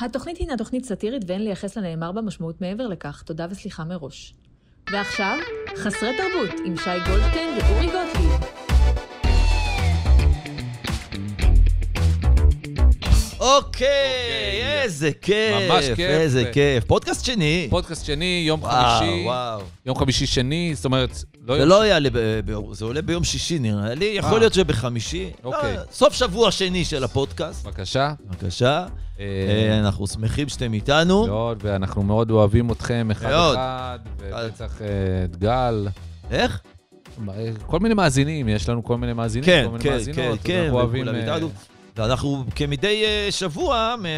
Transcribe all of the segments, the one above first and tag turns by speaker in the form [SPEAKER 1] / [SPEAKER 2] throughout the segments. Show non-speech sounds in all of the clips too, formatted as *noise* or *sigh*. [SPEAKER 1] התוכנית הינה תוכנית סאטירית ואין לייחס לנאמר בה משמעות מעבר לכך. תודה וסליחה מראש. ועכשיו, חסרי תרבות עם שי גולדשטיין ואורי גוטליב.
[SPEAKER 2] אוקיי, איזה כיף,
[SPEAKER 3] ממש כיף.
[SPEAKER 2] איזה כיף. פודקאסט שני.
[SPEAKER 3] אה, פודקאסט שני, יום
[SPEAKER 2] וואו,
[SPEAKER 3] חמישי.
[SPEAKER 2] וואו.
[SPEAKER 3] יום חמישי שני, זאת אומרת, לא
[SPEAKER 2] זה
[SPEAKER 3] יום...
[SPEAKER 2] לא יעלה, ב- ביום- זה עולה ביום שישי נראה לי, יכול
[SPEAKER 3] אה.
[SPEAKER 2] להיות שבחמישי.
[SPEAKER 3] אוקיי.
[SPEAKER 2] לא, סוף שבוע שני של הפודקאסט.
[SPEAKER 3] בבקשה.
[SPEAKER 2] בבקשה.
[SPEAKER 3] אה,
[SPEAKER 2] אה, אנחנו שמחים שאתם איתנו.
[SPEAKER 3] מאוד, ואנחנו מאוד אוהבים אתכם
[SPEAKER 2] מאוד.
[SPEAKER 3] אחד-אחד, ובטח אה, את גל.
[SPEAKER 2] איך?
[SPEAKER 3] אה, כל מיני מאזינים, יש לנו כל מיני מאזינים,
[SPEAKER 2] כן,
[SPEAKER 3] כל מיני
[SPEAKER 2] כן,
[SPEAKER 3] מאזינות,
[SPEAKER 2] כן,
[SPEAKER 3] אז
[SPEAKER 2] כן,
[SPEAKER 3] אנחנו אוהבים...
[SPEAKER 2] וכולם
[SPEAKER 3] אה,
[SPEAKER 2] איתנו. ואנחנו כמדי אה, שבוע מ- אה,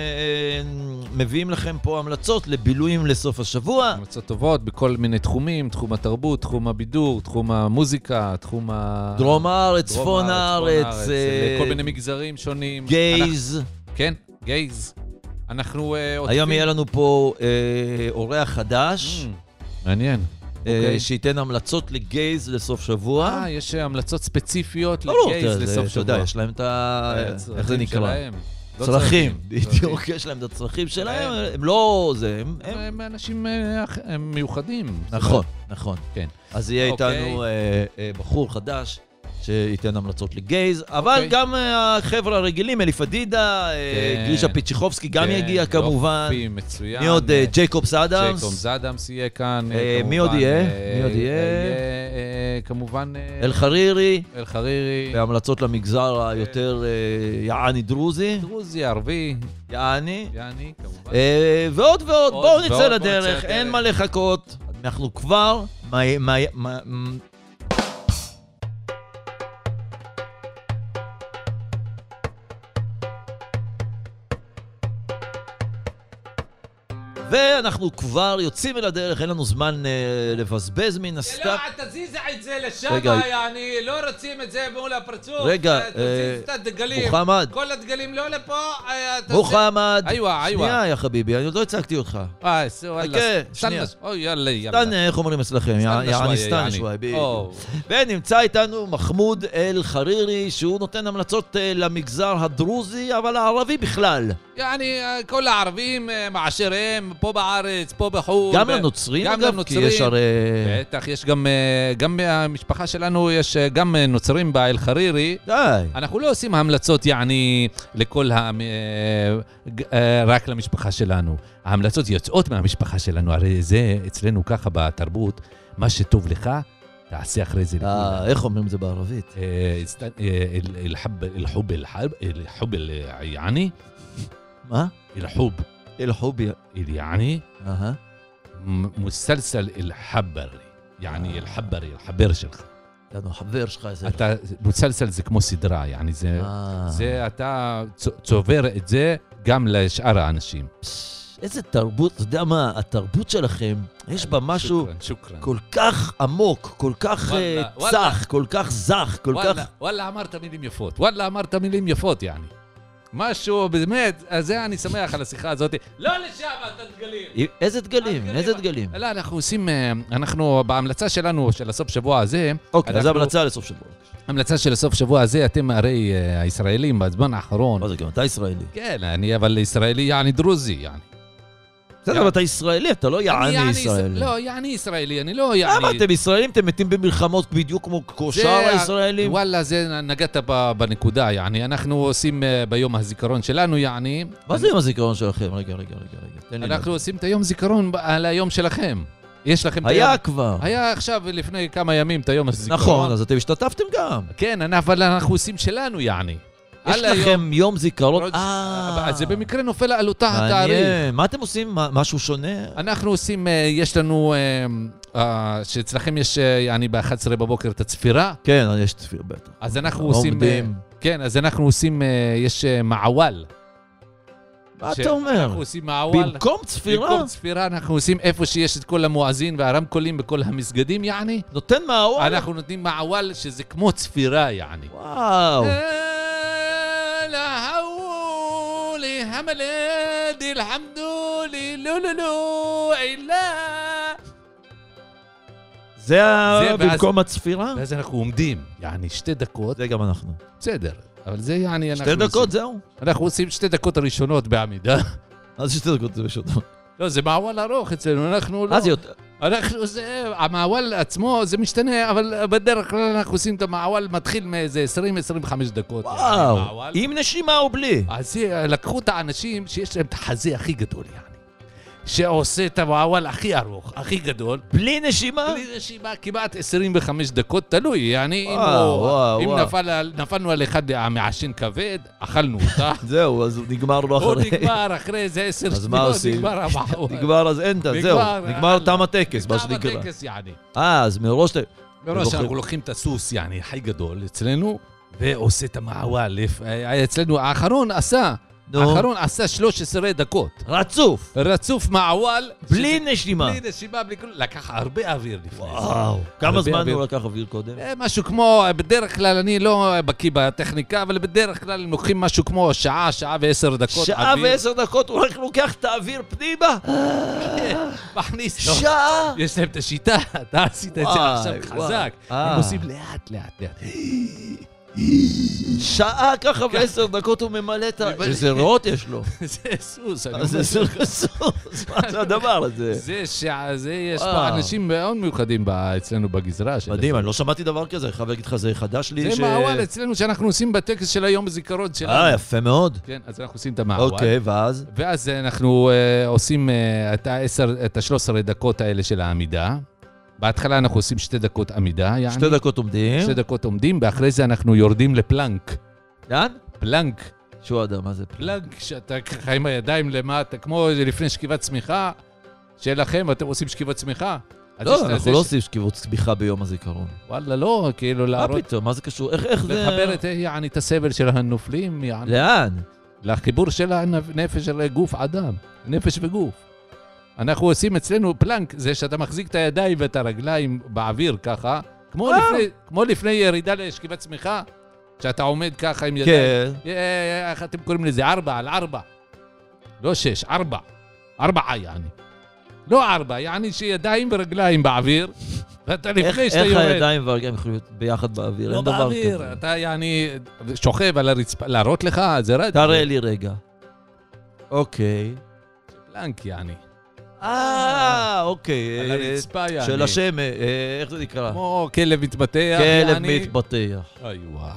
[SPEAKER 2] מביאים לכם פה המלצות לבילויים לסוף השבוע.
[SPEAKER 3] המלצות טובות בכל מיני תחומים, תחום התרבות, תחום הבידור, תחום המוזיקה, תחום ה...
[SPEAKER 2] דרום הארץ,
[SPEAKER 3] דרום
[SPEAKER 2] צפון הארץ,
[SPEAKER 3] צפון
[SPEAKER 2] אה,
[SPEAKER 3] כל מיני מגזרים שונים. אנחנו-
[SPEAKER 2] גייז.
[SPEAKER 3] כן, גייז. אנחנו אה, עוטפים...
[SPEAKER 2] היום יהיה לנו פה אה, אורח חדש,
[SPEAKER 3] Mm, מעניין.
[SPEAKER 2] אה,
[SPEAKER 3] אוקיי.
[SPEAKER 2] שייתן המלצות לגייז לסוף שבוע.
[SPEAKER 3] אה, יש אה, המלצות ספציפיות
[SPEAKER 2] לא, לא,
[SPEAKER 3] לגייז
[SPEAKER 2] אתה-
[SPEAKER 3] לסוף
[SPEAKER 2] אתה
[SPEAKER 3] שבוע. אה,
[SPEAKER 2] יודע, יש להם את ה...
[SPEAKER 3] הצרכים
[SPEAKER 2] איך זה נקרא?
[SPEAKER 3] שלהם. לא
[SPEAKER 2] צרכים.
[SPEAKER 3] צרכים. אוקיי.
[SPEAKER 2] בדיוק, יש להם את הצרכים שלהם, הם לא... זה, הם... הם-
[SPEAKER 3] הם אנשים אה, אח- הם מיוחדים. זאת
[SPEAKER 2] נכון,
[SPEAKER 3] אומרת,
[SPEAKER 2] נכון.
[SPEAKER 3] כן.
[SPEAKER 2] אז יהיה
[SPEAKER 3] אוקיי.
[SPEAKER 2] איתנו אה, אה, בחור חדש. שייתן המלצות לגייז, אבל
[SPEAKER 3] אוקיי.
[SPEAKER 2] גם אה, החבר'ה הרגילים, אלי פדידה, אה,
[SPEAKER 3] כן.
[SPEAKER 2] גלישה פיצ'יחובסקי גם
[SPEAKER 3] כן,
[SPEAKER 2] יגיע כמובן.
[SPEAKER 3] יופי, מצוין.
[SPEAKER 2] מי עוד? אה, ג'ייקובס אדמס.
[SPEAKER 3] ג'ייקובס אדמס יהיה כאן. אה,
[SPEAKER 2] אה, מי
[SPEAKER 3] כמובן,
[SPEAKER 2] עוד יהיה?
[SPEAKER 3] אה,
[SPEAKER 2] מי עוד יהיה?
[SPEAKER 3] אה, אה, כמובן... אה,
[SPEAKER 2] אל-חרירי,
[SPEAKER 3] אלחרירי.
[SPEAKER 2] והמלצות למגזר היותר אה, יעני דרוזי,
[SPEAKER 3] דרוזי, ערבי,
[SPEAKER 2] יעני,
[SPEAKER 3] יעני, כמובן.
[SPEAKER 2] אה, ועוד ועוד,
[SPEAKER 3] עוד
[SPEAKER 2] בואו
[SPEAKER 3] ועוד,
[SPEAKER 2] נצא
[SPEAKER 3] בואו
[SPEAKER 2] לדרך,
[SPEAKER 3] נצא
[SPEAKER 2] אין
[SPEAKER 3] לדרך.
[SPEAKER 2] מה לחכות, אנחנו כבר... מה- מה- מה- מ- ואנחנו כבר יוצאים אל הדרך, אין לנו זמן אה, לבזבז מן הסתם.
[SPEAKER 3] לא, תזיז את זה לשם,
[SPEAKER 2] רגע.
[SPEAKER 3] יעני, לא רוצים את זה מול הפרצוף.
[SPEAKER 2] רגע,
[SPEAKER 3] אה, תזיז
[SPEAKER 2] אה,
[SPEAKER 3] את הדגלים.
[SPEAKER 2] מוחמד.
[SPEAKER 3] כל הדגלים לא לפה. אה, תעשה-
[SPEAKER 2] מוחמד,
[SPEAKER 3] איווה, איווה.
[SPEAKER 2] שנייה יא חביבי, אני עוד לא הצגתי אותך.
[SPEAKER 3] אה, זה וואלה.
[SPEAKER 2] חכה, שנייה.
[SPEAKER 3] סטנדס. אוי, יאללה, יאללה.
[SPEAKER 2] סטן, איך אומרים אצלכם?
[SPEAKER 3] סטנדס
[SPEAKER 2] יעני
[SPEAKER 3] שוואיה,
[SPEAKER 2] סטן
[SPEAKER 3] יעני.
[SPEAKER 2] שוואי,
[SPEAKER 3] או.
[SPEAKER 2] בדיוק. ונמצא איתנו מחמוד אל-חרירי, שהוא נותן המלצות אה, למגזר הדרוזי, אבל הערבי בכלל.
[SPEAKER 3] יעני, אה, כל הערבים אה, מעשיריהם, פה בארץ, פה בחו"ל.
[SPEAKER 2] גם
[SPEAKER 3] ב-
[SPEAKER 2] לנוצרים,
[SPEAKER 3] גם
[SPEAKER 2] אגב, כי
[SPEAKER 3] לנוצרים.
[SPEAKER 2] יש הרי...
[SPEAKER 3] בטח, יש גם, אה, גם מהמשפחה שלנו יש אה, גם אה, נוצרים באל-חרירי.
[SPEAKER 2] די.
[SPEAKER 3] אנחנו לא עושים המלצות, יעני, לכל ה... אה, ג- אה, רק למשפחה שלנו. ההמלצות יוצאות מהמשפחה שלנו, הרי זה אצלנו ככה בתרבות, מה שטוב לך, תעשה אחרי זה לכולם.
[SPEAKER 2] אה, איך אומרים את זה בערבית?
[SPEAKER 3] אה, הסת- אה, אל- אלחב, אלחוב, אלחב, אלחוב, אל- יעני,
[SPEAKER 2] מה?
[SPEAKER 3] אלחוב,
[SPEAKER 2] אל-חובי.
[SPEAKER 3] אל- יעני,
[SPEAKER 2] אהה.
[SPEAKER 3] מ- מוסלסל אלחבר,
[SPEAKER 2] אה.
[SPEAKER 3] יעני אלחברי, אלחבר שלך.
[SPEAKER 2] יענו, חבר שלך איזה...
[SPEAKER 3] אתה, מוסלסל זה כמו סדרה, יעני, זה,
[SPEAKER 2] אה.
[SPEAKER 3] זה אתה צ- צובר את זה גם לשאר האנשים.
[SPEAKER 2] פש, איזה תרבות, אתה יודע מה, התרבות שלכם, יש בה משהו
[SPEAKER 3] שוכרן, שוכרן.
[SPEAKER 2] כל כך עמוק, כל כך אה,
[SPEAKER 3] וואלה, וואלה.
[SPEAKER 2] צח, כל כך זך, כל כך...
[SPEAKER 3] וואלה, וואלה אמרת מילים יפות, וואלה אמרת מילים יפות, יעני. משהו, באמת, אז זה אני שמח על השיחה הזאת. לא לשם, את הדגלים.
[SPEAKER 2] איזה דגלים, איזה דגלים.
[SPEAKER 3] לא, אנחנו עושים, אה, אנחנו בהמלצה שלנו, של הסוף שבוע הזה,
[SPEAKER 2] אוקיי, אז
[SPEAKER 3] אנחנו-
[SPEAKER 2] המלצה לסוף שבוע.
[SPEAKER 3] המלצה של הסוף שבוע הזה, אתם הרי אה, הישראלים בזמן האחרון.
[SPEAKER 2] מה זה, גם אתה ישראלי.
[SPEAKER 3] כן, אני אבל ישראלי, יעני דרוזי, יעני.
[SPEAKER 2] בסדר, אבל אתה ישראלי, אתה לא
[SPEAKER 3] אני
[SPEAKER 2] יעני
[SPEAKER 3] יעני
[SPEAKER 2] ישראלי.
[SPEAKER 3] לא, יעני ישראלי, אני לא יעני...
[SPEAKER 2] למה אתם ישראלים? אתם מתים במלחמות בדיוק כמו כל
[SPEAKER 3] זה-
[SPEAKER 2] שאר הישראלים?
[SPEAKER 3] וואלה, זה נגעת ב- בנקודה, יעני. אנחנו עושים אה, ביום הזיכרון שלנו, יעני.
[SPEAKER 2] מה זה עם הזיכרון שלכם? רגע, רגע, רגע, רגע. תן לי
[SPEAKER 3] אנחנו
[SPEAKER 2] להבין.
[SPEAKER 3] עושים את היום זיכרון ב- על היום שלכם. יש לכם את
[SPEAKER 2] היה
[SPEAKER 3] היום-
[SPEAKER 2] כבר.
[SPEAKER 3] היה עכשיו, לפני כמה ימים, את היום הזיכרון.
[SPEAKER 2] נכון, אז אתם השתתפתם גם.
[SPEAKER 3] כן, אני- אבל אנחנו עושים שלנו, יעני.
[SPEAKER 2] יש
[SPEAKER 3] על היום-
[SPEAKER 2] לכם יום זיכרון.
[SPEAKER 3] פרויקט-
[SPEAKER 2] אה,
[SPEAKER 3] אז זה במקרה נופל על אותה התאריך.
[SPEAKER 2] מעניין. מה אתם עושים? מה- משהו שונה?
[SPEAKER 3] אנחנו עושים, אה, יש לנו, אה, אה, שאצלכם יש, אה, אני ב-11 בבוקר את הצפירה,
[SPEAKER 2] כן, יש צפיר בטח. לא
[SPEAKER 3] אז אנחנו עושים...
[SPEAKER 2] עומדים.
[SPEAKER 3] אה, כן, אז אנחנו עושים, אה, יש אה, מעוול.
[SPEAKER 2] מה
[SPEAKER 3] ש-
[SPEAKER 2] אתה אומר?
[SPEAKER 3] אנחנו עושים מעוול.
[SPEAKER 2] נכון. במקום צפירה?
[SPEAKER 3] במקום צפירה אנחנו עושים איפה שיש את כל המואזין והרמקולים בכל המסגדים, יעני.
[SPEAKER 2] נותן מהאור?
[SPEAKER 3] אנחנו נותנים מעוול שזה כמו צפירה, יעני.
[SPEAKER 2] וואו.
[SPEAKER 3] لا حول حملت الحمد لله إلا
[SPEAKER 2] זה ה-
[SPEAKER 3] זה, ואז-
[SPEAKER 2] במקום הצפירה?
[SPEAKER 3] ואז אנחנו עומדים, יעני שתי דקות,
[SPEAKER 2] זה גם אנחנו.
[SPEAKER 3] בסדר, אבל זה יעני אנחנו
[SPEAKER 2] שתי דקות,
[SPEAKER 3] עושים,
[SPEAKER 2] זהו.
[SPEAKER 3] אנחנו עושים שתי דקות ראשונות בעמידה,
[SPEAKER 2] אז שתי דקות זה בשוטו.
[SPEAKER 3] לא, זה מעוול ארוך אצלנו, אנחנו לא.
[SPEAKER 2] אז יותר.
[SPEAKER 3] אנחנו, זה, המעוול עצמו, זה משתנה, אבל בדרך כלל אנחנו עושים את המעוול, מתחיל מאיזה 20-25 דקות.
[SPEAKER 2] וואו,
[SPEAKER 3] יעני, מעוול.
[SPEAKER 2] עם נשימה או בלי?
[SPEAKER 3] אז אה, לקחו את האנשים שיש להם את החזה הכי גדול, יעני. שעושה את המעוול הכי ארוך, הכי גדול.
[SPEAKER 2] בלי נשימה?
[SPEAKER 3] בלי רשימה כמעט 25 דקות, תלוי, יעני, אם,
[SPEAKER 2] וואו,
[SPEAKER 3] הוא-
[SPEAKER 2] וואו,
[SPEAKER 3] אם
[SPEAKER 2] וואו.
[SPEAKER 3] נפל, על- נפלנו על אחד המעשן כבד, אכלנו
[SPEAKER 2] *laughs*
[SPEAKER 3] אותה.
[SPEAKER 2] זהו, אז נגמר לו
[SPEAKER 3] הוא
[SPEAKER 2] אחרי.
[SPEAKER 3] נגמר אחרי זה עשר
[SPEAKER 2] אוקיי. אז מה
[SPEAKER 3] שניות,
[SPEAKER 2] עושים?
[SPEAKER 3] נגמר המעוול.
[SPEAKER 2] *laughs* נגמר אז אין את ה- זהו,
[SPEAKER 3] נגמר,
[SPEAKER 2] נגמר
[SPEAKER 3] יאללה.
[SPEAKER 2] תם הטקס, מה
[SPEAKER 3] תם
[SPEAKER 2] שנקרא.
[SPEAKER 3] הטקס, יעני.
[SPEAKER 2] אה, אז מראש... ת-
[SPEAKER 3] מראש
[SPEAKER 2] ובוחר.
[SPEAKER 3] אנחנו לוקחים את הסוס, יעני, חי גדול אצלנו, ועושה את המעוול. לפ- אה, אצלנו האחרון עשה,
[SPEAKER 2] נו,
[SPEAKER 3] האחרון עשה 13 דקות.
[SPEAKER 2] רצוף,
[SPEAKER 3] רצוף מעוול.
[SPEAKER 2] בלי
[SPEAKER 3] שזה-
[SPEAKER 2] נשימה.
[SPEAKER 3] בלי נשימה, בלי כלום. לקח הרבה אוויר לפני זה.
[SPEAKER 2] וואו, כמה
[SPEAKER 3] הרבה
[SPEAKER 2] זמן
[SPEAKER 3] אוויר.
[SPEAKER 2] הוא לקח אוויר קודם?
[SPEAKER 3] אה, משהו כמו, בדרך כלל, אני לא בקיא בטכניקה, אבל בדרך כלל הם לוקחים משהו כמו שעה, שעה ועשר דקות.
[SPEAKER 2] שעה
[SPEAKER 3] אוויר.
[SPEAKER 2] ועשר דקות הוא רק לוקח את האוויר פנימה?
[SPEAKER 3] מכניס, אה, לא.
[SPEAKER 2] שעה?
[SPEAKER 3] יש להם את השיטה, אתה עשית את זה
[SPEAKER 2] וואי,
[SPEAKER 3] עכשיו
[SPEAKER 2] וואי.
[SPEAKER 3] חזק.
[SPEAKER 2] אה.
[SPEAKER 3] הם עושים לאט, לאט, לאט. *laughs*
[SPEAKER 2] שעה ככה ועשר דקות הוא ממלא את ה...
[SPEAKER 3] ממלא.
[SPEAKER 2] איזה ריאות יש לו.
[SPEAKER 3] זה סוס, אני
[SPEAKER 2] אז
[SPEAKER 3] אומר.
[SPEAKER 2] אה, זה סרקסוס, *laughs* מה זה הדבר הזה?
[SPEAKER 3] זה שעה, זה יש
[SPEAKER 2] וואו.
[SPEAKER 3] פה אנשים מאוד מיוחדים ב- אצלנו בגזרה. של-
[SPEAKER 2] אה. מדהים, אני לא שמעתי דבר כזה, אני חייב להגיד לך, זה חדש לי ש...
[SPEAKER 3] זה מעוול אצלנו שאנחנו עושים בטקס של היום הזיכרון
[SPEAKER 2] אה,
[SPEAKER 3] שלנו.
[SPEAKER 2] יפה מאוד.
[SPEAKER 3] כן, אז אנחנו עושים את המעוול.
[SPEAKER 2] אוקיי, ואז?
[SPEAKER 3] ואז אנחנו אה, עושים אה, את ה-10, את ה-13 דקות האלה של העמידה. בהתחלה אנחנו עושים שתי דקות עמידה, יעני.
[SPEAKER 2] שתי דקות כן. עומדים.
[SPEAKER 3] שתי דקות עומדים, ואחרי זה אנחנו יורדים לפלנק.
[SPEAKER 2] לאן?
[SPEAKER 3] פלנק,
[SPEAKER 2] שהוא אדם, מה זה?
[SPEAKER 3] פלנק, שאתה ככה עם הידיים למטה, כמו לפני שכיבת צמיחה שלכם, אתם עושים שכיבת צמיחה? אז יש
[SPEAKER 2] לא,
[SPEAKER 3] את
[SPEAKER 2] אנחנו
[SPEAKER 3] זה
[SPEAKER 2] לא
[SPEAKER 3] ש-
[SPEAKER 2] עושים שכיבות צמיחה ביום הזיכרון.
[SPEAKER 3] וואלה, לא, כאילו
[SPEAKER 2] מה
[SPEAKER 3] להראות,
[SPEAKER 2] פתאום? מה זה קשור? איך- איך זה...
[SPEAKER 3] לחבר את, אה, יעני, את הסבל של הנופלים, יעני,
[SPEAKER 2] לאן?
[SPEAKER 3] לחיבור של הנפש של גוף אדם, נפש וגוף. אנחנו עושים אצלנו פלנק, זה שאתה מחזיק את הידיים ואת הרגליים באוויר ככה, כמו,
[SPEAKER 2] אה.
[SPEAKER 3] לפני, כמו לפני ירידה לשכיבת צמיחה, שאתה עומד ככה עם ידיים.
[SPEAKER 2] כן.
[SPEAKER 3] אה, איך אתם קוראים לזה? ארבע על ארבע. לא שש, ארבע. ארבעה יעני. לא ארבע, יעני שידיים ורגליים באוויר, ואתה
[SPEAKER 2] איך
[SPEAKER 3] לפני שאתה
[SPEAKER 2] איך
[SPEAKER 3] יורד.
[SPEAKER 2] הידיים והרגליים יכולים להיות ביחד באוויר?
[SPEAKER 3] לא
[SPEAKER 2] אין דבר
[SPEAKER 3] באוויר,
[SPEAKER 2] כזה.
[SPEAKER 3] אתה יעני שוכב על הרצפה, להראות לך? זה רק...
[SPEAKER 2] תראה לי רגע. אוקיי.
[SPEAKER 3] פלנק יעני.
[SPEAKER 2] אה, אוקיי.
[SPEAKER 3] על
[SPEAKER 2] אה,
[SPEAKER 3] הרצפה יעני.
[SPEAKER 2] של השם, אה, אה, איך זה נקרא?
[SPEAKER 3] כמו כלב מתבטח.
[SPEAKER 2] כלב
[SPEAKER 3] יעני.
[SPEAKER 2] מתבטח.
[SPEAKER 3] אוי, וואו.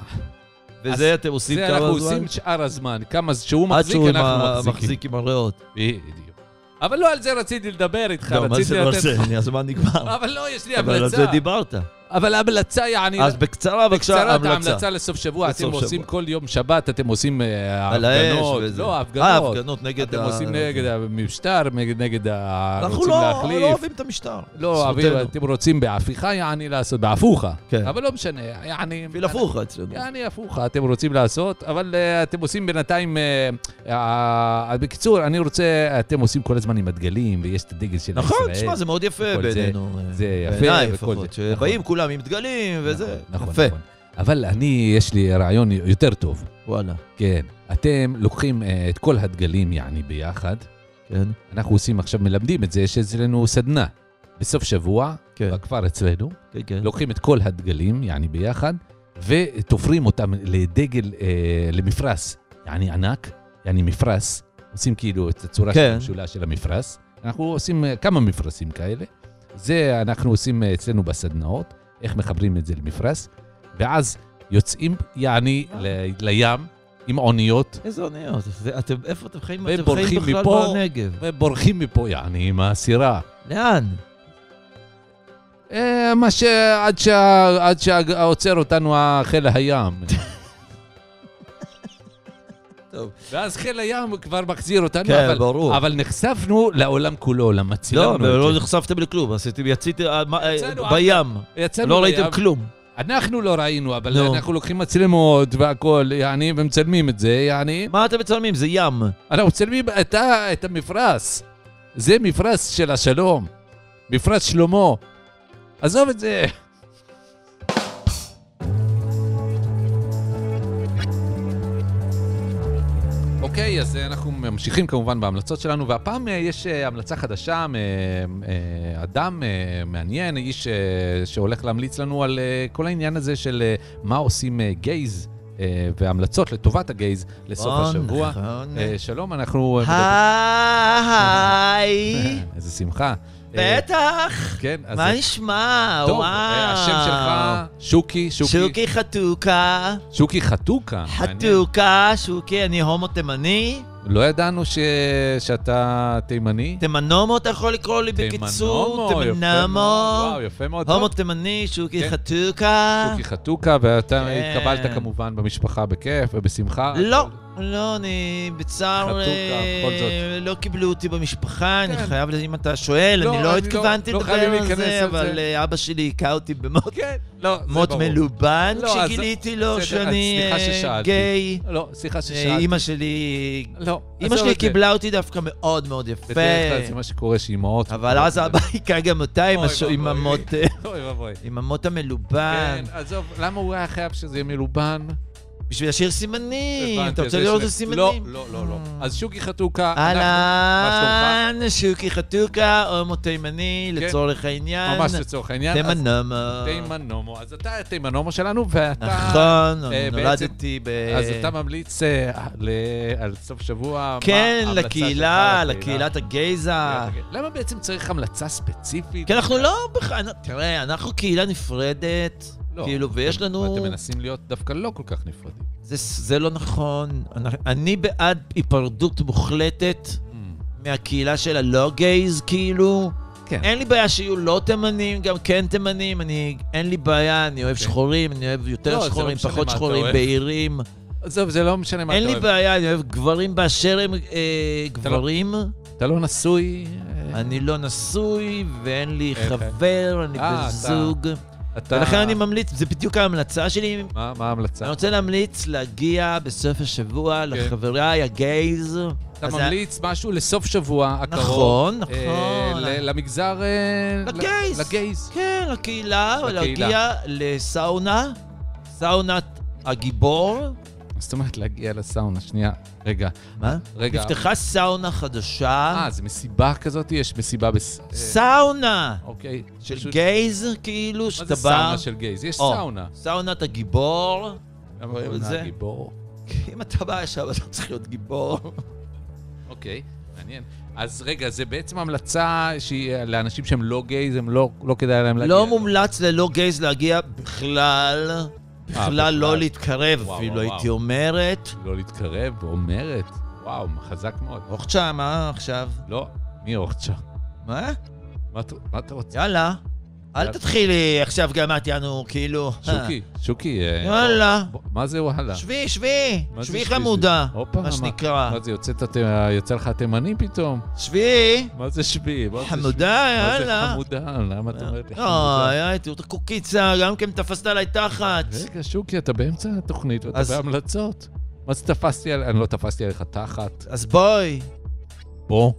[SPEAKER 2] וזה אתם עושים
[SPEAKER 3] זה אנחנו
[SPEAKER 2] כמה זמן?
[SPEAKER 3] עושים את שאר הזמן, כמה ז- שהוא
[SPEAKER 2] עד
[SPEAKER 3] מחזיק,
[SPEAKER 2] שהוא מה-
[SPEAKER 3] אנחנו מחזיקים.
[SPEAKER 2] מחזיק עם הריאות.
[SPEAKER 3] בדיוק. אבל לא על זה רציתי לדבר איתך,
[SPEAKER 2] לא, מה
[SPEAKER 3] רציתי
[SPEAKER 2] זה לא
[SPEAKER 3] לתת...
[SPEAKER 2] זה? הזמן נגמר.
[SPEAKER 3] אבל לא, יש לי
[SPEAKER 2] אבל על
[SPEAKER 3] המלצה.
[SPEAKER 2] זה דיברת.
[SPEAKER 3] אבל ההמלצה, יעני...
[SPEAKER 2] אז בקצרה, בבקשה,
[SPEAKER 3] לא- בקצרה, את
[SPEAKER 2] המלצה.
[SPEAKER 3] ההמלצה לסוף שבוע.
[SPEAKER 2] לסוף
[SPEAKER 3] אתם עושים
[SPEAKER 2] שבוע.
[SPEAKER 3] כל יום שבת, אתם עושים אה,
[SPEAKER 2] על האש
[SPEAKER 3] הפגנות.
[SPEAKER 2] וזה.
[SPEAKER 3] לא,
[SPEAKER 2] אה,
[SPEAKER 3] הפגנות.
[SPEAKER 2] הפגנות נגד
[SPEAKER 3] אתם
[SPEAKER 2] ה- אוקיי.
[SPEAKER 3] עושים נגד המשטר, נגד- נגד ה...
[SPEAKER 2] אנחנו
[SPEAKER 3] רוצים
[SPEAKER 2] לא
[SPEAKER 3] להחליף.
[SPEAKER 2] לא אוהבים את המשטר.
[SPEAKER 3] לא, אוהבים,
[SPEAKER 2] זכותנו.
[SPEAKER 3] אתם רוצים בהפיכה, יעני לעשות, בהפוכה.
[SPEAKER 2] כן.
[SPEAKER 3] אבל לא משנה, יעני...
[SPEAKER 2] בשביל הפוך אצלנו.
[SPEAKER 3] יעני הפוכה, אתם רוצים לעשות, אבל אה, אתם עושים בינתיים... אה, אה, בקיצור, אני רוצה, אתם עושים כל הזמן עם הדגלים, ויש את הדגל של ישראל.
[SPEAKER 2] נכון, תשמע, זה מאוד יפה
[SPEAKER 3] וכל זה-
[SPEAKER 2] בעינינו. אה,
[SPEAKER 3] זה יפה
[SPEAKER 2] בעיניי
[SPEAKER 3] וכל
[SPEAKER 2] לפחות,
[SPEAKER 3] זה.
[SPEAKER 2] שבאים כולם עם דגלים וזה.
[SPEAKER 3] נכון,
[SPEAKER 2] יפה.
[SPEAKER 3] נכון. אבל אני, יש לי רעיון יותר טוב.
[SPEAKER 2] וואלה.
[SPEAKER 3] כן. אתם לוקחים אה, את כל הדגלים, יעני, ביחד.
[SPEAKER 2] כן.
[SPEAKER 3] אנחנו עושים עכשיו, מלמדים את זה, יש אצלנו סדנה. בסוף שבוע,
[SPEAKER 2] כן.
[SPEAKER 3] בכפר אצלנו,
[SPEAKER 2] כן, כן.
[SPEAKER 3] לוקחים את כל הדגלים, יעני ביחד, ותופרים אותם לדגל, אה, למפרש, יעני ענק, יעני מפרש, עושים כאילו את הצורה של
[SPEAKER 2] כן.
[SPEAKER 3] המשולש של המפרש. אנחנו עושים אה, כמה מפרשים כאלה. זה אנחנו עושים אה, אצלנו בסדנאות, איך מחברים את זה למפרש, ואז יוצאים, יעני, ל- לים עם אוניות,
[SPEAKER 2] איזה אוניות. זה- אתם- איפה אתם חיים?
[SPEAKER 3] והם
[SPEAKER 2] אתם חיים
[SPEAKER 3] בורחים
[SPEAKER 2] בכלל
[SPEAKER 3] מפה.
[SPEAKER 2] בנגב.
[SPEAKER 3] ובורחים מפה, יעני, עם הסירה.
[SPEAKER 2] לאן?
[SPEAKER 3] אה, מה ש... עד שה- עד שעוצר אותנו חיל הים.
[SPEAKER 2] טוב.
[SPEAKER 3] ואז חיל הים כבר מחזיר אותנו,
[SPEAKER 2] כן,
[SPEAKER 3] לא, אבל,
[SPEAKER 2] ברור.
[SPEAKER 3] אבל נחשפנו לעולם כולו, למה
[SPEAKER 2] לא,
[SPEAKER 3] צילמנו
[SPEAKER 2] אבל
[SPEAKER 3] את
[SPEAKER 2] לא
[SPEAKER 3] זה.
[SPEAKER 2] נחשפתם לכלום. עשיתם, יציתם אה, מה, אה,
[SPEAKER 3] יצאנו עד-
[SPEAKER 2] בים.
[SPEAKER 3] יצאנו
[SPEAKER 2] לא
[SPEAKER 3] לים.
[SPEAKER 2] ראיתם כלום.
[SPEAKER 3] אנחנו לא ראינו, אבל
[SPEAKER 2] לא.
[SPEAKER 3] אנחנו לוקחים מצלמות והכול, יעני, ומצלמים את זה, יעני.
[SPEAKER 2] מה אתם מצלמים? זה ים.
[SPEAKER 3] אנחנו מצלמים את, ה- את המפרש. זה מפרש של השלום. מפרש שלמה. עזוב את זה. אוקיי, אז אה, אנחנו ממשיכים כמובן בהמלצות שלנו, והפעם אה, יש אה, המלצה חדשה, מ- אה, אדם אה, מעניין, איש אה, שהולך להמליץ לנו על אה, כל העניין הזה של אה, מה עושים אה, גייז אה, והמלצות לטובת הגייז לסוף
[SPEAKER 2] נכון,
[SPEAKER 3] השבוע.
[SPEAKER 2] נכון.
[SPEAKER 3] אה, שלום, אנחנו...
[SPEAKER 2] היי,
[SPEAKER 3] איזה שמחה. אה,
[SPEAKER 2] *laughs* בטח,
[SPEAKER 3] כן, אז...
[SPEAKER 2] מה נשמע?
[SPEAKER 3] טוב,
[SPEAKER 2] וואו.
[SPEAKER 3] אה, השם שלך, שוקי, שוקי,
[SPEAKER 2] שוקי חתוקה,
[SPEAKER 3] שוקי חתוקה. מעניין.
[SPEAKER 2] חתוקה, שוקי, אני הומו תימני,
[SPEAKER 3] לא ידענו ש... שאתה תימני.
[SPEAKER 2] תימנומו אתה יכול לקרוא לי בקיצור,
[SPEAKER 3] תימנומו, יפה מאוד.
[SPEAKER 2] תימנמו,
[SPEAKER 3] וואו, יפה מאוד.
[SPEAKER 2] הומו
[SPEAKER 3] טוב,
[SPEAKER 2] תימני, שוקי
[SPEAKER 3] כן.
[SPEAKER 2] חתוקה.
[SPEAKER 3] שוקי חתוקה, ואתה
[SPEAKER 2] כן.
[SPEAKER 3] התקבלת כמובן במשפחה בכיף ובשמחה.
[SPEAKER 2] לא, לא, אני בצער,
[SPEAKER 3] חתוקה,
[SPEAKER 2] אה,
[SPEAKER 3] בכל זאת.
[SPEAKER 2] לא קיבלו אותי במשפחה, אני
[SPEAKER 3] כן.
[SPEAKER 2] חייב, אם אתה שואל,
[SPEAKER 3] לא,
[SPEAKER 2] אני
[SPEAKER 3] אני לא-
[SPEAKER 2] לא התכוונתי
[SPEAKER 3] לא חייבים
[SPEAKER 2] לדבר על
[SPEAKER 3] להיכנס
[SPEAKER 2] זה,
[SPEAKER 3] לזה.
[SPEAKER 2] אבל אה, אבא שלי היכה אותי במות
[SPEAKER 3] כן, לא, זה
[SPEAKER 2] מות
[SPEAKER 3] ברור.
[SPEAKER 2] מלובן,
[SPEAKER 3] לא, אז-
[SPEAKER 2] כשגיליתי לו
[SPEAKER 3] בסדר,
[SPEAKER 2] שאני
[SPEAKER 3] סליחה
[SPEAKER 2] אה,
[SPEAKER 3] ששאלתי.
[SPEAKER 2] גיי.
[SPEAKER 3] לא, סליחה
[SPEAKER 2] אה,
[SPEAKER 3] ששאלתי.
[SPEAKER 2] אימא שלי...
[SPEAKER 3] לא,
[SPEAKER 2] אימא
[SPEAKER 3] עזוב
[SPEAKER 2] שלי
[SPEAKER 3] את זה.
[SPEAKER 2] קיבלה אותי דווקא מאוד מאוד יפה,
[SPEAKER 3] בדרך כלל זה מה שקורה שאימהות...
[SPEAKER 2] אבל אז אבא היכה גם אותה עם
[SPEAKER 3] אוי
[SPEAKER 2] הש- עם
[SPEAKER 3] ואבוי.
[SPEAKER 2] המות... אה,
[SPEAKER 3] אוי ואבוי.
[SPEAKER 2] עם המוט המלובן,
[SPEAKER 3] כן, עזוב, למה הוא היה חייב שזה יהיה מלובן?
[SPEAKER 2] בשביל לשיר סימנים,
[SPEAKER 3] הבנתי,
[SPEAKER 2] אה, אתה רוצה
[SPEAKER 3] אז יש
[SPEAKER 2] לראות
[SPEAKER 3] לב-
[SPEAKER 2] את הסימנים? אה.
[SPEAKER 3] לא, לא, לא, לא. אז שוקי חתוקה, אנחנו מה
[SPEAKER 2] אהלן, שוקי חתוקה, הומו תימני,
[SPEAKER 3] כן.
[SPEAKER 2] לצורך העניין.
[SPEAKER 3] ממש לצורך העניין. אז
[SPEAKER 2] תימנומו.
[SPEAKER 3] תימנומו. אז אתה תימנומו שלנו, ואתה...
[SPEAKER 2] נכון,
[SPEAKER 3] אה,
[SPEAKER 2] נולדתי ב...
[SPEAKER 3] אז אתה ממליץ אה, ל- על סוף שבוע, מה
[SPEAKER 2] כן,
[SPEAKER 3] ההמלצה
[SPEAKER 2] לקהילה,
[SPEAKER 3] שלך
[SPEAKER 2] לקהילת הגייזה.
[SPEAKER 3] למה בעצם צריך המלצה ספציפית?
[SPEAKER 2] כי אנחנו לא בכלל, תראה, אנחנו קהילה נפרדת, כאילו, ויש לנו...
[SPEAKER 3] לא. כן, אתם מנסים להיות דווקא לא כל כך נפרדים.
[SPEAKER 2] זה- זה לא נכון. אנחנו- אני בעד היפרדות מוחלטת מהקהילה של הלא גייז, כאילו.
[SPEAKER 3] כן.
[SPEAKER 2] אין לי בעיה שיהיו לא תימנים, גם כן תימנים, אני, אין לי בעיה, אני אוהב
[SPEAKER 3] אוקיי.
[SPEAKER 2] שחורים, אני אוהב יותר
[SPEAKER 3] לא, זה לא
[SPEAKER 2] שחורים,
[SPEAKER 3] משנה
[SPEAKER 2] פחות
[SPEAKER 3] מה אתה
[SPEAKER 2] שחורים,
[SPEAKER 3] אוהב.
[SPEAKER 2] בהירים.
[SPEAKER 3] עזוב, זה לא משנה מה
[SPEAKER 2] אין
[SPEAKER 3] אתה
[SPEAKER 2] לי
[SPEAKER 3] אוהב.
[SPEAKER 2] בעיה, אני אוהב גברים באשר הם אה,
[SPEAKER 3] לא-
[SPEAKER 2] גברים.
[SPEAKER 3] אתה לא נשוי? אה,
[SPEAKER 2] אני לא נשוי ואין לי
[SPEAKER 3] אה,
[SPEAKER 2] חבר, אני
[SPEAKER 3] אה, אתה-
[SPEAKER 2] בזוג.
[SPEAKER 3] אתה...
[SPEAKER 2] ולכן אני ממליץ, זה בדיוק ההמלצה שלי.
[SPEAKER 3] מה מה ההמלצה?
[SPEAKER 2] אני רוצה להמליץ להגיע בסוף השבוע לחבריי הגייז.
[SPEAKER 3] כן. אתה
[SPEAKER 2] אז
[SPEAKER 3] ממליץ משהו לסוף שבוע הקרוב.
[SPEAKER 2] נכון, נכון.
[SPEAKER 3] אה, ל- למגזר... אה, ל-
[SPEAKER 2] לגייז.
[SPEAKER 3] לגייז.
[SPEAKER 2] כן, לקהילה,
[SPEAKER 3] לקהילה.
[SPEAKER 2] להגיע לסאונה, סאונת הגיבור.
[SPEAKER 3] זאת אומרת, להגיע לסאונה. שנייה, רגע.
[SPEAKER 2] מה?
[SPEAKER 3] רגע.
[SPEAKER 2] נפתחה סאונה חדשה.
[SPEAKER 3] אה, זה מסיבה כזאת? יש מסיבה בס... אה,
[SPEAKER 2] סאונה!
[SPEAKER 3] אוקיי.
[SPEAKER 2] של
[SPEAKER 3] פשוט-
[SPEAKER 2] גייז, כאילו,
[SPEAKER 3] מה
[SPEAKER 2] שאתה בא...
[SPEAKER 3] זה סאונה של גייז? יש
[SPEAKER 2] או,
[SPEAKER 3] סאונה.
[SPEAKER 2] סאונת הגיבור.
[SPEAKER 3] למה
[SPEAKER 2] קוראים
[SPEAKER 3] קוראים לה
[SPEAKER 2] לזה?
[SPEAKER 3] גיבור?
[SPEAKER 2] אם אתה בא שם, אתה צריך להיות גיבור.
[SPEAKER 3] אוקיי, מעניין. אז רגע, זה בעצם המלצה שהיא לאנשים שהם לא גייז, הם לא, לא כדאי להם להגיע. אה,
[SPEAKER 2] לא מומלץ ללא גייז להגיע בכלל.
[SPEAKER 3] בכלל.
[SPEAKER 2] בכלל לא להתקרב,
[SPEAKER 3] וואו,
[SPEAKER 2] אפילו
[SPEAKER 3] וואו,
[SPEAKER 2] הייתי אומרת.
[SPEAKER 3] לא להתקרב, אומרת. וואו, חזק מאוד.
[SPEAKER 2] אוכצ'ה, מה עכשיו?
[SPEAKER 3] לא, מי אורצ'ה?
[SPEAKER 2] מה?
[SPEAKER 3] מה אתה- מה אתה רוצה?
[SPEAKER 2] יאללה. אל
[SPEAKER 3] יאללה.
[SPEAKER 2] תתחילי עכשיו גם את יענו, כאילו.
[SPEAKER 3] שוקי, שוקי. אה,
[SPEAKER 2] יאללה.
[SPEAKER 3] בוא, מה זה וואלה?
[SPEAKER 2] שבי, שבי,
[SPEAKER 3] מה זה
[SPEAKER 2] שבי
[SPEAKER 3] שבי?
[SPEAKER 2] חמודה,
[SPEAKER 3] זה- הופה,
[SPEAKER 2] מה שנקרא.
[SPEAKER 3] מה זה, יוצאת הת- יצא לך תימני פתאום?
[SPEAKER 2] שבי,
[SPEAKER 3] מה זה שבי? מה זה שבי?
[SPEAKER 2] חמודה,
[SPEAKER 3] מה זה
[SPEAKER 2] יאללה. לא, אה,
[SPEAKER 3] חמודה? למה את אומרת לי חמודה? אה?
[SPEAKER 2] אוי, אוי, תראו את הקוקיצה, גם כן תפסת עליי תחת.
[SPEAKER 3] רגע, שוקי, אתה באמצע התוכנית ואתה
[SPEAKER 2] אז-
[SPEAKER 3] בהמלצות. מה זה תפסתי על... אני לא תפסתי עליך תחת.
[SPEAKER 2] אז בואי,
[SPEAKER 3] בוא.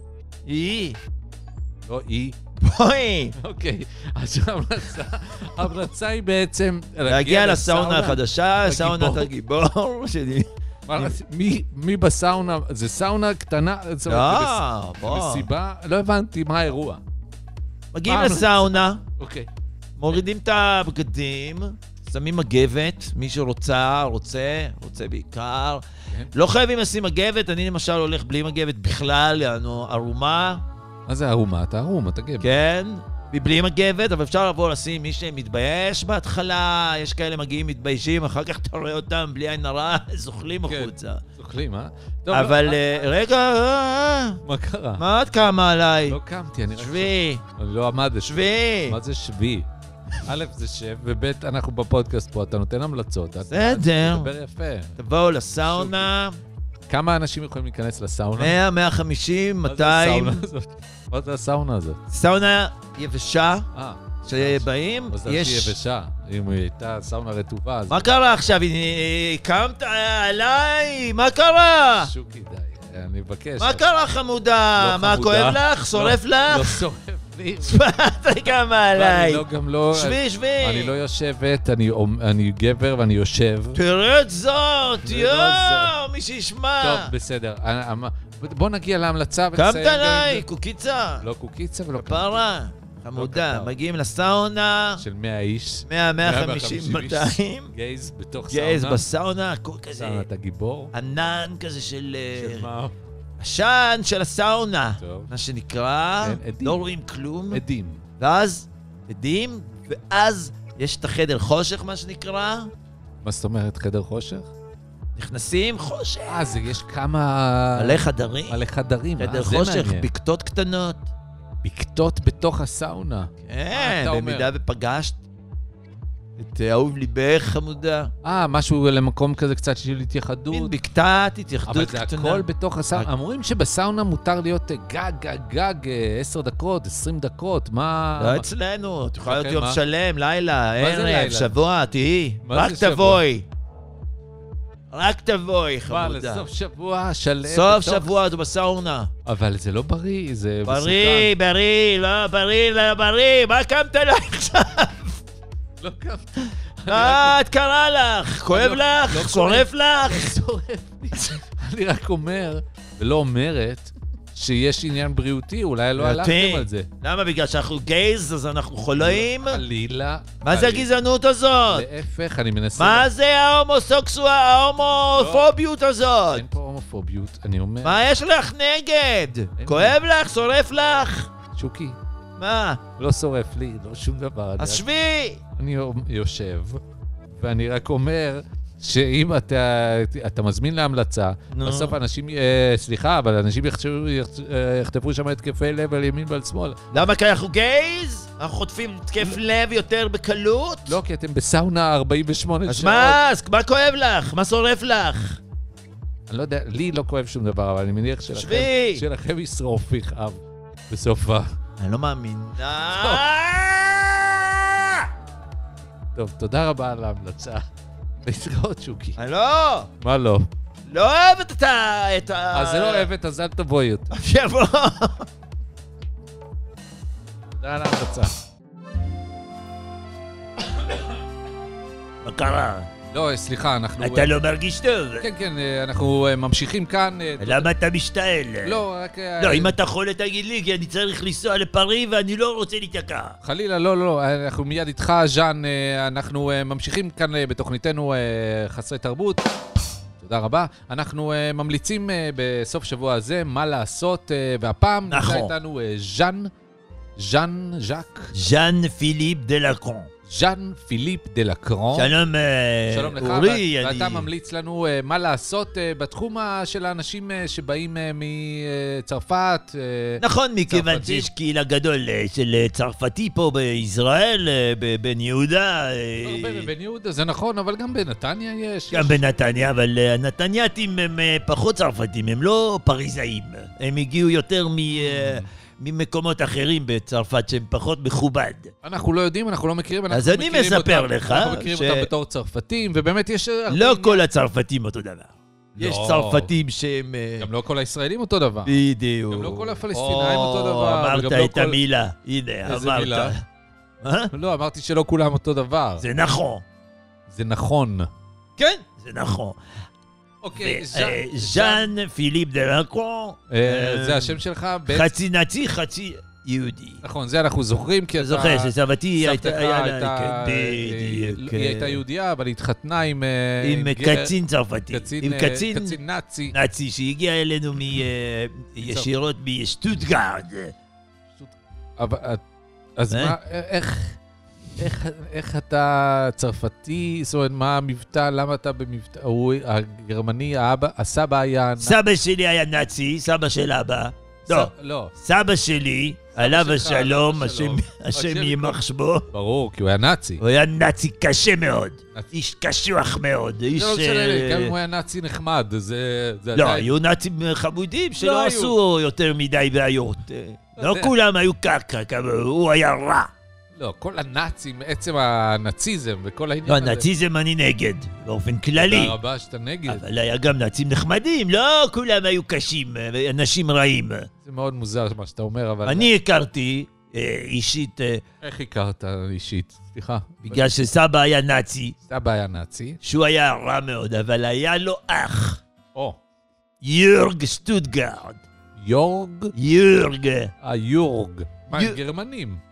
[SPEAKER 2] היא,
[SPEAKER 3] לא היא.
[SPEAKER 2] בואי,
[SPEAKER 3] אוקיי, אז ההמלצה, ההמלצה היא בעצם...
[SPEAKER 2] להגיע לסאונה החדשה,
[SPEAKER 3] הגיבור.
[SPEAKER 2] סאונת
[SPEAKER 3] *laughs*
[SPEAKER 2] הגיבור שלי.
[SPEAKER 3] מה, מי- מי בסאונה? זה סאונה קטנה? זאת אומרת,
[SPEAKER 2] לא,
[SPEAKER 3] זה בס-
[SPEAKER 2] בוא.
[SPEAKER 3] מסיבה? לא הבנתי מה האירוע.
[SPEAKER 2] מגיעים
[SPEAKER 3] מה ההמלצה?
[SPEAKER 2] לסאונה,
[SPEAKER 3] אוקיי.
[SPEAKER 2] מורידים את הבגדים, שמים מגבת, מי שרוצה, רוצה, רוצה בעיקר.
[SPEAKER 3] כן.
[SPEAKER 2] לא חייבים לשים מגבת, אני למשל הולך בלי מגבת בכלל, יענו ערומה.
[SPEAKER 3] מה זה ערומה? אתה ערום, אתה גבר.
[SPEAKER 2] כן, מבלי מגבת, אבל אפשר לבוא לשים מי שמתבייש בהתחלה, יש כאלה מגיעים מתביישים, אחר כך אתה רואה אותם בלי עין הרע, *laughs* זוחלים
[SPEAKER 3] כן.
[SPEAKER 2] החוצה.
[SPEAKER 3] אוכלים, אה? טוב,
[SPEAKER 2] אבל
[SPEAKER 3] לא,
[SPEAKER 2] אה, רגע, אה, אה,
[SPEAKER 3] מה קרה?
[SPEAKER 2] מה את קמה עליי?
[SPEAKER 3] לא קמתי, אני רק...
[SPEAKER 2] שבי,
[SPEAKER 3] אני לא עמדתי.
[SPEAKER 2] שבי.
[SPEAKER 3] מה זה שבי? א', זה שב, וב', אנחנו בפודקאסט פה, אתה נותן המלצות. אתה-
[SPEAKER 2] בסדר.
[SPEAKER 3] אתה מדבר יפה.
[SPEAKER 2] תבואו לסאונה,
[SPEAKER 3] כמה אנשים יכולים להיכנס לסאונה?
[SPEAKER 2] 100, 150,
[SPEAKER 3] נכון. מה זה הסאונה
[SPEAKER 2] 200,
[SPEAKER 3] הזאת? מה זה הסאונה הזאת?
[SPEAKER 2] סאונה יבשה,
[SPEAKER 3] אה,
[SPEAKER 2] שבאים,
[SPEAKER 3] אז יש...
[SPEAKER 2] יש...
[SPEAKER 3] היא יבשה. אם היא הייתה סאונה רטובה, אז...
[SPEAKER 2] מה קרה עכשיו? הנה, אה, קמת עליי? מה קרה?
[SPEAKER 3] שוקי, די, אני מבקש. אה,
[SPEAKER 2] מה קרה חמודה?
[SPEAKER 3] לא
[SPEAKER 2] מה
[SPEAKER 3] חמודה.
[SPEAKER 2] כואב לך? שורף
[SPEAKER 3] לא- לא
[SPEAKER 2] לך?
[SPEAKER 3] שורף לי.
[SPEAKER 2] *laughs* אתה כמה
[SPEAKER 3] אני
[SPEAKER 2] עליי.
[SPEAKER 3] לא, גם לא...
[SPEAKER 2] שבי,
[SPEAKER 3] אני לא
[SPEAKER 2] שבי.
[SPEAKER 3] יושבת, אני אומ- אני גבר ואני יושב.
[SPEAKER 2] תראה את זאת,
[SPEAKER 3] זה לא
[SPEAKER 2] יואו, מי שישמע.
[SPEAKER 3] טוב, בסדר. אה, אה, בוא נגיע להמלצה
[SPEAKER 2] קמת
[SPEAKER 3] ונסיים. ב-
[SPEAKER 2] עליי,
[SPEAKER 3] ב-
[SPEAKER 2] קוקיצה,
[SPEAKER 3] לא קוקיצה ולא...
[SPEAKER 2] פרה. חמודה,
[SPEAKER 3] קטן.
[SPEAKER 2] מגיעים לסאונה,
[SPEAKER 3] של 100 איש.
[SPEAKER 2] 100, 150,
[SPEAKER 3] 150,
[SPEAKER 2] 200,
[SPEAKER 3] גייז בתוך סאונה.
[SPEAKER 2] גייז בסאונה, הכל כזה
[SPEAKER 3] סאונה אתה גיבור.
[SPEAKER 2] ענן כזה של... אה,
[SPEAKER 3] של מה?
[SPEAKER 2] עשן של הסאונה,
[SPEAKER 3] טוב.
[SPEAKER 2] מה שנקרא,
[SPEAKER 3] כן, עדים.
[SPEAKER 2] לא רואים כלום,
[SPEAKER 3] עדים.
[SPEAKER 2] ואז עדים, ואז יש את החדר חושך, מה שנקרא,
[SPEAKER 3] מה זאת אומרת חדר חושך?
[SPEAKER 2] נכנסים, חושך,
[SPEAKER 3] אה, זה יש כמה...
[SPEAKER 2] מלא חדרים,
[SPEAKER 3] אה, מלא חדרים.
[SPEAKER 2] חדר
[SPEAKER 3] אה, זה
[SPEAKER 2] חושך,
[SPEAKER 3] מעניין.
[SPEAKER 2] בקתות קטנות.
[SPEAKER 3] בקתות בתוך הסאונה.
[SPEAKER 2] כן,
[SPEAKER 3] אתה אומר?
[SPEAKER 2] במידה ופגשת את אהוב ליבך, חמודה.
[SPEAKER 3] אה, משהו למקום כזה קצת של
[SPEAKER 2] מין
[SPEAKER 3] התייחדות.
[SPEAKER 2] בקתת, התייחדות
[SPEAKER 3] אבל זה
[SPEAKER 2] קטנה. אה.
[SPEAKER 3] הכל בתוך
[SPEAKER 2] רק-
[SPEAKER 3] הסאונה. אומרים שבסאונה מותר להיות אה, גג, גג, גג, אה, 10 דקות, 20 דקות, מה...
[SPEAKER 2] לא אצלנו, את יכולה להיות
[SPEAKER 3] אוקיי,
[SPEAKER 2] יום
[SPEAKER 3] מה?
[SPEAKER 2] שלם, לילה,
[SPEAKER 3] מה זה
[SPEAKER 2] ערב,
[SPEAKER 3] לילה?
[SPEAKER 2] שבוע, תהיי.
[SPEAKER 3] מה
[SPEAKER 2] רק
[SPEAKER 3] זה שבוע?
[SPEAKER 2] תבואי. רק תבואי,
[SPEAKER 3] מה,
[SPEAKER 2] חמודה.
[SPEAKER 3] לסוף שבוע שלם.
[SPEAKER 2] סוף
[SPEAKER 3] בתוך-
[SPEAKER 2] שבוע את בסאונה.
[SPEAKER 3] אבל זה לא בריא, זה
[SPEAKER 2] בריא, בריא, לא בריא, לא בריא, מה קמת לה
[SPEAKER 3] *laughs*
[SPEAKER 2] עכשיו?
[SPEAKER 3] מסוכן. לא קמת.
[SPEAKER 2] מה את קרה לך? כואב
[SPEAKER 3] לא- לא
[SPEAKER 2] לך? שורף לך?
[SPEAKER 3] שורף לי. אני רק אומר, ולא אומרת, שיש עניין בריאותי, אולי לא
[SPEAKER 2] בריאותי.
[SPEAKER 3] הלכתם על זה.
[SPEAKER 2] למה? בגלל שאנחנו גייז, אז אנחנו חולאים?
[SPEAKER 3] לא, חלילה. לא,
[SPEAKER 2] מה זה
[SPEAKER 3] חלילה.
[SPEAKER 2] הגזענות הזאת?
[SPEAKER 3] להפך, אני מנסה...
[SPEAKER 2] מה זה ההומוסוקסואל, ההומופוביות הזאת?
[SPEAKER 3] אין פה הומופוביות, אני אומר,
[SPEAKER 2] מה יש לך נגד? כואב לך? שורף לך?
[SPEAKER 3] שוקי,
[SPEAKER 2] מה?
[SPEAKER 3] לא שורף לי, לא שום דבר. אני
[SPEAKER 2] אז
[SPEAKER 3] רק-
[SPEAKER 2] שבי!
[SPEAKER 3] אני יושב, ואני רק אומר שאם אתה, אתה מזמין להמלצה,
[SPEAKER 2] נו.
[SPEAKER 3] בסוף אנשים, אה, סליחה, אבל אנשים יחשבו, יחצ- אה, יחטפו שם התקפי לב על ימין ועל שמאל.
[SPEAKER 2] למה? כי אנחנו גייז? אנחנו חוטפים התקף לב יותר בקלות?
[SPEAKER 3] לא, כי אתם בסאונה 48 שעות.
[SPEAKER 2] אז מה? אז מה כואב לך? מה שורף לך?
[SPEAKER 3] אני לא יודע, לי לא כואב שום דבר, אבל אני מניח שלכם,
[SPEAKER 2] שבי.
[SPEAKER 3] שלכם ישרוף יכאב בסוף ה...
[SPEAKER 2] אני לא מאמין. אה!
[SPEAKER 3] טוב. טוב, תודה רבה על ההמלצה. להתראות, שוקי.
[SPEAKER 2] אני לא!
[SPEAKER 3] מה לא?
[SPEAKER 2] לא אוהבת את ה... את ה...
[SPEAKER 3] אז זה לא אוהבת, אז אל תבואי יותר.
[SPEAKER 2] שיבוא!
[SPEAKER 3] תודה על ההמלצה.
[SPEAKER 2] מה קרה?
[SPEAKER 3] לא, סליחה, אנחנו...
[SPEAKER 2] אתה לא מרגיש טוב.
[SPEAKER 3] כן, כן, אה, אנחנו אה, ממשיכים כאן. אה,
[SPEAKER 2] למה אתה משתעל?
[SPEAKER 3] לא, רק... אה,
[SPEAKER 2] לא, אם אתה חולה תגיד לי, כי אני צריך לנסוע לפריז ואני לא רוצה להיתקע.
[SPEAKER 3] חלילה, לא, לא, לא, אנחנו מיד איתך, ז'אן. אה, אנחנו אה, ממשיכים כאן אה, בתוכניתנו אה, חסרי תרבות. תודה רבה. אנחנו אה, ממליצים אה, בסוף שבוע הזה מה לעשות, אה, והפעם
[SPEAKER 2] נכון.
[SPEAKER 3] נמצא איתנו אה, ז'אן, ז'אן ז'אק,
[SPEAKER 2] ז'אן פיליפ דה לקון.
[SPEAKER 3] ז'אן פיליפ דה לקרון.
[SPEAKER 2] שלום, אה,
[SPEAKER 3] שלום לך,
[SPEAKER 2] אורי,
[SPEAKER 3] ואת-
[SPEAKER 2] אני...
[SPEAKER 3] ואתה ממליץ לנו אה, מה לעשות אה, בתחום ה- של האנשים אה, שבאים מצרפת. אה,
[SPEAKER 2] נכון, מכיוון
[SPEAKER 3] צרפתים.
[SPEAKER 2] שיש קהילה גדול אה, של אה, צרפתי פה בישראל, אה, בבן יהודה, אה,
[SPEAKER 3] לא, הרבה בבן יהודה, זה נכון, אבל גם בנתניה יש.
[SPEAKER 2] גם
[SPEAKER 3] יש-
[SPEAKER 2] בנתניה, אבל אה, הנתניאתים הם אה, פחות צרפתים, הם לא פריזאים. הם הגיעו יותר מ... אה, ממקומות אחרים בצרפת שהם פחות מכובד.
[SPEAKER 3] אנחנו לא יודעים, אנחנו לא מכירים, אנחנו
[SPEAKER 2] אז אני
[SPEAKER 3] מכירים
[SPEAKER 2] מספר
[SPEAKER 3] אותם,
[SPEAKER 2] לך
[SPEAKER 3] אנחנו מכירים
[SPEAKER 2] ש-
[SPEAKER 3] אותם בתור צרפתים, ובאמת יש... הרבה
[SPEAKER 2] לא
[SPEAKER 3] עניין.
[SPEAKER 2] כל הצרפתים אותו דבר.
[SPEAKER 3] לא.
[SPEAKER 2] יש צרפתים שהם... אה,
[SPEAKER 3] גם לא כל הישראלים אותו דבר.
[SPEAKER 2] בדיוק.
[SPEAKER 3] גם לא כל הפלסטינאים
[SPEAKER 2] או,
[SPEAKER 3] אותו דבר, וגם לא
[SPEAKER 2] אמרת את
[SPEAKER 3] כל-
[SPEAKER 2] המילה, הנה,
[SPEAKER 3] איזה מילה?
[SPEAKER 2] אמרת. אה?
[SPEAKER 3] לא, אמרתי שלא כולם אותו דבר.
[SPEAKER 2] זה נכון.
[SPEAKER 3] זה נכון.
[SPEAKER 2] כן. זה נכון.
[SPEAKER 3] אוקיי,
[SPEAKER 2] ו-
[SPEAKER 3] ז'אן-
[SPEAKER 2] אה,
[SPEAKER 3] ז'אן.
[SPEAKER 2] ז'אן פיליפ דה לקרון.
[SPEAKER 3] אה, זה השם שלך? בעצם-
[SPEAKER 2] חצי נאצי, חצי יהודי.
[SPEAKER 3] נכון, זה אנחנו זוכרים, כי
[SPEAKER 2] אתה
[SPEAKER 3] אתה...
[SPEAKER 2] זוכר שסבתי
[SPEAKER 3] סבתך
[SPEAKER 2] הייתה... היה לה-
[SPEAKER 3] הייתה-
[SPEAKER 2] כן,
[SPEAKER 3] אה,
[SPEAKER 2] בדיוק,
[SPEAKER 3] היא
[SPEAKER 2] אה,
[SPEAKER 3] הייתה יהודייה, אבל היא התחתנה עם... אה,
[SPEAKER 2] עם
[SPEAKER 3] גר-
[SPEAKER 2] קצין צרפתי.
[SPEAKER 3] קצין,
[SPEAKER 2] עם
[SPEAKER 3] אה,
[SPEAKER 2] קצין
[SPEAKER 3] קצין נאצי.
[SPEAKER 2] נאצי שהגיע אלינו מ- אה, ישירות משטוטגרד.
[SPEAKER 3] אבל את- אז
[SPEAKER 2] אה?
[SPEAKER 3] מה, איך... איך, איך אתה צרפתי, זאת אומרת, מה המבטא, למה אתה במבטא, הוא הגרמני, האבא, הסבא היה... נ-
[SPEAKER 2] סבא שלי היה נאצי, סבא של אבא.
[SPEAKER 3] ס-
[SPEAKER 2] לא,
[SPEAKER 3] לא.
[SPEAKER 2] סבא שלי, עליו
[SPEAKER 3] שלך,
[SPEAKER 2] השלום,
[SPEAKER 3] עליו השלום.
[SPEAKER 2] השם- השם
[SPEAKER 3] השם
[SPEAKER 2] יימח שמו,
[SPEAKER 3] ברור, כי הוא היה נאצי.
[SPEAKER 2] הוא היה נאצי קשה מאוד.
[SPEAKER 3] נאצי.
[SPEAKER 2] איש קשוח מאוד. איש...
[SPEAKER 3] זה לא משנה לי,
[SPEAKER 2] אה,
[SPEAKER 3] גם אם הוא היה נאצי נחמד, זה... זה
[SPEAKER 2] לא,
[SPEAKER 3] עדיין-
[SPEAKER 2] היו נאצים חמודים
[SPEAKER 3] לא
[SPEAKER 2] שלא
[SPEAKER 3] היו.
[SPEAKER 2] עשו יותר מדי בעיות. אה, לא
[SPEAKER 3] יודע.
[SPEAKER 2] כולם היו קרקע, כמה- הוא היה רע.
[SPEAKER 3] לא, כל הנאצים, עצם הנאציזם וכל העניין
[SPEAKER 2] לא,
[SPEAKER 3] הזה.
[SPEAKER 2] הנאציזם אני נגד, באופן כללי.
[SPEAKER 3] תודה רבה שאתה נגד.
[SPEAKER 2] אבל היה גם נאצים נחמדים, לא כולם היו קשים, אה, אנשים רעים.
[SPEAKER 3] זה מאוד מוזר מה שאתה אומר, אבל...
[SPEAKER 2] אני הכרתי אה, אישית, אה,
[SPEAKER 3] איך הכרת אישית? סליחה.
[SPEAKER 2] בגלל שסבא היה נאצי,
[SPEAKER 3] סבא היה נאצי.
[SPEAKER 2] שהוא היה רע מאוד, אבל היה לו אח,
[SPEAKER 3] או.
[SPEAKER 2] יורג שטוטגרד.
[SPEAKER 3] יורג
[SPEAKER 2] יורג. אה,
[SPEAKER 3] היורג. מה, הם
[SPEAKER 2] יו-
[SPEAKER 3] גרמנים?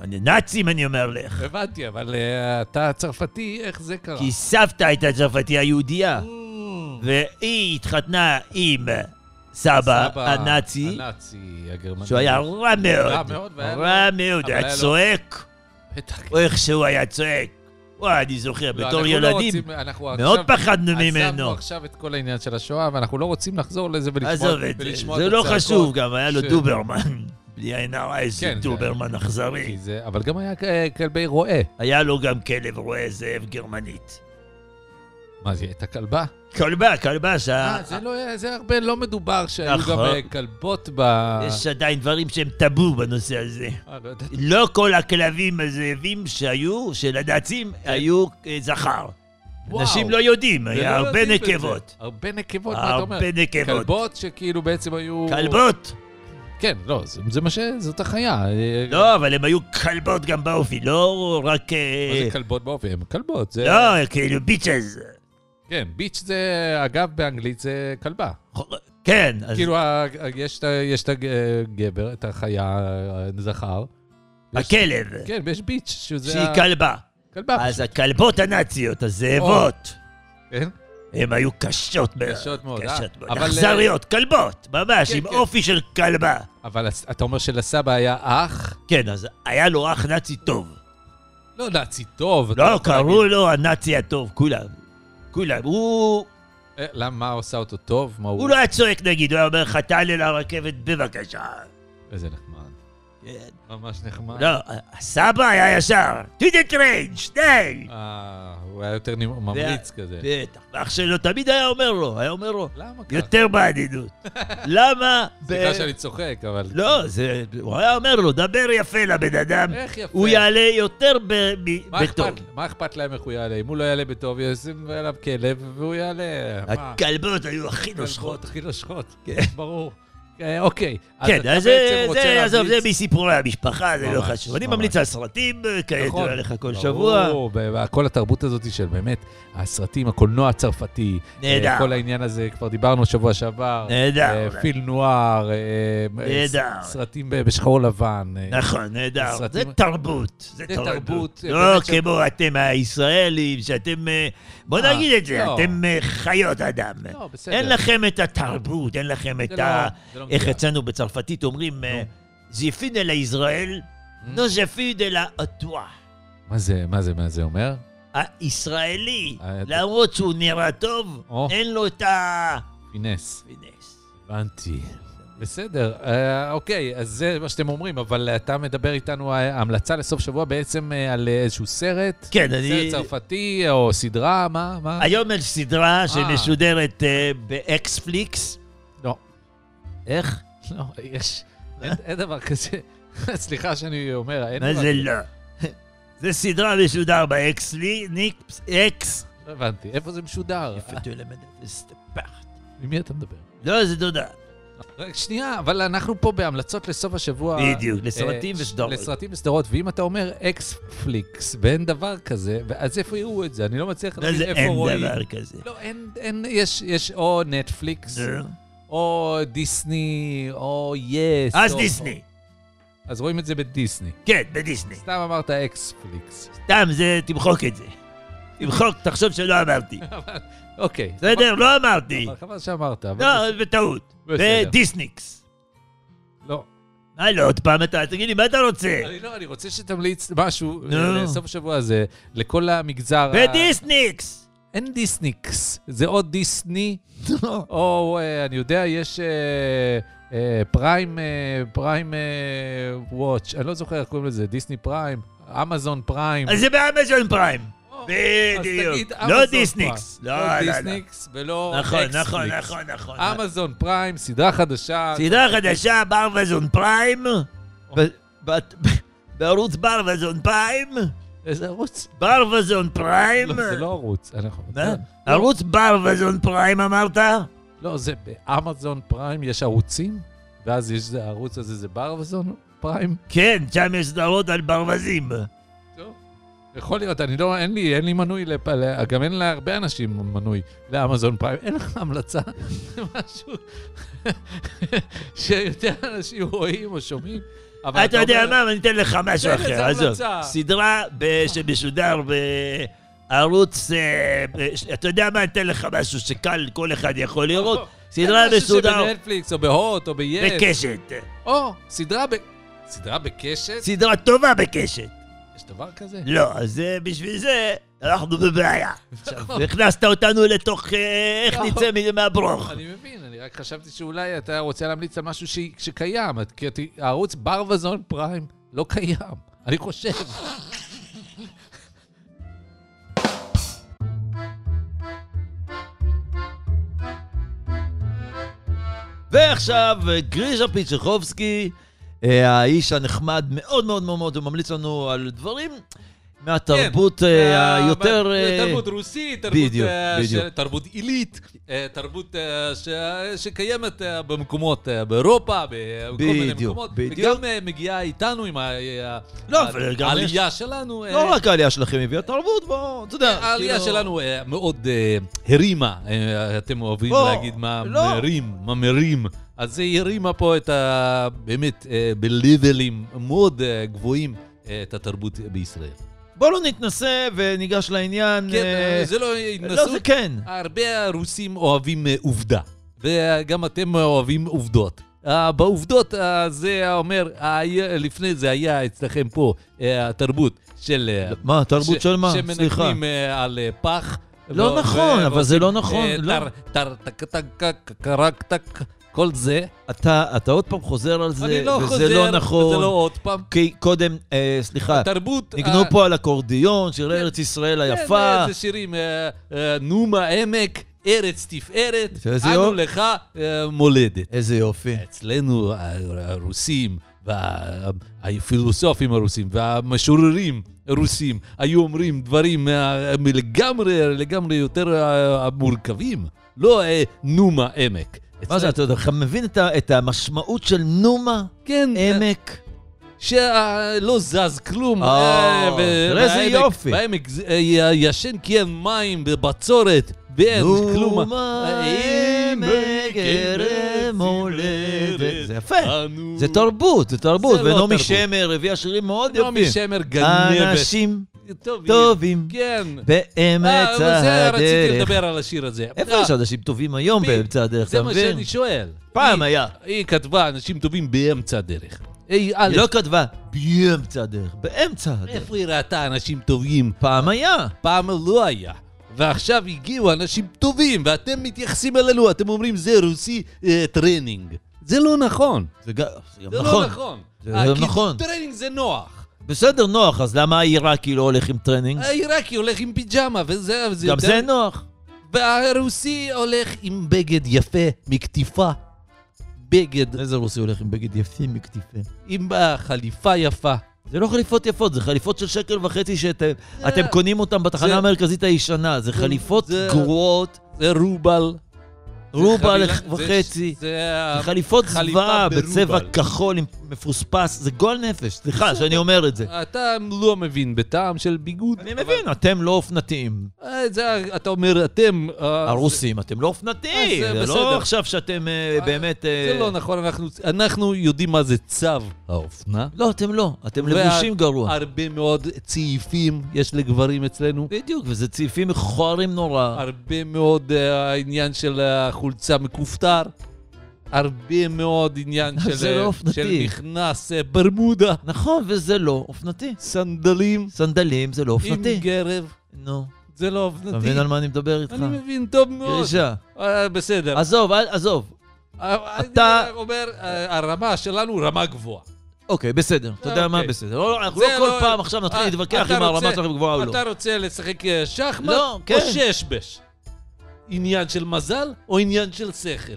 [SPEAKER 2] אני- נאצים, אני אומר לך.
[SPEAKER 3] הבנתי, אבל אה, אתה צרפתי, איך זה קרה?
[SPEAKER 2] כי סבתא הייתה צרפתייה יהודייה,
[SPEAKER 3] Mm.
[SPEAKER 2] והיא התחתנה עם סבא הנאצי,
[SPEAKER 3] הנאצי הגרמני. לא,
[SPEAKER 2] שהוא היה רע
[SPEAKER 3] רע
[SPEAKER 2] מאוד.
[SPEAKER 3] מאוד, והיה
[SPEAKER 2] רע
[SPEAKER 3] לו-
[SPEAKER 2] מאוד,
[SPEAKER 3] אבל
[SPEAKER 2] היה
[SPEAKER 3] היה לו-
[SPEAKER 2] צועק.
[SPEAKER 3] בטח.
[SPEAKER 2] או איך שהוא היה צועק. וואי, אני זוכר,
[SPEAKER 3] לא,
[SPEAKER 2] בתור
[SPEAKER 3] אנחנו לא
[SPEAKER 2] ילדים,
[SPEAKER 3] רוצים- אנחנו
[SPEAKER 2] מאוד
[SPEAKER 3] עכשיו-
[SPEAKER 2] פחדנו
[SPEAKER 3] עזבנו
[SPEAKER 2] ממנו.
[SPEAKER 3] עכשיו את כל העניין של השואה, ואנחנו לא רוצים לחזור לזה ולשמוע
[SPEAKER 2] עזוב את זה,
[SPEAKER 3] ולשמוע
[SPEAKER 2] זה
[SPEAKER 3] את
[SPEAKER 2] לא
[SPEAKER 3] הצעקות,
[SPEAKER 2] חשוב גם, היה לו
[SPEAKER 3] ש-
[SPEAKER 2] דוברמן. *laughs* בלי עין הרע, איזה
[SPEAKER 3] כן, זה- כן.
[SPEAKER 2] דוברמן אכזרי.
[SPEAKER 3] כי זה- אבל גם היה כ- כלבי רועה.
[SPEAKER 2] היה לו גם כלב רועה זאב גרמנית.
[SPEAKER 3] מה זה, את הכלבה?
[SPEAKER 2] כלבה, כלבה, שה-
[SPEAKER 3] אה, זה לא היה- זה הרבה לא מדובר שהיו
[SPEAKER 2] נכון.
[SPEAKER 3] גם אה, כלבות ב...
[SPEAKER 2] יש עדיין דברים שהם טאבו בנושא הזה.
[SPEAKER 3] אה, לא ידעתי.
[SPEAKER 2] לא כל הכלבים הזאבים שהיו, של הנאצים, היו אה, זכר.
[SPEAKER 3] כן. וואו.
[SPEAKER 2] אנשים לא יודעים,
[SPEAKER 3] זה לא
[SPEAKER 2] היה הרבה
[SPEAKER 3] יודעים בזה.
[SPEAKER 2] נקבות.
[SPEAKER 3] הרבה נקבות, מה אתה אומר?
[SPEAKER 2] הרבה נקבות.
[SPEAKER 3] כלבות שכאילו בעצם היו...
[SPEAKER 2] כלבות.
[SPEAKER 3] כן, לא, זה- זה מה ש... זאת החיה. אה,
[SPEAKER 2] לא, אבל הם היו כלבות גם באופי, לא רק... אה,
[SPEAKER 3] מה זה כלבות באופי? הם כלבות. זה...
[SPEAKER 2] לא, כאילו ביצ'ז.
[SPEAKER 3] כן, ביץ' זה, אגב, באנגלית זה כלבה.
[SPEAKER 2] כן, אז
[SPEAKER 3] כאילו, ה- ה- יש את ה- יש את הגבר, את החיה, הזכר. יש-
[SPEAKER 2] הכלב,
[SPEAKER 3] כן, ויש ביץ', שזה...
[SPEAKER 2] אה. שהיא אה.
[SPEAKER 3] ה-
[SPEAKER 2] כלבה.
[SPEAKER 3] כלבה.
[SPEAKER 2] אז הכלבות הנאציות, הזאבות,
[SPEAKER 3] כן?
[SPEAKER 2] הן היו קשות מאוד.
[SPEAKER 3] קשות מאוד, אה?
[SPEAKER 2] קשות מאוד.
[SPEAKER 3] אבל, אה,
[SPEAKER 2] אכזריות, כלבות, ממש,
[SPEAKER 3] כן,
[SPEAKER 2] עם
[SPEAKER 3] כן.
[SPEAKER 2] אופי של כלבה.
[SPEAKER 3] אבל הס- אתה אומר שלסבא היה אח?
[SPEAKER 2] כן, אז היה לו אח נאצי טוב.
[SPEAKER 3] לא נאצי טוב. אתה
[SPEAKER 2] לא,
[SPEAKER 3] יכול
[SPEAKER 2] קראו
[SPEAKER 3] להגיד.
[SPEAKER 2] לו הנאצי הטוב, כולם. כולם. הוא
[SPEAKER 3] אה, למה, מה עושה אותו טוב? מה הוא...
[SPEAKER 2] הוא לא היה צועק נגיד, הוא היה אומר לך, תעלה לרכבת בבקשה.
[SPEAKER 3] איזה נחמד.
[SPEAKER 2] כן.
[SPEAKER 3] ממש נחמד.
[SPEAKER 2] לא, הסבא היה ישר, to the train, שני!
[SPEAKER 3] אה, הוא היה יותר נימ- ממריץ כזה.
[SPEAKER 2] בטח. ואח שלו תמיד היה אומר לו, היה אומר לו,
[SPEAKER 3] למה ככה?
[SPEAKER 2] יותר
[SPEAKER 3] *laughs*
[SPEAKER 2] בעדינות. למה? ב-
[SPEAKER 3] כן. סליחה שאני צוחק, אבל...
[SPEAKER 2] לא, זה... הוא היה אומר לו, דבר יפה לבן אדם,
[SPEAKER 3] איך יפה.
[SPEAKER 2] הוא יעלה יותר ב- מ-
[SPEAKER 3] מה
[SPEAKER 2] בטוב.
[SPEAKER 3] אכפת- מה אכפת להם איך הוא יעלה? אם הוא לא יעלה בטוב, ישים עליו כלב והוא יעלה. מה?
[SPEAKER 2] הכלבות היו הכי
[SPEAKER 3] כלבות
[SPEAKER 2] נושכות.
[SPEAKER 3] הכי נושכות,
[SPEAKER 2] כן.
[SPEAKER 3] ברור. אה, אוקיי.
[SPEAKER 2] כן,
[SPEAKER 3] אתה
[SPEAKER 2] אז זה,
[SPEAKER 3] בעצם רוצה
[SPEAKER 2] זה- עזוב, זה
[SPEAKER 3] להמליץ-
[SPEAKER 2] מסיפורי המשפחה, זה לא
[SPEAKER 3] ממש,
[SPEAKER 2] חשוב. אני
[SPEAKER 3] ממש.
[SPEAKER 2] ממליץ על סרטים,
[SPEAKER 3] נכון,
[SPEAKER 2] כידוע לך כל שבוע.
[SPEAKER 3] ברור, ב- ב- כל התרבות הזאת של באמת, הסרטים, הקולנוע הצרפתי.
[SPEAKER 2] נהדר.
[SPEAKER 3] אה, כל העניין הזה, כבר דיברנו שבוע שעבר.
[SPEAKER 2] נהדר.
[SPEAKER 3] אה, פיל נוער. אה,
[SPEAKER 2] נהדר.
[SPEAKER 3] ס- סרטים ב- בשחור לבן. אה,
[SPEAKER 2] נכון, נהדר. זה
[SPEAKER 3] סרטים-
[SPEAKER 2] תרבות. זה
[SPEAKER 3] זה תרבות,
[SPEAKER 2] תרבות. לא
[SPEAKER 3] באמת ש-
[SPEAKER 2] כמו אתם הישראלים, שאתם... אה, בוא
[SPEAKER 3] אה,
[SPEAKER 2] נגיד את זה,
[SPEAKER 3] לא.
[SPEAKER 2] אתם אה, חיות אדם.
[SPEAKER 3] לא, בסדר.
[SPEAKER 2] אין לכם את התרבות, אין לכם
[SPEAKER 3] זה
[SPEAKER 2] את
[SPEAKER 3] לא-
[SPEAKER 2] ה...
[SPEAKER 3] זה לא
[SPEAKER 2] איך
[SPEAKER 3] מדויק.
[SPEAKER 2] אצלנו בצרפתית אומרים, אה, זיפין אל ישראל, נו זיפין אל האטווה.
[SPEAKER 3] מה זה, מה זה, מה זה אומר?
[SPEAKER 2] הישראלי,
[SPEAKER 3] אה, אתה-
[SPEAKER 2] למרות שהוא נראה טוב,
[SPEAKER 3] או.
[SPEAKER 2] אין לו את ה...
[SPEAKER 3] פינס.
[SPEAKER 2] פינס.
[SPEAKER 3] הבנתי. בסדר, אה, אוקיי, אז זה מה שאתם אומרים, אבל אתה מדבר איתנו, אה, המלצה לסוף שבוע בעצם אה, על איזשהו סרט?
[SPEAKER 2] כן,
[SPEAKER 3] סרט
[SPEAKER 2] אני...
[SPEAKER 3] צרפתי או סדרה, מה? מה?
[SPEAKER 2] היום יש סדרה שמשודרת אה, באקספליקס.
[SPEAKER 3] לא,
[SPEAKER 2] איך?
[SPEAKER 3] לא, יש, אין- אין דבר כזה. *laughs* סליחה שאני אומר, אין דבר
[SPEAKER 2] מה זה
[SPEAKER 3] כזה.
[SPEAKER 2] לא? זה סדרה משודר באקספליקס. אקס...
[SPEAKER 3] לא הבנתי, איפה זה משודר?
[SPEAKER 2] יפה, תלמד את זה, סטפחת.
[SPEAKER 3] עם מי אתה מדבר?
[SPEAKER 2] לא, זה תודה.
[SPEAKER 3] רק שנייה, אבל אנחנו פה בהמלצות לסוף השבוע.
[SPEAKER 2] בדיוק, לסרטים
[SPEAKER 3] אה,
[SPEAKER 2] וסדרות.
[SPEAKER 3] לסרטים וסדרות, ואם אתה אומר אקס פליקס ואין דבר כזה, אז איפה יראו את זה? אני לא מצליח
[SPEAKER 2] מה
[SPEAKER 3] להבין
[SPEAKER 2] זה
[SPEAKER 3] איפה
[SPEAKER 2] אין
[SPEAKER 3] רואים.
[SPEAKER 2] דבר כזה. אה?
[SPEAKER 3] לא, אין, אין, יש, יש או נטפליקס,
[SPEAKER 2] נו.
[SPEAKER 3] או דיסני, או יס.
[SPEAKER 2] אז
[SPEAKER 3] או-
[SPEAKER 2] דיסני.
[SPEAKER 3] אז רואים את זה בדיסני.
[SPEAKER 2] כן, בדיסני.
[SPEAKER 3] סתם אמרת אקספליקס.
[SPEAKER 2] סתם, זה, תמחוק את זה. תמחוק, תחשוב שלא
[SPEAKER 3] *laughs*
[SPEAKER 2] אמרתי.
[SPEAKER 3] אוקיי.
[SPEAKER 2] בסדר, לא אמרתי.
[SPEAKER 3] אבל חבל שאמרת. אבל
[SPEAKER 2] לא, בטעות.
[SPEAKER 3] בסדר.
[SPEAKER 2] בדיסניקס.
[SPEAKER 3] בסדר. לא.
[SPEAKER 2] מה לא, עוד פעם אתה, תגיד לי, מה אתה רוצה?
[SPEAKER 3] אני לא, אני רוצה שתמליץ משהו
[SPEAKER 2] נו.
[SPEAKER 3] אה, לסוף השבוע הזה, לכל המגזר... ה-
[SPEAKER 2] בדיסניקס!
[SPEAKER 3] אין דיסניקס, זה או דיסני, או אה, אני יודע, יש אה, אה, פריים, אה, פריים אה, וואץ', אני לא זוכר איך קוראים לזה, דיסני פריים, אמזון פריים.
[SPEAKER 2] אז זה באמזון פריים.
[SPEAKER 3] או,
[SPEAKER 2] בדיוק.
[SPEAKER 3] אז תגיד
[SPEAKER 2] לא
[SPEAKER 3] אמזון
[SPEAKER 2] דיסניקס.
[SPEAKER 3] פריים.
[SPEAKER 2] לא, לא,
[SPEAKER 3] לא
[SPEAKER 2] לא.
[SPEAKER 3] דיסניקס ולא
[SPEAKER 2] נכון,
[SPEAKER 3] אקספליקס.
[SPEAKER 2] נכון, נכון, נכון.
[SPEAKER 3] אמזון פריים, סדרה חדשה.
[SPEAKER 2] סדרה חדשה, ברווזון פריים.
[SPEAKER 3] אוקיי.
[SPEAKER 2] ב- ב- בערוץ ברווזון פריים.
[SPEAKER 3] איזה ערוץ?
[SPEAKER 2] ברווזון פריים.
[SPEAKER 3] לא, זה לא ערוץ, אנחנו...
[SPEAKER 2] מה? ערוץ ברווזון פריים אמרת?
[SPEAKER 3] לא, זה באמזון פריים יש ערוצים, ואז יש זה, הערוץ הזה זה באמזון פריים.
[SPEAKER 2] כן, שם יש סדרות על ברווזים.
[SPEAKER 3] טוב. יכול להיות, אני לא, אין לי, אין לי מנוי, לפ... ל- גם אין להרבה אנשים מנוי לאמזון פריים, אין לך המלצה, *laughs* משהו *laughs* שיותר אנשים רואים או שומעים. אבל
[SPEAKER 2] אתה יודע
[SPEAKER 3] אומר-
[SPEAKER 2] מה, אני אתן לך משהו
[SPEAKER 3] תן איזה
[SPEAKER 2] אחר, עזוב.
[SPEAKER 3] המלצה.
[SPEAKER 2] סדרה ב- שמשודר בערוץ... אה, ב- ש- אתה יודע מה, אני אתן לך משהו שקל, כל אחד יכול לראות. סדרה
[SPEAKER 3] משהו כן.
[SPEAKER 2] מסודר
[SPEAKER 3] שבנטפליקס או בהוט או ביס.
[SPEAKER 2] בקשת.
[SPEAKER 3] או, סדרה ב... סדרה בקשת?
[SPEAKER 2] סדרה טובה בקשת.
[SPEAKER 3] יש דבר כזה?
[SPEAKER 2] לא, אז אה, בשביל זה אנחנו בבעיה. עכשיו,
[SPEAKER 3] *laughs*
[SPEAKER 2] הכנסת אותנו לתוך אה, איך
[SPEAKER 3] נכון.
[SPEAKER 2] נצא מ- מהברוך.
[SPEAKER 3] אני מבין, אני רק חשבתי שאולי אתה רוצה להמליץ על משהו ש... שקיים, את- כי את- הערוץ ברווזון פריים לא קיים, אני חושב.
[SPEAKER 2] ועכשיו גרישה פיצ'חובסקי, אה, האיש הנחמד מאוד מאוד מאוד מאוד, הוא ממליץ לנו על דברים מהתרבות אה, היותר... אה,
[SPEAKER 3] כן, תרבות רוסית, תרבות,
[SPEAKER 2] בדיוק,
[SPEAKER 3] אה, של-
[SPEAKER 2] בדיוק.
[SPEAKER 3] תרבות עילית, אה, תרבות אה, ש- שקיימת אה, במקומות אה, באירופה, בכל מיני
[SPEAKER 2] בדיוק,
[SPEAKER 3] מקומות,
[SPEAKER 2] בדיוק.
[SPEAKER 3] וגם אה, מגיעה איתנו עם ה- אה,
[SPEAKER 2] לא,
[SPEAKER 3] ה-
[SPEAKER 2] אבל גם
[SPEAKER 3] העלייה שלנו. אה,
[SPEAKER 2] לא רק העלייה שלכם הביאה תרבות, בואו, אתה יודע.
[SPEAKER 3] העלייה
[SPEAKER 2] כאילו-
[SPEAKER 3] שלנו אה, מאוד אה, הרימה, אה, אתם אוהבים
[SPEAKER 2] בוא,
[SPEAKER 3] להגיד מה
[SPEAKER 2] לא.
[SPEAKER 3] מרים, מה מרים. אז היא הרימה פה את ה... באמת אה, בלבלים מאוד אה, גבוהים אה, את התרבות בישראל.
[SPEAKER 2] בואו לא נתנסה וניגש לעניין.
[SPEAKER 3] כן,
[SPEAKER 2] אה,
[SPEAKER 3] אה, זה לא
[SPEAKER 2] לא, זה
[SPEAKER 3] התנסות.
[SPEAKER 2] כן.
[SPEAKER 3] הרבה הרוסים אוהבים אה, עובדה, וגם אתם אוהבים עובדות. אה, בעובדות אה, זה אומר, אה, לפני זה היה אצלכם פה אה, התרבות של... אה,
[SPEAKER 2] מה, תרבות
[SPEAKER 3] ש-
[SPEAKER 2] של מה? סליחה.
[SPEAKER 3] שמנגנים אה, על אה, פח.
[SPEAKER 2] לא
[SPEAKER 3] ו-
[SPEAKER 2] נכון,
[SPEAKER 3] ו-
[SPEAKER 2] אבל זה לא נכון,
[SPEAKER 3] אה,
[SPEAKER 2] לא.
[SPEAKER 3] טר, טר, טק, טק, טק, קרק, טק, כל זה.
[SPEAKER 2] אתה אתה עוד פעם חוזר על זה,
[SPEAKER 3] אני לא חוזר,
[SPEAKER 2] וזה לא
[SPEAKER 3] וזה לא
[SPEAKER 2] נכון.
[SPEAKER 3] עוד פעם.
[SPEAKER 2] כי קודם, אה, סליחה,
[SPEAKER 3] תרבות...
[SPEAKER 2] ניגנו
[SPEAKER 3] אה,
[SPEAKER 2] פה על אקורדיון, שירי
[SPEAKER 3] כן.
[SPEAKER 2] ארץ ישראל
[SPEAKER 3] כן,
[SPEAKER 2] היפה.
[SPEAKER 3] איזה שירים, אה, אה, נומה עמק, ארץ תפארת,
[SPEAKER 2] איזה
[SPEAKER 3] אנו
[SPEAKER 2] יופי.
[SPEAKER 3] לך אה, מולדת.
[SPEAKER 2] איזה יופי.
[SPEAKER 3] אצלנו ה- הרוסים והפילוסופים הרוסים והמשוררים הרוסים היו אומרים דברים אה, לגמרי, לגמרי יותר אה, מורכבים, לא אה, נומה עמק.
[SPEAKER 2] מה זה,
[SPEAKER 3] אצלנו-
[SPEAKER 2] אתה יודע, אתה מבין את ה- את המשמעות של נומה,
[SPEAKER 3] כן,
[SPEAKER 2] עמק?
[SPEAKER 3] שלא זז כלום.
[SPEAKER 2] אה,
[SPEAKER 3] אה, ו-
[SPEAKER 2] תראה איזה
[SPEAKER 3] והעמק-
[SPEAKER 2] יופי.
[SPEAKER 3] והעמק זה- אה, י- ישן כי אין מים בבצורת, ואין כן, כלום.
[SPEAKER 2] נומה, עמק, ארם מולדת. זה יפה.
[SPEAKER 3] אנו-
[SPEAKER 2] זה תרבות, זה תרבות.
[SPEAKER 3] זה לא
[SPEAKER 2] ונעמי
[SPEAKER 3] תרבות.
[SPEAKER 2] שמר הביאה שירים מאוד
[SPEAKER 3] נעמי
[SPEAKER 2] יפים.
[SPEAKER 3] שמר גנבת.
[SPEAKER 2] אנשים
[SPEAKER 3] טוב,
[SPEAKER 2] טובים
[SPEAKER 3] כן.
[SPEAKER 2] באמצע
[SPEAKER 3] אה, אבל זה רציתי
[SPEAKER 2] הדרך.
[SPEAKER 3] לדבר על השיר הזה.
[SPEAKER 2] איפה
[SPEAKER 3] אה,
[SPEAKER 2] יש אנשים טובים היום
[SPEAKER 3] בי-
[SPEAKER 2] באמצע הדרך,
[SPEAKER 3] זה
[SPEAKER 2] אתה
[SPEAKER 3] מה
[SPEAKER 2] מבין?
[SPEAKER 3] שאני שואל.
[SPEAKER 2] פעם
[SPEAKER 3] היא-
[SPEAKER 2] היה.
[SPEAKER 3] היא כתבה אנשים טובים באמצע הדרך. היא
[SPEAKER 2] היא לא כתבה באמצע הדרך, באמצע הדרך.
[SPEAKER 3] איפה היא ראתה אנשים טובים?
[SPEAKER 2] פעם היה.
[SPEAKER 3] פעם לא היה. ועכשיו הגיעו אנשים טובים, ואתם מתייחסים אלינו, אתם אומרים זה רוסי אה, טרנינג. זה לא נכון.
[SPEAKER 2] זה גם זה גם
[SPEAKER 3] זה
[SPEAKER 2] נכון.
[SPEAKER 3] לא נכון.
[SPEAKER 2] זה
[SPEAKER 3] אה,
[SPEAKER 2] לא
[SPEAKER 3] כי
[SPEAKER 2] נכון.
[SPEAKER 3] טרנינג זה נוח.
[SPEAKER 2] בסדר, נוח, אז למה העיראקי לא הולך עם טרנינג?
[SPEAKER 3] העיראקי הולך עם פיג'מה, וזה...
[SPEAKER 2] גם
[SPEAKER 3] יותר-
[SPEAKER 2] זה נוח.
[SPEAKER 3] והרוסי הולך עם בגד יפה מקטיפה. בגד
[SPEAKER 2] איזה רוסי הולך עם בגד יפים מכתיפה?
[SPEAKER 3] עם אה, חליפה יפה.
[SPEAKER 2] זה לא חליפות יפות, זה חליפות של שקל וחצי שאתם
[SPEAKER 3] זה-
[SPEAKER 2] אה, אתם קונים אותן בתחנה
[SPEAKER 3] זה-
[SPEAKER 2] המרכזית הישנה. זה חליפות
[SPEAKER 3] זה-
[SPEAKER 2] גרועות,
[SPEAKER 3] זה רובל.
[SPEAKER 2] רובה
[SPEAKER 3] חבילה-
[SPEAKER 2] לח-
[SPEAKER 3] זה-
[SPEAKER 2] וחצי.
[SPEAKER 3] זה
[SPEAKER 2] זה חליפות
[SPEAKER 3] חליפה
[SPEAKER 2] זוועה בצבע
[SPEAKER 3] ברובל.
[SPEAKER 2] כחול עם מפוספס, זה גועל נפש, סליחה שאני אומר את זה.
[SPEAKER 3] אתה לא מבין בטעם של ביגוד.
[SPEAKER 2] אני מבין, אתם לא אופנתיים.
[SPEAKER 3] אה, זה, אתה אומר, אתם... אה,
[SPEAKER 2] הרוסים, אתם לא אופנתיים.
[SPEAKER 3] אז אה, זה
[SPEAKER 2] זה לא
[SPEAKER 3] בסדר.
[SPEAKER 2] עכשיו שאתם אה,
[SPEAKER 3] אה,
[SPEAKER 2] באמת...
[SPEAKER 3] זה, זה
[SPEAKER 2] אה,
[SPEAKER 3] לא נכון, אנחנו, אנחנו יודעים מה זה צו האופנה.
[SPEAKER 2] לא, אתם לא, אתם לבושים גרוע.
[SPEAKER 3] הרבה מאוד צעיפים יש לגברים אצלנו.
[SPEAKER 2] בדיוק, וזה צעיפים מכוערים נורא.
[SPEAKER 3] הרבה מאוד אה, העניין של החולצה מכופתר. הרבה מאוד עניין
[SPEAKER 2] זה
[SPEAKER 3] של, אה,
[SPEAKER 2] לא אופנתי.
[SPEAKER 3] של מכנס אה, ברמודה,
[SPEAKER 2] נכון, וזה לא אופנתי.
[SPEAKER 3] סנדלים,
[SPEAKER 2] סנדלים זה לא
[SPEAKER 3] עם
[SPEAKER 2] אופנתי.
[SPEAKER 3] גרב.
[SPEAKER 2] נו,
[SPEAKER 3] זה לא
[SPEAKER 2] אתה
[SPEAKER 3] אופנתי.
[SPEAKER 2] מבין על מה אני מדבר איתך?
[SPEAKER 3] אני מבין טוב מאוד.
[SPEAKER 2] גרישה.
[SPEAKER 3] אה, בסדר.
[SPEAKER 2] עזוב, אל- עזוב.
[SPEAKER 3] אה,
[SPEAKER 2] אתה-
[SPEAKER 3] אני אומר, אה, הרמה שלנו רמה גבוהה.
[SPEAKER 2] אוקיי, בסדר. אתה יודע מה?
[SPEAKER 3] אוקיי.
[SPEAKER 2] בסדר. לא, לא, אנחנו
[SPEAKER 3] זה
[SPEAKER 2] לא כל
[SPEAKER 3] לא-
[SPEAKER 2] פעם עכשיו נתחיל
[SPEAKER 3] אה,
[SPEAKER 2] להתווכח
[SPEAKER 3] אתה
[SPEAKER 2] אם הרמה
[SPEAKER 3] רוצה-
[SPEAKER 2] שלכם גבוהה או לא.
[SPEAKER 3] אתה רוצה לשחק אה, שחמט
[SPEAKER 2] לא, כן.
[SPEAKER 3] או ששבש? עניין של מזל או עניין של שכל?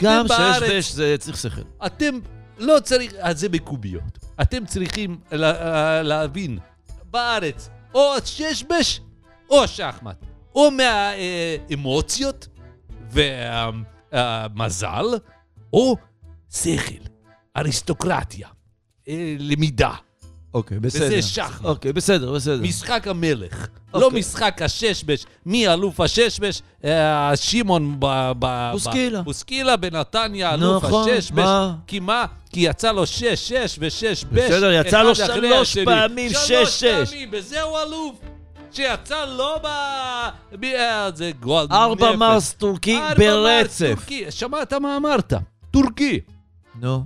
[SPEAKER 2] גם
[SPEAKER 3] אתם
[SPEAKER 2] שש
[SPEAKER 3] בארץ,
[SPEAKER 2] בש זה צריך שכל.
[SPEAKER 3] אתם לא צריך, אז זה בקוביות. אתם צריכים לה, אה, להבין, בארץ, או ששבש או שחמט. או אה, מהאמוציות והמזל, או שכל, אריסטוקרטיה, אה, למידה,
[SPEAKER 2] אוקיי, בסדר.
[SPEAKER 3] וזה שחמט.
[SPEAKER 2] אוקיי, בסדר, בסדר.
[SPEAKER 3] משחק המלך.
[SPEAKER 2] אוקיי.
[SPEAKER 3] לא משחק הששבש, מי אלוף הששבש? אה, שמעון ב... ב-
[SPEAKER 2] בוסקילה.
[SPEAKER 3] ב- בוסקילה בנתניה, אלוף
[SPEAKER 2] נכון,
[SPEAKER 3] הששבש.
[SPEAKER 2] מה?
[SPEAKER 3] כי מה? כי יצא לו שש, שש ושש בש.
[SPEAKER 2] בסדר, יצא
[SPEAKER 3] אחד
[SPEAKER 2] לו
[SPEAKER 3] אחרי
[SPEAKER 2] שלוש
[SPEAKER 3] השני.
[SPEAKER 2] פעמים שש,
[SPEAKER 3] שלוש
[SPEAKER 2] שש.
[SPEAKER 3] פעמים, וזהו אלוף. שיצא לו ב... מי- אה, זה גולד.
[SPEAKER 2] ארבע
[SPEAKER 3] נפש.
[SPEAKER 2] מרס טורקי
[SPEAKER 3] ארבע מרס
[SPEAKER 2] ברצף.
[SPEAKER 3] טורקי. שמעת מה אמרת? טורקי.
[SPEAKER 2] נו.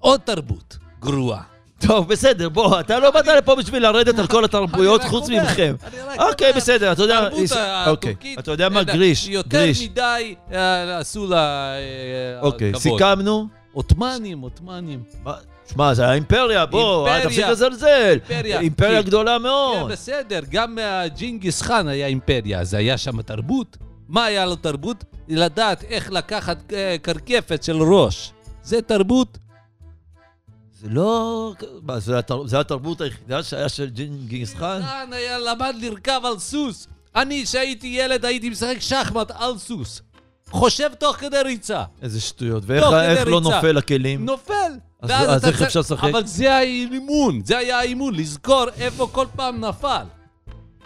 [SPEAKER 3] עוד תרבות גרועה.
[SPEAKER 2] טוב, בסדר, בוא, אתה לא באת לפה בשביל לרדת על כל התרבויות
[SPEAKER 3] אני רק
[SPEAKER 2] חוץ
[SPEAKER 3] אומר,
[SPEAKER 2] מכם.
[SPEAKER 3] אני רק
[SPEAKER 2] אוקיי,
[SPEAKER 3] אומר,
[SPEAKER 2] בסדר, אתה יודע...
[SPEAKER 3] התרבות
[SPEAKER 2] יש- אוקיי.
[SPEAKER 3] הטורקית,
[SPEAKER 2] אתה יודע מה,
[SPEAKER 3] אתה יודע,
[SPEAKER 2] גריש,
[SPEAKER 3] יותר
[SPEAKER 2] גריש.
[SPEAKER 3] מדי אה, עשו לה אה,
[SPEAKER 2] אוקיי,
[SPEAKER 3] כבוד.
[SPEAKER 2] סיכמנו.
[SPEAKER 3] עות'מאנים, עות'מאנים.
[SPEAKER 2] מה- שמע, זה האימפריה, בוא, אל
[SPEAKER 3] אימפריה.
[SPEAKER 2] תפסיק לזלזל.
[SPEAKER 3] אימפריה.
[SPEAKER 2] אימפריה
[SPEAKER 3] כי-
[SPEAKER 2] גדולה
[SPEAKER 3] כן,
[SPEAKER 2] מאוד.
[SPEAKER 3] בסדר, גם אה, ג'ינגיס חאן היה אימפריה, אז היה שם תרבות. מה היה לו תרבות? לדעת איך לקחת אה, קרקפת של ראש. זה תרבות.
[SPEAKER 2] זה לא... מה, זה התר- זה התרבות היחידה שהיה של ג'ינגיס חאן?
[SPEAKER 3] חאן היה למד לרכב על סוס. אני, כשהייתי ילד, הייתי משחק שחמט על סוס. חושב תוך כדי ריצה.
[SPEAKER 2] איזה שטויות. ואיך
[SPEAKER 3] תוך כדי
[SPEAKER 2] איך לא
[SPEAKER 3] ריצה.
[SPEAKER 2] נופל לכלים?
[SPEAKER 3] נופל.
[SPEAKER 2] אז-
[SPEAKER 3] ואז
[SPEAKER 2] אז
[SPEAKER 3] אתה
[SPEAKER 2] איך
[SPEAKER 3] צריך-
[SPEAKER 2] אפשר לשחק?
[SPEAKER 3] אבל זה האימון, זה היה האימון, לזכור איפה כל פעם נפל.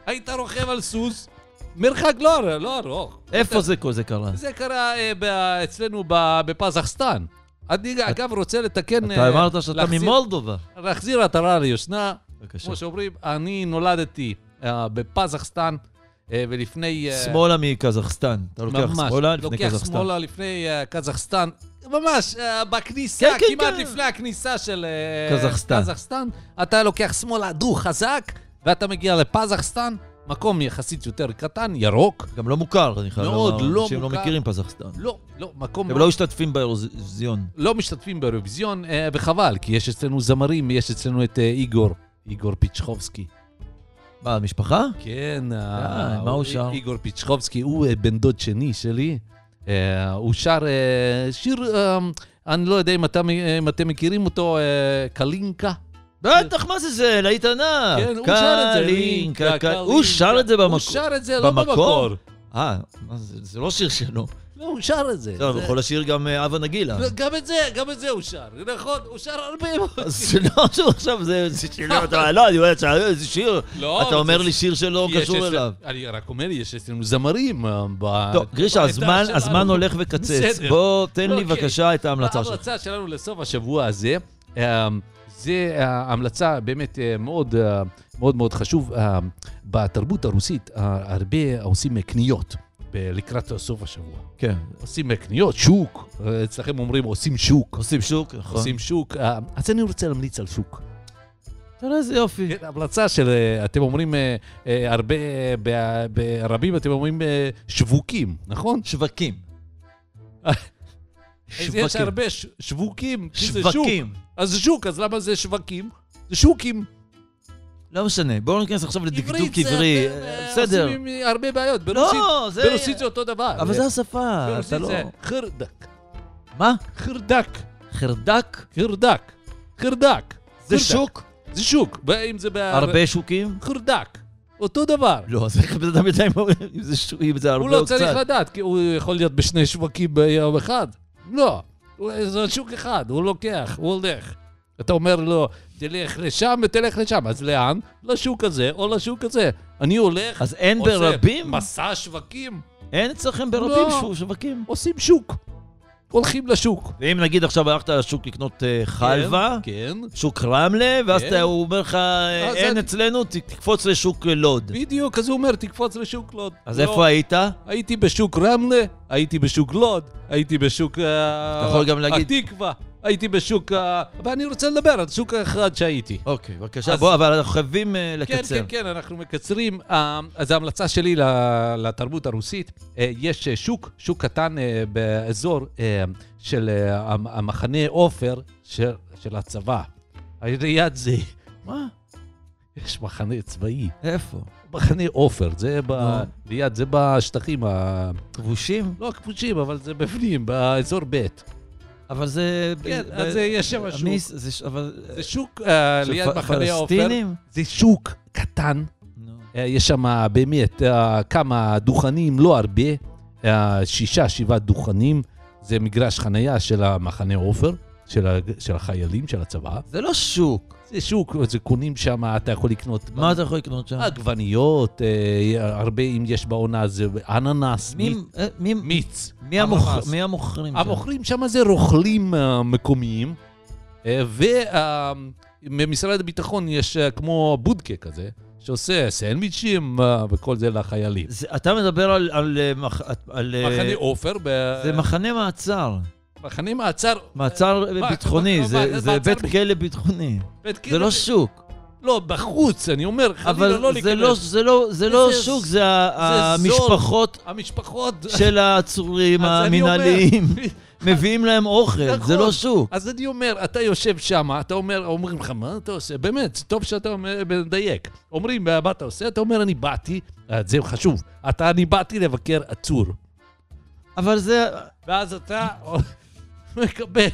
[SPEAKER 3] היית רוכב על סוס, מרחק לא אר- לא ארוך.
[SPEAKER 2] איפה זה כל זה קרה?
[SPEAKER 3] זה קרה אה, ב- אצלנו ב- בפזחסטן. אני אגב רוצה לתקן...
[SPEAKER 2] אתה
[SPEAKER 3] אה,
[SPEAKER 2] אמרת שאתה
[SPEAKER 3] להחזיר-
[SPEAKER 2] ממולדובה.
[SPEAKER 3] להחזיר עטרה ליושנה.
[SPEAKER 2] בבקשה.
[SPEAKER 3] כמו שאומרים, אני נולדתי אה, בפזחסטן, אה, ולפני... אה,
[SPEAKER 2] שמאלה מקזחסטן. אתה לוקח
[SPEAKER 3] ממש,
[SPEAKER 2] שמאלה לפני
[SPEAKER 3] לוקח
[SPEAKER 2] קזחסטן.
[SPEAKER 3] שמאלה לפני אה, קזחסטן, ממש אה, בכניסה,
[SPEAKER 2] כן, כן,
[SPEAKER 3] כמעט
[SPEAKER 2] כן.
[SPEAKER 3] לפני הכניסה של אה,
[SPEAKER 2] קזחסטן.
[SPEAKER 3] קזחסטן, אתה לוקח שמאלה דו חזק, ואתה מגיע לפזחסטן, מקום יחסית יותר קטן, ירוק.
[SPEAKER 2] גם לא מוכר, אני חייב
[SPEAKER 3] מאוד
[SPEAKER 2] לומר.
[SPEAKER 3] לא
[SPEAKER 2] אנשים לא
[SPEAKER 3] מוכר.
[SPEAKER 2] מכירים קזחסטן.
[SPEAKER 3] לא, לא, מקום...
[SPEAKER 2] הם לא משתתפים באירוזיון.
[SPEAKER 3] לא משתתפים באירוויזיון, אה, וחבל, כי יש אצלנו זמרים, יש אצלנו את אה, איגור, איגור פיצ'חובסקי.
[SPEAKER 2] מה, משפחה?
[SPEAKER 3] כן,
[SPEAKER 2] די, אה, מה הוא שר?
[SPEAKER 3] איגור פיצ'חובסקי, הוא אה, בן דוד שני שלי. אה, הוא שר אה, שיר, אה, אני לא יודע אם אתה- אם אתם מכירים אותו, אה, קלינקה.
[SPEAKER 2] בטח, מה זה זה? להיט ענק.
[SPEAKER 3] כן, הוא שר את זה.
[SPEAKER 2] אה, קלינקה,
[SPEAKER 3] קלינקה.
[SPEAKER 2] הוא שר את זה
[SPEAKER 3] הוא
[SPEAKER 2] במקור.
[SPEAKER 3] שר את זה לא
[SPEAKER 2] במקור?
[SPEAKER 3] במקור.
[SPEAKER 2] אה, מה זה זה לא שיר שלו.
[SPEAKER 3] לא, הוא שר את זה.
[SPEAKER 2] זה, אבל
[SPEAKER 3] זה-
[SPEAKER 2] הוא יכול לשיר גם אה, אבה נגילה.
[SPEAKER 3] גם את זה, גם את זה הוא שר. נכון, הוא שר הרבה מאוד.
[SPEAKER 2] אז זה לא *laughs* שהוא עכשיו, זה זה שיר, אתה- לא, אני אומר, "אה, זה שיר.
[SPEAKER 3] *laughs* לא,
[SPEAKER 2] אתה
[SPEAKER 3] אבל
[SPEAKER 2] אומר
[SPEAKER 3] זה-
[SPEAKER 2] לי שיר שלא
[SPEAKER 3] יש
[SPEAKER 2] קשור
[SPEAKER 3] אצל-
[SPEAKER 2] אליו. לא,
[SPEAKER 3] אני רק אומר, יש אצלנו זמרים. אה, ב-
[SPEAKER 2] טוב, גרישה,
[SPEAKER 3] בעדה
[SPEAKER 2] הזמן,
[SPEAKER 3] שלנו.
[SPEAKER 2] הזמן הולך וקצץ.
[SPEAKER 3] בסדר.
[SPEAKER 2] בוא, תן לי
[SPEAKER 3] אוקיי.
[SPEAKER 2] בבקשה את ההמלצה שלך.
[SPEAKER 3] ההמלצה שלנו לסוף השבוע הזה, אה, זה אה, המלצה באמת אה, מאוד אה, מאוד מאוד חשוב. אה, בתרבות הרוסית אה, הרבה עושים קניות ב- לקראת סוף השבוע.
[SPEAKER 2] כן.
[SPEAKER 3] עושים קניות, שוק. אה, אצלכם אומרים עושים שוק.
[SPEAKER 2] עושים שוק, נכון.
[SPEAKER 3] עושים שוק. אה, אז אני רוצה להמליץ על שוק.
[SPEAKER 2] תראה איזה יופי.
[SPEAKER 3] כן, המלצה של, אה, אתם אומרים אה, אה, הרבה, אה, ב- ברבים אתם אומרים אה, שווקים, נכון?
[SPEAKER 2] שווקים.
[SPEAKER 3] אז אה, יש הרבה ש- שווקים, כי זה שוק.
[SPEAKER 2] שווקים.
[SPEAKER 3] אז שוק, אז למה זה שווקים? זה שוקים.
[SPEAKER 2] לא משנה, בואו ניכנס עכשיו לדקדוק
[SPEAKER 3] זה-
[SPEAKER 2] עברי.
[SPEAKER 3] אה,
[SPEAKER 2] אה,
[SPEAKER 3] אה,
[SPEAKER 2] בסדר.
[SPEAKER 3] עושים עם הרבה בעיות. ברוסית,
[SPEAKER 2] לא, זה...
[SPEAKER 3] ברוסית זה אותו דבר. אה,
[SPEAKER 2] אבל זה השפה,
[SPEAKER 3] ברוסית
[SPEAKER 2] אתה לא...
[SPEAKER 3] זה חרדק.
[SPEAKER 2] מה?
[SPEAKER 3] חרדק.
[SPEAKER 2] חרדק?
[SPEAKER 3] חרדק. חרדק.
[SPEAKER 2] זה
[SPEAKER 3] חרדק. אה,
[SPEAKER 2] שוק?
[SPEAKER 3] זה שוק. ואם זה ב...
[SPEAKER 2] הרבה shoקים?
[SPEAKER 3] חרדק. אותו דבר.
[SPEAKER 2] לא, אז איך בן אדם יודע אם הוא- אם זה שוק, אם זה
[SPEAKER 3] הוא
[SPEAKER 2] הרבה
[SPEAKER 3] לא
[SPEAKER 2] או
[SPEAKER 3] צריך
[SPEAKER 2] קצת?
[SPEAKER 3] לדעת, כי הוא יכול להיות בשני שווקים ביום אחד. לא. הוא- זה שוק אחד, הוא לוקח, הוא הולך. אתה אומר לו, תלך לשם ותלך לשם. אז לאן? לשוק הזה או לשוק הזה. אני הולך,
[SPEAKER 2] אז אין
[SPEAKER 3] עושה
[SPEAKER 2] ברבים?
[SPEAKER 3] מסע שווקים,
[SPEAKER 2] אין אצלכם ברבים
[SPEAKER 3] לא.
[SPEAKER 2] שו- שווקים.
[SPEAKER 3] עושים שוק. הולכים לשוק.
[SPEAKER 2] ואם נגיד עכשיו הלכת לשוק לקנות אה, חלבה,
[SPEAKER 3] כן.
[SPEAKER 2] שוק רמלה, ואז
[SPEAKER 3] כן.
[SPEAKER 2] אתה- הוא אומר לך, אה,
[SPEAKER 3] אז
[SPEAKER 2] אין
[SPEAKER 3] אני-
[SPEAKER 2] אצלנו, ת- תקפוץ לשוק אה, לוד.
[SPEAKER 3] בדיוק, אז הוא אומר, תקפוץ לשוק לוד.
[SPEAKER 2] אז
[SPEAKER 3] לא.
[SPEAKER 2] איפה היית?
[SPEAKER 3] הייתי בשוק רמלה, הייתי בשוק לוד, הייתי בשוק... אתה
[SPEAKER 2] יכול גם להגיד-
[SPEAKER 3] התקווה, הייתי בשוק... אה, ואני רוצה לדבר על שוק האחד שהייתי.
[SPEAKER 2] אוקיי, בבקשה.
[SPEAKER 3] אז-
[SPEAKER 2] בוא, אבל אנחנו חייבים אה,
[SPEAKER 3] כן,
[SPEAKER 2] לקצר.
[SPEAKER 3] כן, כן, אנחנו מקצרים. אה, אז ההמלצה שלי ל- לתרבות הרוסית, אה, יש אה, שוק, שוק קטן אה, באזור אה, של אה, המ- המחנה עופר של של הצבא. ליד זה
[SPEAKER 2] מה?
[SPEAKER 3] יש מחנה צבאי.
[SPEAKER 2] איפה?
[SPEAKER 3] מחנה עופר, זה ב...
[SPEAKER 2] נו.
[SPEAKER 3] ליד, זה בשטחים ה...
[SPEAKER 2] כבושים?
[SPEAKER 3] לא הכבושים, אבל זה בפנים, באזור ב'.
[SPEAKER 2] אבל זה...
[SPEAKER 3] כן,
[SPEAKER 2] ב-
[SPEAKER 3] אז
[SPEAKER 2] ב-
[SPEAKER 3] אה, יש שם שוק.
[SPEAKER 2] כן, מי- זה ש- אבל...
[SPEAKER 3] זה שוק אה,
[SPEAKER 2] של
[SPEAKER 3] ליד
[SPEAKER 2] פ-
[SPEAKER 3] מחנה עופר.
[SPEAKER 2] פלסטינים?
[SPEAKER 3] זה שוק קטן,
[SPEAKER 2] נו.
[SPEAKER 3] אה, יש שם באמת אה, כמה דוכנים, לא הרבה, אה, שישה, שבעה דוכנים. זה מגרש חנייה של המחנה עופר. של ה- של החיילים, של הצבא.
[SPEAKER 2] זה לא שוק.
[SPEAKER 3] זה שוק, זה קונים שם, אתה יכול לקנות...
[SPEAKER 2] מה אתה יכול לקנות שם?
[SPEAKER 3] אה, עגבניות, אה, הרבה, אם יש בעונה, זה אננס,
[SPEAKER 2] מי-
[SPEAKER 3] מיץ.
[SPEAKER 2] אה, מי-
[SPEAKER 3] מיץ.
[SPEAKER 2] מי המוכר-
[SPEAKER 3] אננס.
[SPEAKER 2] מי המוכרים שם?
[SPEAKER 3] המוכרים שם זה רוכלים אה, מקומיים, אה, ובמשרד הביטחון יש אה, כמו בודקה כזה, שעושה סנדוויצ'ים אה, וכל זה לחיילים.
[SPEAKER 2] זה- אתה מדבר על- על... אה, מח- על, אה,
[SPEAKER 3] מחנה עופר, ב-
[SPEAKER 2] זה מחנה מעצר.
[SPEAKER 3] מחנה מעצר,
[SPEAKER 2] מעצר
[SPEAKER 3] אה, מה,
[SPEAKER 2] ביטחוני,
[SPEAKER 3] מה,
[SPEAKER 2] זה-
[SPEAKER 3] מה,
[SPEAKER 2] זה
[SPEAKER 3] מעצר
[SPEAKER 2] בית
[SPEAKER 3] ב-
[SPEAKER 2] כלא ביטחוני.
[SPEAKER 3] בית כלא,
[SPEAKER 2] זה לא שוק.
[SPEAKER 3] לא, בחוץ, אני אומר, חלילה לא
[SPEAKER 2] אבל זה לא-
[SPEAKER 3] להיכנס.
[SPEAKER 2] זה לא- זה לא
[SPEAKER 3] איזה
[SPEAKER 2] שוק,
[SPEAKER 3] ז-
[SPEAKER 2] זה ה-
[SPEAKER 3] זה זול.
[SPEAKER 2] המשפחות
[SPEAKER 3] המשפחות...
[SPEAKER 2] של העצורים
[SPEAKER 3] אז אני *laughs*
[SPEAKER 2] המנהליים.
[SPEAKER 3] אומר-
[SPEAKER 2] מביאים להם אוכל, זה
[SPEAKER 3] נכון.
[SPEAKER 2] לא שוק.
[SPEAKER 3] אז אני אומר, אתה יושב שם, אתה אומר, אומרים לך, מה אתה עושה? באמת, טוב שאתה אומר- מדייק. אומרים, מה אתה עושה? אתה אומר, אני באתי, אה, זה חשוב, אתה, אני באתי לבקר עצור.
[SPEAKER 2] אבל זה...
[SPEAKER 3] ואז אתה *laughs* מקבל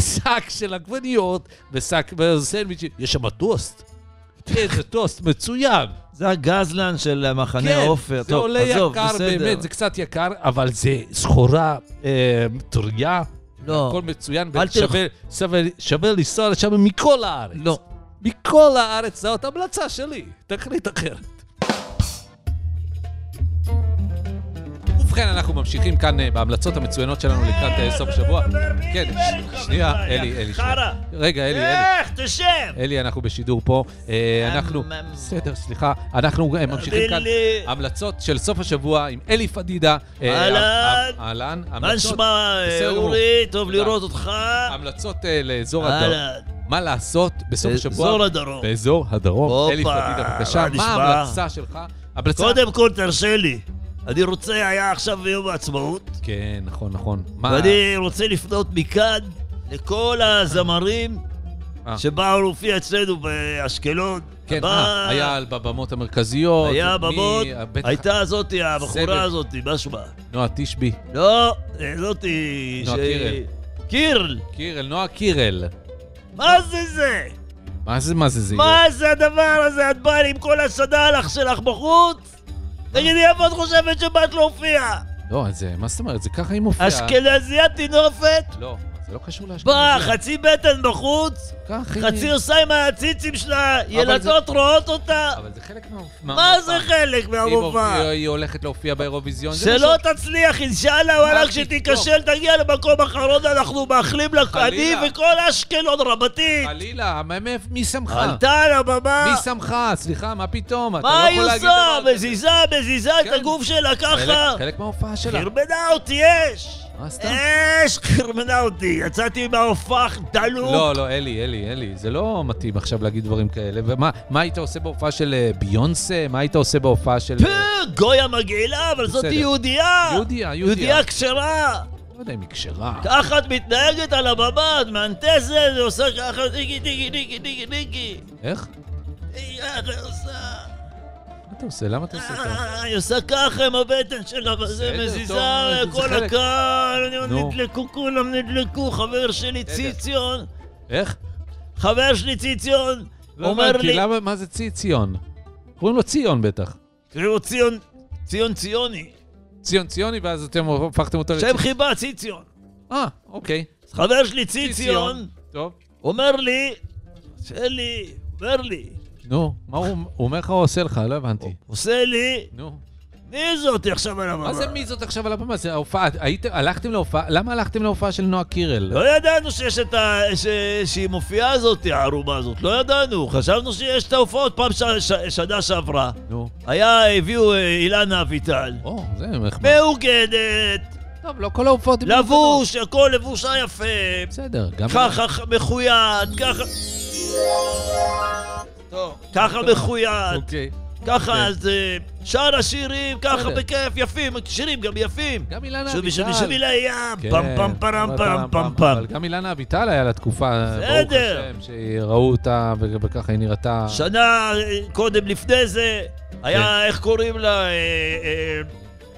[SPEAKER 3] שק של עגבניות ושק וסנדוויצ'ים. יש שם טוסט. איזה טוסט מצוין.
[SPEAKER 2] זה הגזלן של המחנה עופר.
[SPEAKER 3] כן, זה
[SPEAKER 2] טוב,
[SPEAKER 3] עולה
[SPEAKER 2] עזוב,
[SPEAKER 3] יקר,
[SPEAKER 2] בסדר.
[SPEAKER 3] באמת, זה קצת יקר, אבל זה סחורה אה, טרייה.
[SPEAKER 2] לא.
[SPEAKER 3] הכל מצוין,
[SPEAKER 2] אל תלך-
[SPEAKER 3] ושווה שווה- שווה לנסוע לשם מכל הארץ.
[SPEAKER 2] לא.
[SPEAKER 3] מכל הארץ, זאת המלצה שלי. תחליט אחרת. ובכן, אנחנו ממשיכים כאן אה, בהמלצות המצוינות שלנו לקראת אה, סוף השבוע. כן, ש- שנייה, אלי, אלי, שנייה. רגע, אלי, אלי. אה,
[SPEAKER 2] תשב!
[SPEAKER 3] אלי, אנחנו בשידור פה. אה, אנחנו...
[SPEAKER 2] אממ.
[SPEAKER 3] בסדר, סליחה. אנחנו אה, ממשיכים כאן.
[SPEAKER 2] בילי.
[SPEAKER 3] המלצות של סוף השבוע עם אלי פדידה. אה,
[SPEAKER 2] אהלן.
[SPEAKER 3] אה, אה, אהלן. המלצות- בסדר גמור.
[SPEAKER 2] אה, טוב
[SPEAKER 3] תודה. לראות
[SPEAKER 2] אותך.
[SPEAKER 3] המלצות אה, לאזור הדרום. מה לעשות בסוף השבוע?
[SPEAKER 2] הדרום.
[SPEAKER 3] באזור הדרום.
[SPEAKER 2] הופה,
[SPEAKER 3] אלי פדידה, בבקשה.
[SPEAKER 2] מה
[SPEAKER 3] מה
[SPEAKER 2] נשמע?
[SPEAKER 3] ההמלצה שלך? המלצה...
[SPEAKER 2] כל תרשה לי. אני רוצה, היה עכשיו יום העצמאות,
[SPEAKER 3] כן, נכון, נכון. מה...
[SPEAKER 2] ואני רוצה לפנות מכאן לכל הזמרים
[SPEAKER 3] אה.
[SPEAKER 2] שבאו להופיע אצלנו באשקלון.
[SPEAKER 3] כן,
[SPEAKER 2] הבא-
[SPEAKER 3] אה, היה על בבמות המרכזיות.
[SPEAKER 2] היה
[SPEAKER 3] מי- אה,
[SPEAKER 2] במות,
[SPEAKER 3] בטח, כן.
[SPEAKER 2] הייתה זאתי,
[SPEAKER 3] סבב.
[SPEAKER 2] הבחורה הזאתי, מה שמה?
[SPEAKER 3] נועה תשבי.
[SPEAKER 2] לא, זאתי...
[SPEAKER 3] נועה
[SPEAKER 2] ש-
[SPEAKER 3] קירל.
[SPEAKER 2] קירל,
[SPEAKER 3] קירל, נועה קירל.
[SPEAKER 2] מה זה זה?
[SPEAKER 3] מה זה, מה זה, זה?
[SPEAKER 2] מה זה הדבר הזה? את באה לי עם כל הסד"לח שלך בחוץ?
[SPEAKER 3] אה.
[SPEAKER 2] תגידי, איפה את חושבת שבאת להופיע?
[SPEAKER 3] לא, זה, מה זאת אומרת? זה ככה היא מופיעה.
[SPEAKER 2] אשכנזייה טינופת?
[SPEAKER 3] לא, זה לא קשור
[SPEAKER 2] באה,
[SPEAKER 3] לאשכנזי.
[SPEAKER 2] חצי בטן בחוץ?
[SPEAKER 3] ככה היא-
[SPEAKER 2] חצי עושה עם הציצים שלה? ילדות רואות אותה?
[SPEAKER 3] אבל זה חלק מהמופע.
[SPEAKER 2] מה זה חלק מהמופע?
[SPEAKER 3] היא- היא הולכת להופיע באירוויזיון. זה לא.
[SPEAKER 2] שלא
[SPEAKER 3] משהו-
[SPEAKER 2] לא תצליח, אינשאללה, וואלה,
[SPEAKER 3] מה
[SPEAKER 2] כשתיכשל תגיע למקום אחרון, אנחנו מאחלים לך, אני
[SPEAKER 3] חלילה.
[SPEAKER 2] וכל אשקלון רבתי.
[SPEAKER 3] חלילה, מה- מאיפה- מי שמך?
[SPEAKER 2] עלתה על הבמה,
[SPEAKER 3] מי שמך? סליחה, מה פתאום? אתה
[SPEAKER 2] מה
[SPEAKER 3] לא
[SPEAKER 2] היא
[SPEAKER 3] יכול להגיד
[SPEAKER 2] עושה?
[SPEAKER 3] דבר כזה.
[SPEAKER 2] מזיזה, מזיזה את
[SPEAKER 3] כן.
[SPEAKER 2] הגוף שלה ככה?
[SPEAKER 3] חלק- חלק מההופעה שלה.
[SPEAKER 2] חרמנה אותי אש!
[SPEAKER 3] מה סתם?
[SPEAKER 2] אה, אש חרמנה אותי, יצאתי מההופך דלוק.
[SPEAKER 3] לא, לא, אלי, אלי, אלי, זה לא מתאים עכשיו להגיד דברים כאלה. ומה מה היית עושה בהופעה של אה, ביונסה? מה היית עושה בהופעה של... אה,
[SPEAKER 2] פו, גויה מגעילה, אבל זאת
[SPEAKER 3] בסדר.
[SPEAKER 2] יהודייה.
[SPEAKER 3] יהודיה, יהודיה.
[SPEAKER 2] יהודייה כשרה.
[SPEAKER 3] לא יודע אם היא כשרה.
[SPEAKER 2] ככה את מתנהגת על הבמה, את מאנטזת, ועושה ככה דיגי דיגי דיגי דיגי דיגי.
[SPEAKER 3] איך?
[SPEAKER 2] היא ככה עושה.
[SPEAKER 3] מה אתה עושה? למה אתה עושה את זה?
[SPEAKER 2] אה, היא עושה ככה עם הבטן שלה, וזה
[SPEAKER 3] בסדר,
[SPEAKER 2] מזיזה,
[SPEAKER 3] טוב, זה
[SPEAKER 2] כל
[SPEAKER 3] חלק.
[SPEAKER 2] הקהל, אני-
[SPEAKER 3] נו.
[SPEAKER 2] נדלקו, כולם נדלקו, חבר שלי
[SPEAKER 3] בסדר.
[SPEAKER 2] ציציון,
[SPEAKER 3] איך?
[SPEAKER 2] חבר שלי ציציון,
[SPEAKER 3] לא
[SPEAKER 2] אומר
[SPEAKER 3] הבנתי,
[SPEAKER 2] לי,
[SPEAKER 3] למה, מה זה צי ציון? קוראים לו ציון בטח.
[SPEAKER 2] קראו ציון, ציון ציוני,
[SPEAKER 3] ציון ציוני, ואז אתם הפכתם אותו
[SPEAKER 2] שם חיבה ציציון.
[SPEAKER 3] אה, אוקיי.
[SPEAKER 2] אז חבר שלי
[SPEAKER 3] צי
[SPEAKER 2] ציציון
[SPEAKER 3] טוב.
[SPEAKER 2] אומר לי, שלי, אומר לי,
[SPEAKER 3] נו, מה הוא הוא אומר לך או עושה לך? לא הבנתי.
[SPEAKER 2] עושה לי,
[SPEAKER 3] נו.
[SPEAKER 2] מי זאתי עכשיו על הבמה?
[SPEAKER 3] מה זה מי זאת עכשיו על הבמה? זה ההופעה. הייתם, הלכתם להופעה, למה הלכתם להופעה של נועה קירל?
[SPEAKER 2] לא ידענו שיש את ה... ש... שהיא מופיעה הזאת, הערומה הזאת, לא ידענו. חשבנו שיש את ההופעות פעם ש... ש... שנה שעברה.
[SPEAKER 3] נו.
[SPEAKER 2] היה, הביאו אה, אילנה אביטל.
[SPEAKER 3] או, זה נחמד.
[SPEAKER 2] מאוגדת,
[SPEAKER 3] טוב, לא כל ההופעות... הם נכונות.
[SPEAKER 2] לבוש, הכל לבוש היה יפה.
[SPEAKER 3] בסדר, גם...
[SPEAKER 2] ככה ח- מחויד, ככה... ככה מחויד,
[SPEAKER 3] אוקיי.
[SPEAKER 2] ככה אז אה, שאר השירים, ככה
[SPEAKER 3] בסדר.
[SPEAKER 2] בכיף, יפים, שירים גם יפים.
[SPEAKER 3] גם אילנה
[SPEAKER 2] שבי שבי
[SPEAKER 3] אביטל.
[SPEAKER 2] שבי לים,
[SPEAKER 3] כן,
[SPEAKER 2] לא. פם פם פרם פרם פם פם.
[SPEAKER 3] אבל גם אילנה אביטל היה לה תקופה, ברוך
[SPEAKER 2] בסדר.
[SPEAKER 3] השם, שראו אותה ו- וככה היא נראתה.
[SPEAKER 2] שנה אה, קודם לפני זה,
[SPEAKER 3] כן.
[SPEAKER 2] היה, איך קוראים לה? אה, אה,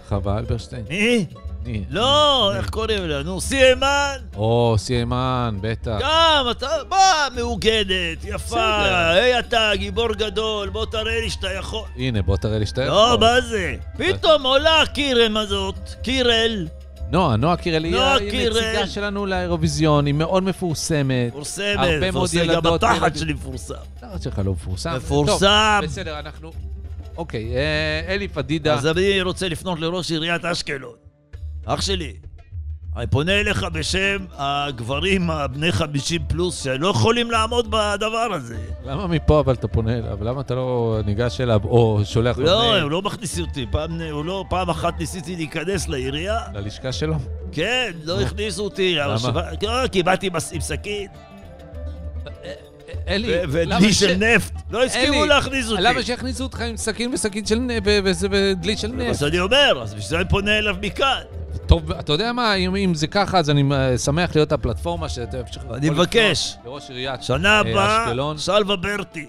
[SPEAKER 3] חווה אלברשטיין.
[SPEAKER 2] מי?
[SPEAKER 3] אני.
[SPEAKER 2] לא, איך קוראים לה? נו, סיימן.
[SPEAKER 3] או, סיימן, בטח.
[SPEAKER 2] גם, אתה, מה, מאוגדת, יפה,
[SPEAKER 3] בסדר.
[SPEAKER 2] היי אתה, גיבור גדול, בוא תראה לי שאתה יכול.
[SPEAKER 3] כן, הנה, בוא תראה לי שאתה
[SPEAKER 2] לא,
[SPEAKER 3] יכול.
[SPEAKER 2] מה זה? פתאום עולה קירם הזאת, קירל,
[SPEAKER 3] נועה, נועה קירל היא
[SPEAKER 2] נועה
[SPEAKER 3] היא
[SPEAKER 2] קירל.
[SPEAKER 3] נציגה שלנו לאירוויזיון, היא מאוד מפורסמת.
[SPEAKER 2] מפורסמת,
[SPEAKER 3] הרבה מאוד
[SPEAKER 2] מפורסמת, גם
[SPEAKER 3] ילדות,
[SPEAKER 2] התחת
[SPEAKER 3] ילדים.
[SPEAKER 2] שלי מפורסם.
[SPEAKER 3] התחת שלך לא מפורסם.
[SPEAKER 2] מפורסם.
[SPEAKER 3] טוב, בסדר, אנחנו... אוקיי, אה, אלי פדידה.
[SPEAKER 2] אז אני רוצה לפנות לראש עיריית אשקלון. אח שלי, אני פונה אליך בשם הגברים הבני 50 פלוס שלא יכולים לעמוד בדבר הזה.
[SPEAKER 3] למה מפה אבל אתה פונה אליו? למה אתה לא ניגש אליו או שולח לו
[SPEAKER 2] לא,
[SPEAKER 3] מייל
[SPEAKER 2] הם לא מכניסים אותי. פעם, הוא לא, פעם אחת ניסיתי להיכנס לעירייה,
[SPEAKER 3] ללשכה שלו?
[SPEAKER 2] כן, לא הכניסו אותי.
[SPEAKER 3] אה. למה?
[SPEAKER 2] השב"כ- לא, כי באתי עם עם שקית
[SPEAKER 3] אלי,
[SPEAKER 2] ו-
[SPEAKER 3] למה
[SPEAKER 2] ודלי
[SPEAKER 3] ש-
[SPEAKER 2] של נפט. לא הסכימו
[SPEAKER 3] אלי,
[SPEAKER 2] להכניס אותי.
[SPEAKER 3] למה שיכניסו אותך עם סכין וסכין של נפט ודלי של
[SPEAKER 2] זה מה
[SPEAKER 3] נפט?
[SPEAKER 2] שאני אומר, אז בשביל זה אני פונה אליו מכאן.
[SPEAKER 3] טוב, אתה יודע מה, אם, אם זה ככה, אז אני אה, שמח להיות הפלטפורמה שאתה אפשר...
[SPEAKER 2] אני מבקש,
[SPEAKER 3] לראש עיריית
[SPEAKER 2] שנה
[SPEAKER 3] אה,
[SPEAKER 2] הבאה,
[SPEAKER 3] אשקלון.
[SPEAKER 2] שלווה ברטי.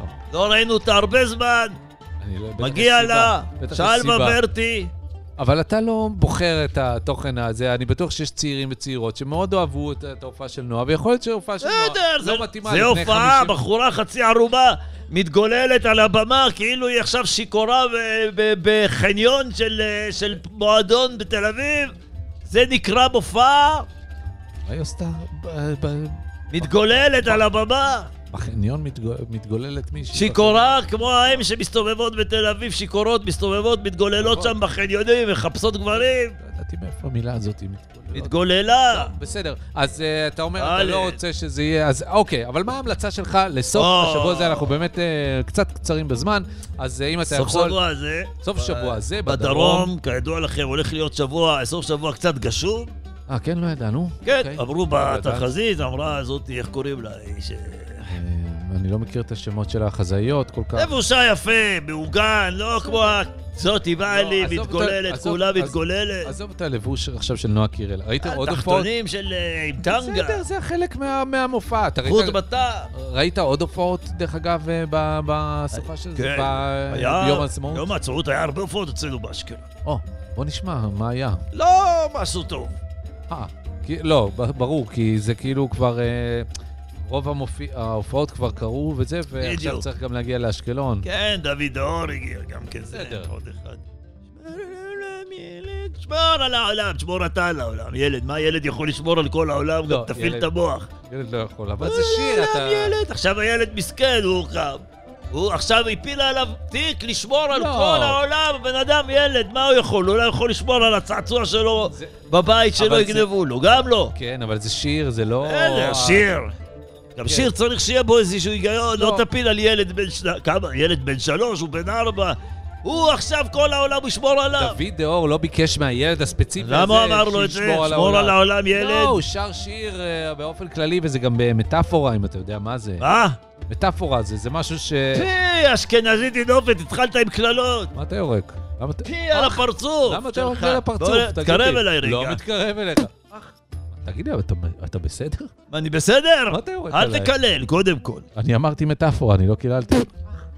[SPEAKER 3] לא,
[SPEAKER 2] לא ראינו אותה הרבה זמן,
[SPEAKER 3] אני לא- בטח
[SPEAKER 2] מגיע
[SPEAKER 3] יש
[SPEAKER 2] לה,
[SPEAKER 3] סיבה, בטח יש
[SPEAKER 2] שלווה
[SPEAKER 3] סיבה.
[SPEAKER 2] ברטי.
[SPEAKER 3] אבל אתה לא בוחר את התוכן הזה, אני בטוח שיש צעירים וצעירות שמאוד אוהבו את את ההופעה של נועה, ויכול להיות שההופעה של
[SPEAKER 2] בסדר,
[SPEAKER 3] נועה
[SPEAKER 2] אה, זה-
[SPEAKER 3] לא מתאימה
[SPEAKER 2] זה
[SPEAKER 3] לפני
[SPEAKER 2] הופעה,
[SPEAKER 3] 50...
[SPEAKER 2] בחורה חצי ערומה, מתגוללת על הבמה, כאילו היא עכשיו שיכורה ב- ב- בחניון של אה, של מועדון בתל אביב. זה נקרא מופע,
[SPEAKER 3] מה היא עשתה? ב- ב-
[SPEAKER 2] מתגוללת על הבמה.
[SPEAKER 3] בחניון מתגול- מתגוללת מישהי.
[SPEAKER 2] שיכורה כמו האם שמסתובבות בתל אביב, שיכורות מסתובבות, מתגוללות
[SPEAKER 3] נכון.
[SPEAKER 2] שם בחניונים, מחפשות גברים.
[SPEAKER 3] לא ידעתי מאיפה המילה הזאת היא מתגוללת.
[SPEAKER 2] מתגוללה.
[SPEAKER 3] בסדר, אז uh, אתה אומר, אתה
[SPEAKER 2] א'.
[SPEAKER 3] לא רוצה שזה יהיה, אז אוקיי, אבל מה ההמלצה שלך לסוף
[SPEAKER 2] או.
[SPEAKER 3] השבוע הזה? אנחנו באמת uh, קצת קצרים בזמן, אז uh, אם אתה
[SPEAKER 2] סוף
[SPEAKER 3] יכול...
[SPEAKER 2] שבוע הזה.
[SPEAKER 3] סוף שבוע הזה, בדרום.
[SPEAKER 2] בדרום, כידוע לכם, הולך להיות שבוע, סוף שבוע קצת גשום.
[SPEAKER 3] אה, כן, לא ידענו?
[SPEAKER 2] כן,
[SPEAKER 3] אוקיי.
[SPEAKER 2] אמרו
[SPEAKER 3] לא ידעתי.
[SPEAKER 2] בתחזית, אמרה הזאת, איך קוראים לה? היא ש-
[SPEAKER 3] אה, אני לא מכיר את השמות של החזאיות כל כך.
[SPEAKER 2] לבושה יפה, מעוגן, לא כמו ה- זאתי באה
[SPEAKER 3] לא,
[SPEAKER 2] לי,
[SPEAKER 3] עזוב אותה,
[SPEAKER 2] מתגוללת,
[SPEAKER 3] עזוב,
[SPEAKER 2] כולה
[SPEAKER 3] עזוב.
[SPEAKER 2] מתגוללת.
[SPEAKER 3] עזוב את הלבוש עכשיו של נועה קירל, ראיתם עוד הופעות?
[SPEAKER 2] התחתונים של אה, עם טנגה,
[SPEAKER 3] בסדר, זה חלק מה- מהמופע. אתה ראית-
[SPEAKER 2] חוט בתא.
[SPEAKER 3] ראית עוד הופעות, דרך אגב, אה, ב- בסופה של זה?
[SPEAKER 2] כן,
[SPEAKER 3] ב-
[SPEAKER 2] היה-
[SPEAKER 3] ביום העצמאות?
[SPEAKER 2] יום העצמאות היה הרבה הופעות אצלנו באשקלון.
[SPEAKER 3] או, בוא נשמע, מה היה?
[SPEAKER 2] לא משהו טוב.
[SPEAKER 3] אה, כי- לא, ב- ברור, כי זה כאילו כבר... אה, רוב המופי- ההופעות כבר קרו וזה, ועכשיו
[SPEAKER 2] בדיוק.
[SPEAKER 3] צריך גם להגיע לאשקלון.
[SPEAKER 2] כן, דוד אור הגיע גם כזה.
[SPEAKER 3] בסדר.
[SPEAKER 2] עוד אחד. שמור על העולם, ילד, שמור על העולם, שמור אתה על העולם. ילד, מה ילד יכול לשמור על כל העולם? גם
[SPEAKER 3] לא,
[SPEAKER 2] תפעיל
[SPEAKER 3] ילד.
[SPEAKER 2] את המוח.
[SPEAKER 3] ילד לא יכול, אבל זה שיר,
[SPEAKER 2] על
[SPEAKER 3] אתה...
[SPEAKER 2] העולם, ילד. עכשיו הילד מסכן, הוא קם. הוא עכשיו הפיל עליו תיק לשמור על
[SPEAKER 3] לא.
[SPEAKER 2] כל העולם, הבן אדם ילד, מה הוא יכול? אולי הוא יכול לשמור על הצעצוע שלו
[SPEAKER 3] זה-
[SPEAKER 2] בבית שלא
[SPEAKER 3] אבל
[SPEAKER 2] יגנבו לו, גם לא.
[SPEAKER 3] כן, אבל זה שיר, זה לא...
[SPEAKER 2] בסדר, שיר. גם שיר צריך שיהיה בו איזשהו היגיון,
[SPEAKER 3] כן. לא.
[SPEAKER 2] לא תפיל על ילד בן שנ... כמה? ילד בן שלוש, הוא בן ארבע. הוא עכשיו כל העולם ישמור עליו.
[SPEAKER 3] דוד דאור לא ביקש מהילד הספציפי הזה
[SPEAKER 2] למה הוא אמר לו את זה?
[SPEAKER 3] שישמור על
[SPEAKER 2] שמור על
[SPEAKER 3] העולם.
[SPEAKER 2] העולם ילד.
[SPEAKER 3] לא, הוא שר שיר אה, באופן כללי, וזה גם במטאפורה, אם אתה יודע מה זה.
[SPEAKER 2] מה?
[SPEAKER 3] מטאפורה זה, זה משהו ש...
[SPEAKER 2] פי, אה, אשכנזית תינופת, התחלת עם קללות.
[SPEAKER 3] מה אתה יורק? למה אתה...
[SPEAKER 2] פי, על הפרצוף.
[SPEAKER 3] אוקיי. למה אתה
[SPEAKER 2] שלך.
[SPEAKER 3] יורק לי על הפרצוף?
[SPEAKER 2] בוא,
[SPEAKER 3] תגיד
[SPEAKER 2] תתקרב
[SPEAKER 3] לי.
[SPEAKER 2] אליי
[SPEAKER 3] לא
[SPEAKER 2] רגע.
[SPEAKER 3] מתקרב אליך. אח, תגיד לי, אבל אתה- אתה בסדר?
[SPEAKER 2] מה, אני בסדר?
[SPEAKER 3] מה אתה יורק
[SPEAKER 2] לא, אל
[SPEAKER 3] עליי?
[SPEAKER 2] תקלל, קודם כל.
[SPEAKER 3] אני אמרתי מטאפורה, אני לא קיללתי.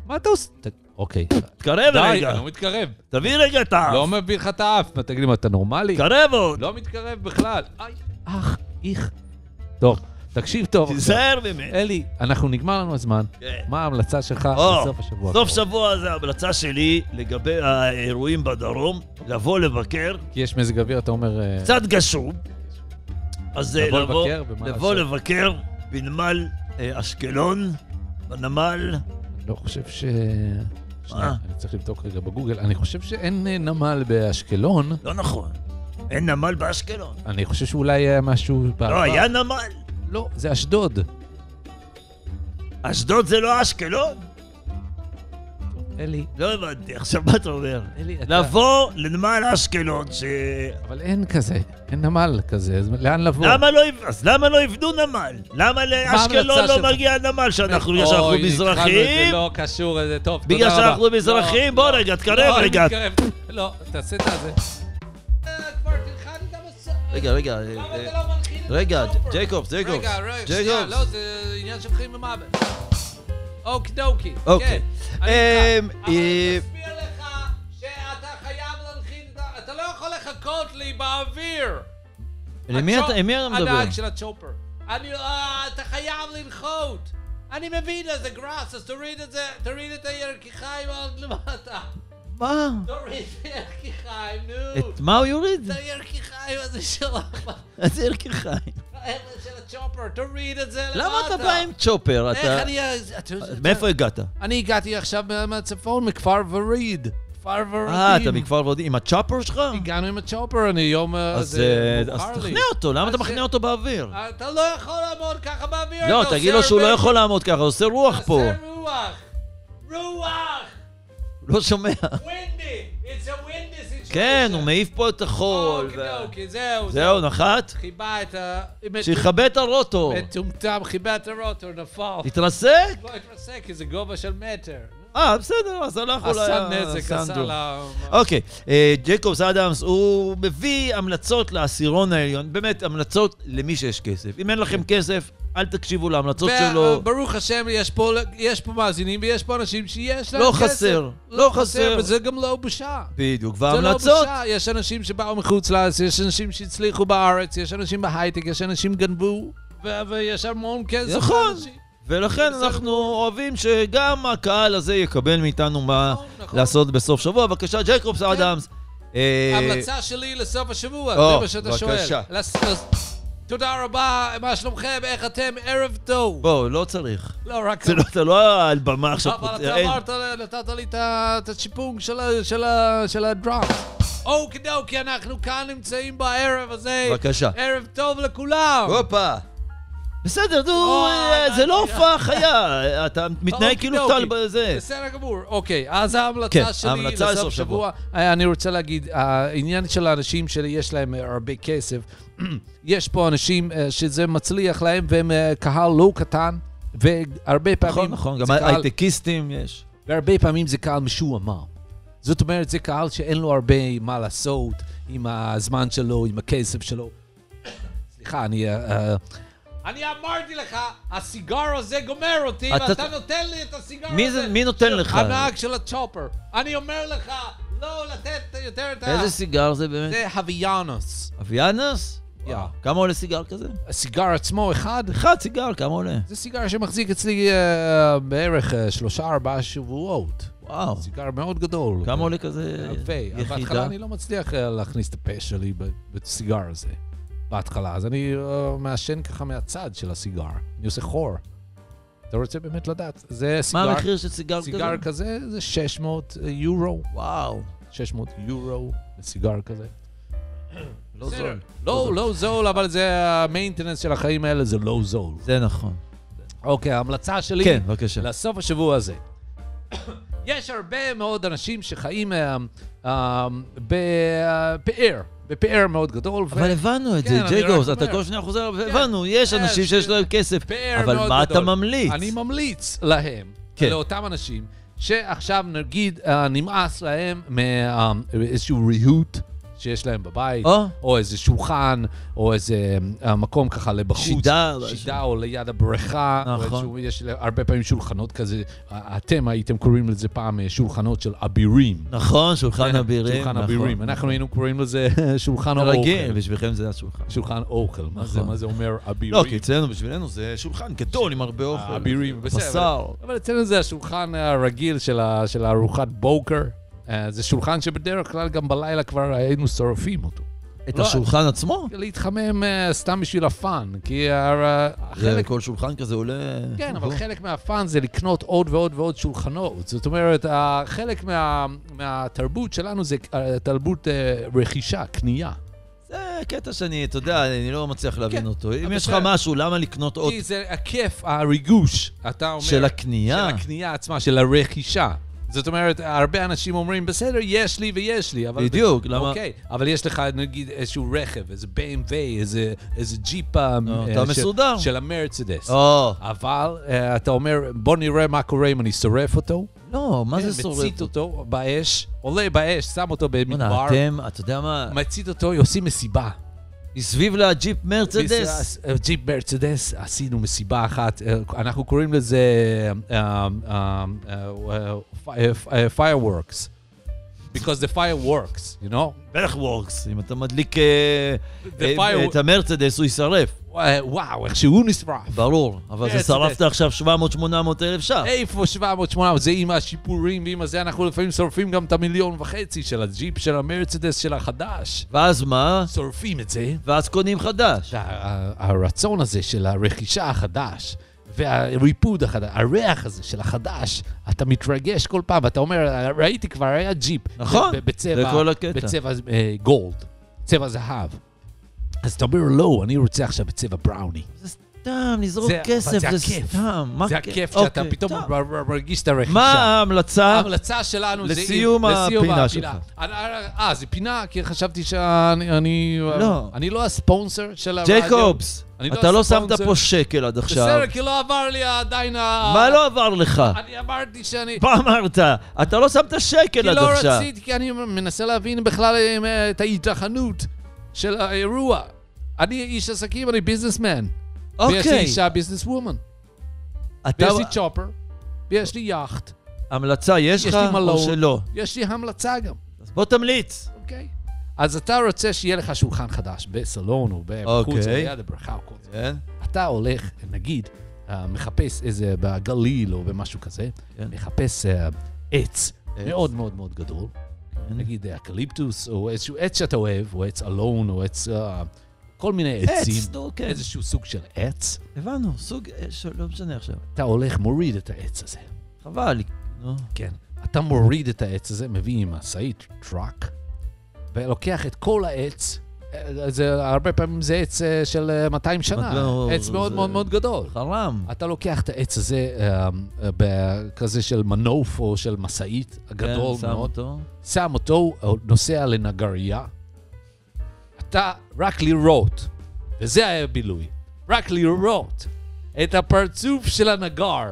[SPEAKER 3] מה אתה עושה? ת- אוקיי.
[SPEAKER 2] תקרב
[SPEAKER 3] די,
[SPEAKER 2] רגע. אה.
[SPEAKER 3] אני לא מתקרב.
[SPEAKER 2] תביא רגע את האף.
[SPEAKER 3] לא מביא לך את האף. מה, תגיד לי, מה, אתה נורמלי?
[SPEAKER 2] תקרב עוד.
[SPEAKER 3] לא מתקרב בכלל. איי, אח, איך. טוב, תקשיב טוב.
[SPEAKER 2] תיזהר ממנו.
[SPEAKER 3] אלי, אנחנו נגמר לנו הזמן.
[SPEAKER 2] כן.
[SPEAKER 3] מה ההמלצה שלך
[SPEAKER 2] או,
[SPEAKER 3] לסוף אה, השבוע?
[SPEAKER 2] סוף
[SPEAKER 3] הקרוב?
[SPEAKER 2] שבוע זה ההמלצה שלי לגבי האירועים בדרום, לבוא לבקר,
[SPEAKER 3] כי יש מזג אוויר, אתה אומר... אה,
[SPEAKER 2] קצת גשום, אז אה,
[SPEAKER 3] לבוא
[SPEAKER 2] לבוא
[SPEAKER 3] לבקר, ומה
[SPEAKER 2] לבוא
[SPEAKER 3] לעשות?
[SPEAKER 2] לבקר בנמל אה, אשקלון, בנמל,
[SPEAKER 3] אני לא חושב ש...
[SPEAKER 2] מה?
[SPEAKER 3] שנייה, אני צריך לבדוק רגע בגוגל. אני חושב שאין אה, נמל באשקלון.
[SPEAKER 2] לא נכון, אין נמל באשקלון.
[SPEAKER 3] אני חושב שאולי היה משהו... בעבר.
[SPEAKER 2] לא, היה נמל.
[SPEAKER 3] לא, זה אשדוד.
[SPEAKER 2] אשדוד זה לא אשקלון?
[SPEAKER 3] אלי,
[SPEAKER 2] לא הבנתי, עכשיו מה אתה אומר?
[SPEAKER 3] אלי, אתה...
[SPEAKER 2] לבוא לנמל אשקלון, ש...
[SPEAKER 3] אבל אין כזה, אין נמל כזה, אז לאן לבוא?
[SPEAKER 2] למה לא, יב- אז למה לא יבנו נמל? למה לאשקלון לא
[SPEAKER 3] ההמלצה שלך?
[SPEAKER 2] מגיע נמל? שאנחנו,
[SPEAKER 3] אוי,
[SPEAKER 2] בגלל שאנחנו
[SPEAKER 3] התחלנו את זה,
[SPEAKER 2] מזרחים?
[SPEAKER 3] לא קשור, זה טוב, תודה רבה.
[SPEAKER 2] בגלל שאנחנו מזרחים?
[SPEAKER 3] לא,
[SPEAKER 2] בוא
[SPEAKER 3] לא,
[SPEAKER 2] רגע, תקרב
[SPEAKER 3] לא, אני
[SPEAKER 2] רגע.
[SPEAKER 3] מתקרב. לא, תעשה את זה.
[SPEAKER 2] רגע, רגע, אה, אה,
[SPEAKER 3] לא
[SPEAKER 2] רגע, ג'ייקובס, ג'ייקובס,
[SPEAKER 3] רגע, רגע, שנייה,
[SPEAKER 2] ג'ייקובס.
[SPEAKER 3] לא, זה עניין של חיים ומוות. אוקי דוקי,
[SPEAKER 2] אוקיי.
[SPEAKER 3] כן. אני
[SPEAKER 2] אמ,
[SPEAKER 3] איתך. אבל אני
[SPEAKER 2] אה,
[SPEAKER 3] מסביר לך שאתה חייב להנחית את ה... אתה לא יכול לחכות לי באוויר.
[SPEAKER 2] למי
[SPEAKER 3] הצ'ופ-
[SPEAKER 2] אתה- למי אתה מדבר?
[SPEAKER 3] הנהג של הצ'ופר. אני... אה, אתה חייב לנחות. אני מבין לזה גראס, אז תוריד את זה, תוריד את הירכיחיים עד למטה.
[SPEAKER 2] מה?
[SPEAKER 3] תוריד את ירכיחיים, נו.
[SPEAKER 2] את מה הוא יוריד?
[SPEAKER 3] את הירכיחיים הזה שלך,
[SPEAKER 2] איזה ירכיחיים.
[SPEAKER 3] האלה של הצ'ופר, תוריד את זה למטה.
[SPEAKER 2] למה אתה בא עם צ'ופר?
[SPEAKER 3] איך
[SPEAKER 2] אתה...
[SPEAKER 3] אני... אה, אתה יודע-
[SPEAKER 2] מאיפה הגעת?
[SPEAKER 3] אני הגעתי עכשיו מה- מהצפון, מכפר וריד. כפר ורידים.
[SPEAKER 2] אה, אתה מכפר ורדים. עם הצ'ופר שלך?
[SPEAKER 3] הגענו עם הצ'ופר, אני יום... אה,
[SPEAKER 2] אז
[SPEAKER 3] זה
[SPEAKER 2] אה, אז
[SPEAKER 3] מאוחר לי.
[SPEAKER 2] תכנע אותו, למה
[SPEAKER 3] אז
[SPEAKER 2] אתה
[SPEAKER 3] זה-
[SPEAKER 2] מכניע אותו באוויר?
[SPEAKER 3] אתה לא יכול לעמוד ככה באוויר.
[SPEAKER 2] לא,
[SPEAKER 3] אתה
[SPEAKER 2] תגיד לו
[SPEAKER 3] עושה
[SPEAKER 2] שהוא לא
[SPEAKER 3] הרבה-
[SPEAKER 2] יכול לעמוד ככה, הוא עושה רוח פה.
[SPEAKER 3] עושה רוח. רוח!
[SPEAKER 2] לא שומע.
[SPEAKER 3] windy! It's a windy situation.
[SPEAKER 2] כן, הוא מעיף פה את החול.
[SPEAKER 3] אוקיי,
[SPEAKER 2] וה-
[SPEAKER 3] אוקיי, זהו, זהו.
[SPEAKER 2] זהו, נחת?
[SPEAKER 3] חיבה את ה...
[SPEAKER 2] שיכבה את הרוטו.
[SPEAKER 3] מטומטם, חיבה את הרוטו, נפל.
[SPEAKER 2] התרסק?
[SPEAKER 3] לא התרסק, כי זה גובה של מטר.
[SPEAKER 2] אה, בסדר, אז הלך אולי...
[SPEAKER 3] עשה נזק, עשה
[SPEAKER 2] הסנדו.
[SPEAKER 3] לה...
[SPEAKER 2] אוקיי, אה, ג'ייקובס אדמס, הוא מביא המלצות לעשירון העליון, באמת, המלצות למי שיש כסף. אם אין לכם כסף, אל תקשיבו להמלצות שלו.
[SPEAKER 3] וברוך אה, השם, יש פה, יש פה מאזינים ויש פה אנשים שיש להם
[SPEAKER 2] לא
[SPEAKER 3] כסף.
[SPEAKER 2] חסר, לא חסר.
[SPEAKER 3] וזה גם לא בושה.
[SPEAKER 2] בדיוק,
[SPEAKER 3] זה לא
[SPEAKER 2] וההמלצות,
[SPEAKER 3] בושה, יש אנשים שבאו מחוץ לארץ, יש אנשים שהצליחו בארץ, יש אנשים בהייטק, יש אנשים גנבו, ו- ויש המון כסף.
[SPEAKER 2] נכון.
[SPEAKER 3] לאנשים.
[SPEAKER 2] ולכן
[SPEAKER 3] בסדר.
[SPEAKER 2] אנחנו אוהבים שגם הקהל הזה יקבל מאיתנו מה
[SPEAKER 3] נכון, נכון. כן.
[SPEAKER 2] לעשות בסוף שבוע. בבקשה, ג'ייקובס אדמס. אה,
[SPEAKER 3] ההמלצה שלי לסוף השבוע,
[SPEAKER 2] או,
[SPEAKER 3] זה מה שאתה שואל.
[SPEAKER 2] בבקשה.
[SPEAKER 3] לס- לס- תודה רבה, מה שלומכם, איך אתם, ערב טוב.
[SPEAKER 2] בוא, לא צריך.
[SPEAKER 3] לא, רק...
[SPEAKER 2] זה לא- אתה לא על במה עכשיו.
[SPEAKER 3] אבל
[SPEAKER 2] אה,
[SPEAKER 3] אתה
[SPEAKER 2] אין.
[SPEAKER 3] אמרת, נתת לי את ה- את השיפונג של ה- של ה- של הדראפט. אוקי דוקי, אנחנו כאן נמצאים בערב הזה.
[SPEAKER 2] בבקשה.
[SPEAKER 3] ערב טוב לכולם.
[SPEAKER 2] הופה. בסדר, נו,
[SPEAKER 3] אוי,
[SPEAKER 2] אה, זה לא
[SPEAKER 3] אוי.
[SPEAKER 2] הופעה חיה, אתה מתנהג כאילו
[SPEAKER 3] אוקיי,
[SPEAKER 2] טל
[SPEAKER 3] אוקיי.
[SPEAKER 2] בזה.
[SPEAKER 3] בסדר גמור. אוקיי, אז ההמלצה
[SPEAKER 2] כן,
[SPEAKER 3] שלי
[SPEAKER 2] ההמלצה
[SPEAKER 3] לסוף שבוע, אה, אני רוצה להגיד, העניין של האנשים שיש להם אה, הרבה כסף, *clears throat* יש פה אנשים אה, שזה מצליח להם והם אה, קהל לא קטן, והרבה פעמים...
[SPEAKER 2] נכון, נכון,
[SPEAKER 3] זה
[SPEAKER 2] גם
[SPEAKER 3] קהל-
[SPEAKER 2] הייטקיסטים יש.
[SPEAKER 3] והרבה פעמים זה קהל משועמם. זאת אומרת, זה קהל שאין לו הרבה מה לעשות עם הזמן שלו, עם הכסף שלו. סליחה, אני... אה, אה, אני אמרתי לך, הסיגר הזה גומר אותי,
[SPEAKER 2] אתה-
[SPEAKER 3] ואתה נותן לי את הסיגר
[SPEAKER 2] מי
[SPEAKER 3] הזה.
[SPEAKER 2] זה- מי נותן
[SPEAKER 3] של
[SPEAKER 2] לך?
[SPEAKER 3] הנהג של הצ'ופר. אני אומר לך, לא לתת יותר את ה...
[SPEAKER 2] איזה סיגר זה באמת?
[SPEAKER 3] זה הוויאנוס.
[SPEAKER 2] אביאנס?
[SPEAKER 3] יא.
[SPEAKER 2] כמה עולה סיגר כזה?
[SPEAKER 3] הסיגר עצמו, אחד,
[SPEAKER 2] אחד סיגר, כמה עולה?
[SPEAKER 3] זה סיגר שמחזיק אצלי אה, בערך אה, שלושה-ארבעה שבועות.
[SPEAKER 2] וואו.
[SPEAKER 3] סיגר מאוד גדול.
[SPEAKER 2] כמה עולה כזה
[SPEAKER 3] יפה, אבל בהתחלה
[SPEAKER 2] יחידה?
[SPEAKER 3] אני לא מצליח אה, להכניס את הפה שלי ב- בסיגר הזה. בהתחלה, אז אני אה, מעשן ככה מהצד של הסיגר. אני עושה חור. אתה רוצה באמת לדעת? זה
[SPEAKER 2] מה
[SPEAKER 3] סיגר,
[SPEAKER 2] המחיר של סיגר
[SPEAKER 3] סיגר
[SPEAKER 2] כזה?
[SPEAKER 3] כזה, זה 600 יורו.
[SPEAKER 2] וואו.
[SPEAKER 3] 600 יורו לסיגר כזה.
[SPEAKER 2] לא
[SPEAKER 3] בסדר.
[SPEAKER 2] זול.
[SPEAKER 3] לא, לא זול, אבל זה המיינטננס של החיים האלה, זה לא זול.
[SPEAKER 2] זה נכון.
[SPEAKER 3] אוקיי, ההמלצה שלי...
[SPEAKER 2] כן, בבקשה.
[SPEAKER 3] לסוף השבוע הזה. *coughs* יש הרבה מאוד אנשים שחיים אה, אה, בפאר, בפאר מאוד גדול. ו-
[SPEAKER 2] אבל הבנו את
[SPEAKER 3] כן,
[SPEAKER 2] זה,
[SPEAKER 3] אני רק
[SPEAKER 2] ג'ייקובס,
[SPEAKER 3] אומר.
[SPEAKER 2] אתה כל שניה חוזר, הבנו, יש
[SPEAKER 3] כן,
[SPEAKER 2] אנשים שיש
[SPEAKER 3] כן.
[SPEAKER 2] להם כסף,
[SPEAKER 3] פאר
[SPEAKER 2] אבל
[SPEAKER 3] מאוד
[SPEAKER 2] מה אתה
[SPEAKER 3] גדול.
[SPEAKER 2] ממליץ?
[SPEAKER 3] אני ממליץ להם,
[SPEAKER 2] כן.
[SPEAKER 3] לאותם אנשים, שעכשיו נגיד אה, נמאס להם מאיזשהו ריהוט שיש להם בבית,
[SPEAKER 2] או.
[SPEAKER 3] או איזה שולחן, או איזה אה, מקום ככה לבחוץ.
[SPEAKER 2] שידה,
[SPEAKER 3] שידה, או ליד הבריכה. או
[SPEAKER 2] נכון.
[SPEAKER 3] איזשהו- יש הרבה פעמים שולחנות כזה, אה, אתם הייתם קוראים לזה פעם אה, שולחנות של אבירים.
[SPEAKER 2] נכון, שולחן אבירים.
[SPEAKER 3] כן, שולחן
[SPEAKER 2] נכון.
[SPEAKER 3] אבירים. אנחנו היינו קוראים לזה *laughs* שולחן האוכל.
[SPEAKER 2] רגיל, בשבילכם זה השולחן.
[SPEAKER 3] שולחן אוכל, מה זה-
[SPEAKER 2] נכון.
[SPEAKER 3] מה זה אומר אבירים?
[SPEAKER 2] לא, כי אצלנו, בשבילנו זה שולחן גדול עם הרבה אוכל.
[SPEAKER 3] אבירים, בסדר. לא,
[SPEAKER 2] בשר.
[SPEAKER 3] אבל אצלנו זה השולחן הרגיל של ה- של הארוחת בוקר. אה, זה שולחן שבדרך כלל גם בלילה כבר היינו שורפים אותו.
[SPEAKER 2] את
[SPEAKER 3] לא,
[SPEAKER 2] השולחן עצמו?
[SPEAKER 3] להתחמם אה, סתם בשביל הפאן, כי ה-
[SPEAKER 2] זה נכון.
[SPEAKER 3] החלק...
[SPEAKER 2] כל שולחן כזה עולה...
[SPEAKER 3] כן, אבל חלק מהפאן זה לקנות עוד ועוד ועוד שולחנות. זאת אומרת, ה- חלק מה- מהתרבות שלנו זה אה, תרבות אה, רכישה, קנייה.
[SPEAKER 2] זה קטע שאני, אתה יודע, אני לא מצליח
[SPEAKER 3] כן,
[SPEAKER 2] להבין אותו. אם
[SPEAKER 3] אבל
[SPEAKER 2] יש לך
[SPEAKER 3] בסדר.
[SPEAKER 2] משהו, למה לקנות עוד
[SPEAKER 3] כי זה הכיף, הריגוש, אתה אומר.
[SPEAKER 2] של הקנייה?
[SPEAKER 3] של הקנייה עצמה, של הרכישה. זאת אומרת, הרבה אנשים אומרים, בסדר, יש לי ויש לי, אבל...
[SPEAKER 2] בדיוק, למה...
[SPEAKER 3] אוקיי, אבל יש לך נגיד איזשהו רכב, איזה BMW, איזה, איזה ג'יפה... אה,
[SPEAKER 2] אתה
[SPEAKER 3] של-
[SPEAKER 2] מסודר.
[SPEAKER 3] של המרצדס.
[SPEAKER 2] או,
[SPEAKER 3] אבל אה, אתה אומר, בוא נראה מה קורה אם אני שורף אותו.
[SPEAKER 2] לא, מה
[SPEAKER 3] כן,
[SPEAKER 2] זה שורף?
[SPEAKER 3] מצית אותו באש, עולה באש, שם אותו
[SPEAKER 2] בוא'נה,
[SPEAKER 3] במדבר,
[SPEAKER 2] אתם, אתה יודע מה,
[SPEAKER 3] מצית אותו, עושים מסיבה.
[SPEAKER 2] מסביב לג'יפ מרצדס.
[SPEAKER 3] בישראל, אה, ג'יפ מרצדס, עשינו מסיבה אחת, אה, אנחנו קוראים לזה אה, אה, אה, אה, אה, אה, אה, fireworks. because the fire works, you know?
[SPEAKER 2] בטח וורקס, אם אתה מדליק אה,
[SPEAKER 3] The
[SPEAKER 2] אה,
[SPEAKER 3] fire-
[SPEAKER 2] את המרצדס, הוא יישרף.
[SPEAKER 3] וואי, אה, וואו, איך שהוא נשרף.
[SPEAKER 2] ברור, אבל
[SPEAKER 3] כן,
[SPEAKER 2] זה שרפת
[SPEAKER 3] צודק. אה.
[SPEAKER 2] עכשיו 700-800 אלף ש"ח.
[SPEAKER 3] איפה 700, 800, זה עם השיפורים ועם הזה, אנחנו לפעמים שורפים גם את המיליון וחצי של הג'יפ, של המרצדס, של החדש.
[SPEAKER 2] ואז מה?
[SPEAKER 3] שורפים את זה.
[SPEAKER 2] ואז קונים חדש.
[SPEAKER 3] שה- ה- הרצון הזה של הרכישה החדש, והריפוד החדש, הריח הזה של החדש, אתה מתרגש כל פעם, אתה אומר, ראיתי כבר, היה ג'יפ.
[SPEAKER 2] נכון,
[SPEAKER 3] ב- בצבע,
[SPEAKER 2] זה כל הקטע.
[SPEAKER 3] בצבע אה, גולד, צבע זהב. אז אתה אומר, לא, אני רוצה עכשיו בצבע בראוני.
[SPEAKER 2] זה סתם, לזרוק
[SPEAKER 3] זה- אבל
[SPEAKER 2] כסף, זה
[SPEAKER 3] זה הכיף.
[SPEAKER 2] סתם. מה
[SPEAKER 3] זה
[SPEAKER 2] כיף?
[SPEAKER 3] הכיף שאתה
[SPEAKER 2] אוקיי,
[SPEAKER 3] פתאום
[SPEAKER 2] טוב.
[SPEAKER 3] מ- מ- מרגיש את הרכישה.
[SPEAKER 2] מה ההמלצה?
[SPEAKER 3] ההמלצה שלנו זה...
[SPEAKER 2] לסיום הפינה שלך.
[SPEAKER 3] אה, זה פינה? כי חשבתי שאני... אני
[SPEAKER 2] לא.
[SPEAKER 3] אני לא הספונסר של הרדיו.
[SPEAKER 2] ג'ייקובס,
[SPEAKER 3] אני
[SPEAKER 2] אתה לא שמת
[SPEAKER 3] הספונסר.
[SPEAKER 2] פה שקל עד עכשיו.
[SPEAKER 3] בסדר, כי לא עבר לי עדיין ה...
[SPEAKER 2] מה לא עבר לך?
[SPEAKER 3] אני אמרתי שאני...
[SPEAKER 2] מה אמרת? אתה לא שמת
[SPEAKER 3] כי
[SPEAKER 2] שקל עד
[SPEAKER 3] לא
[SPEAKER 2] עכשיו.
[SPEAKER 3] רציתי, כי אני מנסה להבין בכלל אה, את ההיתכנות של האירוע. אני איש עסקים, אני ביזנסמן. ויש לי
[SPEAKER 2] אוקיי.
[SPEAKER 3] אישה ביזנס וומן.
[SPEAKER 2] אתה-
[SPEAKER 3] ויש לי צ'ופר. ויש לי יאכט.
[SPEAKER 2] המלצה יש לך
[SPEAKER 3] יש לי לא-
[SPEAKER 2] או
[SPEAKER 3] מלון.
[SPEAKER 2] שלא?
[SPEAKER 3] יש לי המלצה גם,
[SPEAKER 2] אז בוא תמליץ.
[SPEAKER 3] אוקיי? אז אתה רוצה שיהיה לך שולחן חדש בסלון או בחוץ,
[SPEAKER 2] אוקיי.
[SPEAKER 3] ליד הבריכה או כל זה.
[SPEAKER 2] כן.
[SPEAKER 3] אתה הולך, נגיד, אה, מחפש איזה בגליל או במשהו כזה,
[SPEAKER 2] כן.
[SPEAKER 3] מחפש אה, עץ
[SPEAKER 2] עץ.
[SPEAKER 3] מאוד מאוד מאוד גדול,
[SPEAKER 2] כן.
[SPEAKER 3] נגיד אה, אקליפטוס, או איזשהו עץ שאתה אוהב, או עץ אלון, או עץ... אה, כל מיני עצים,
[SPEAKER 2] עץ, נו, כן.
[SPEAKER 3] איזשהו סוג של עץ,
[SPEAKER 2] הבנו, סוג, אה, של- לא משנה עכשיו.
[SPEAKER 3] אתה הולך, מוריד את העץ הזה.
[SPEAKER 2] חבל, נו.
[SPEAKER 3] כן. אתה מוריד את העץ הזה, מביא עם משאית טראק, ולוקח את כל העץ, אה, זה, הרבה פעמים זה עץ אה, של אה, 200 שנה,
[SPEAKER 2] לא,
[SPEAKER 3] עץ מאוד
[SPEAKER 2] זה-
[SPEAKER 3] מאוד מאוד גדול.
[SPEAKER 2] חרם.
[SPEAKER 3] אתה לוקח את העץ הזה אה, אה, בכזה של מנוף או של משאית, הגדול
[SPEAKER 2] כן, שם
[SPEAKER 3] מאוד,
[SPEAKER 2] אותו.
[SPEAKER 3] שם אותו, אה, נוסע לנגריה. אתה רק לראות, וזה היה הבילוי, רק לראות את הפרצוף של הנגר,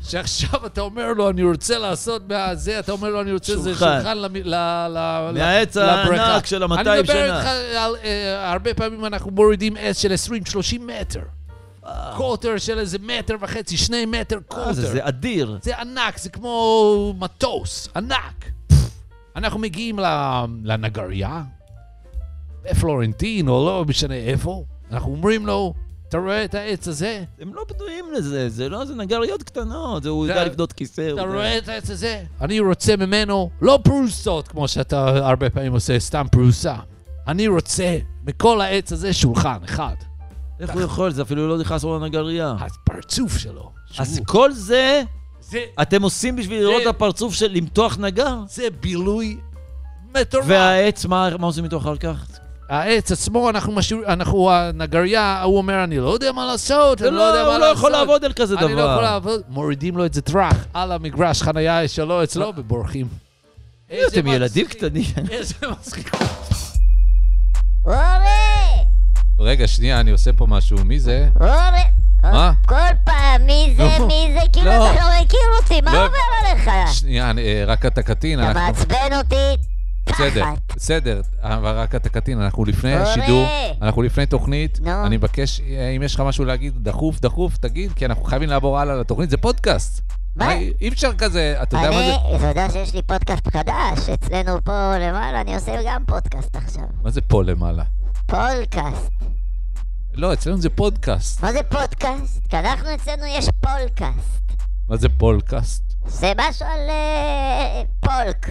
[SPEAKER 3] שעכשיו אתה אומר לו, אני רוצה לעשות מהזה, אתה אומר לו, אני רוצה איזה
[SPEAKER 2] שולחן.
[SPEAKER 3] שולחן למ- ל- ל- ל-
[SPEAKER 2] מהעץ
[SPEAKER 3] לבריכה."
[SPEAKER 2] הענק של ה- 200
[SPEAKER 3] אני מדבר
[SPEAKER 2] שנה.
[SPEAKER 3] איתך על, אה, הרבה פעמים אנחנו מורידים עץ של 20-30 מטר. קוטר של איזה מטר וחצי, שני מטר
[SPEAKER 2] אה,
[SPEAKER 3] קוטר.
[SPEAKER 2] זה- זה אדיר.
[SPEAKER 3] זה ענק, זה כמו מטוס, ענק. אנחנו מגיעים ל- לנגריה, בפלורנטין, או לא משנה איפה, אנחנו אומרים לו, אתה רואה את העץ הזה?
[SPEAKER 2] הם לא בנויים לזה, זה לא, זה נגריות קטנות, זה הוא
[SPEAKER 3] זה-
[SPEAKER 2] יודע לבנות כיסא. הוא
[SPEAKER 3] אתה
[SPEAKER 2] יודע.
[SPEAKER 3] רואה את העץ הזה? אני רוצה ממנו לא פרוסות, כמו שאתה הרבה פעמים עושה, סתם פרוסה. אני רוצה מכל העץ הזה שולחן אחד.
[SPEAKER 2] איך הוא יכול? זה אפילו לא נכנס לו לנגריה.
[SPEAKER 3] הפרצוף שלו.
[SPEAKER 2] אז
[SPEAKER 3] שהוא-
[SPEAKER 2] כל זה
[SPEAKER 3] זה-
[SPEAKER 2] אתם עושים בשביל לראות
[SPEAKER 3] זה-
[SPEAKER 2] את הפרצוף של למתוח נגר?
[SPEAKER 3] זה בילוי מטורף.
[SPEAKER 2] והעץ, מה מה עושים איתו אחר כך?
[SPEAKER 3] העץ עצמו, אנחנו משאיר, אנחנו, הנגריה, הוא אומר, אני לא יודע מה לעשות,
[SPEAKER 2] זה
[SPEAKER 3] אני לא
[SPEAKER 2] לא,
[SPEAKER 3] יודע מה
[SPEAKER 2] הוא לא
[SPEAKER 3] לעשות.
[SPEAKER 2] יכול לעבוד על כזה
[SPEAKER 3] אני לא יכול
[SPEAKER 2] דבר.
[SPEAKER 3] לעבוד. מורידים לו את זה טראח על המגרש חנייה שלו אצלו ובורחים.
[SPEAKER 2] תגידו,
[SPEAKER 3] איזה
[SPEAKER 2] אתם ילדים
[SPEAKER 3] מצחיק.
[SPEAKER 2] קטנים.
[SPEAKER 3] *laughs* איזה מצחיק.
[SPEAKER 4] רובי!
[SPEAKER 5] רגע, שנייה, אני עושה פה משהו. מי זה?
[SPEAKER 4] רובי!
[SPEAKER 5] מה?
[SPEAKER 4] כל פעם, מי זה,
[SPEAKER 5] לא.
[SPEAKER 4] מי זה, כאילו
[SPEAKER 5] לא.
[SPEAKER 4] אתה לא מכיר אותי, מה
[SPEAKER 5] לא.
[SPEAKER 4] עובר עליך?
[SPEAKER 5] שנייה, אני- אה, רק אתה קטין,
[SPEAKER 4] אתה
[SPEAKER 5] אנחנו...
[SPEAKER 4] מעצבן אותי,
[SPEAKER 5] בסדר,
[SPEAKER 4] פחד.
[SPEAKER 5] בסדר, אבל רק אתה קטין, אנחנו לפני
[SPEAKER 4] אורי!
[SPEAKER 5] שידור, אנחנו לפני תוכנית.
[SPEAKER 4] נו.
[SPEAKER 5] אני מבקש, אה, אם יש לך משהו להגיד דחוף, דחוף, תגיד, כי אנחנו חייבים לעבור הלאה לתוכנית, זה פודקאסט.
[SPEAKER 4] מה?
[SPEAKER 5] אי- אי אפשר כזה, אתה יודע מה זה?
[SPEAKER 4] אני, אתה יודע שיש לי פודקאסט חדש, אצלנו פה למעלה, אני עושה גם פודקאסט עכשיו.
[SPEAKER 5] מה זה פה למעלה?
[SPEAKER 4] פולקאסט.
[SPEAKER 5] לא, אצלנו זה פודקאסט.
[SPEAKER 4] מה זה פודקאסט? כי אנחנו אצלנו יש פולקאסט.
[SPEAKER 5] מה זה פולקאסט?
[SPEAKER 4] זה משהו על אה, פולק.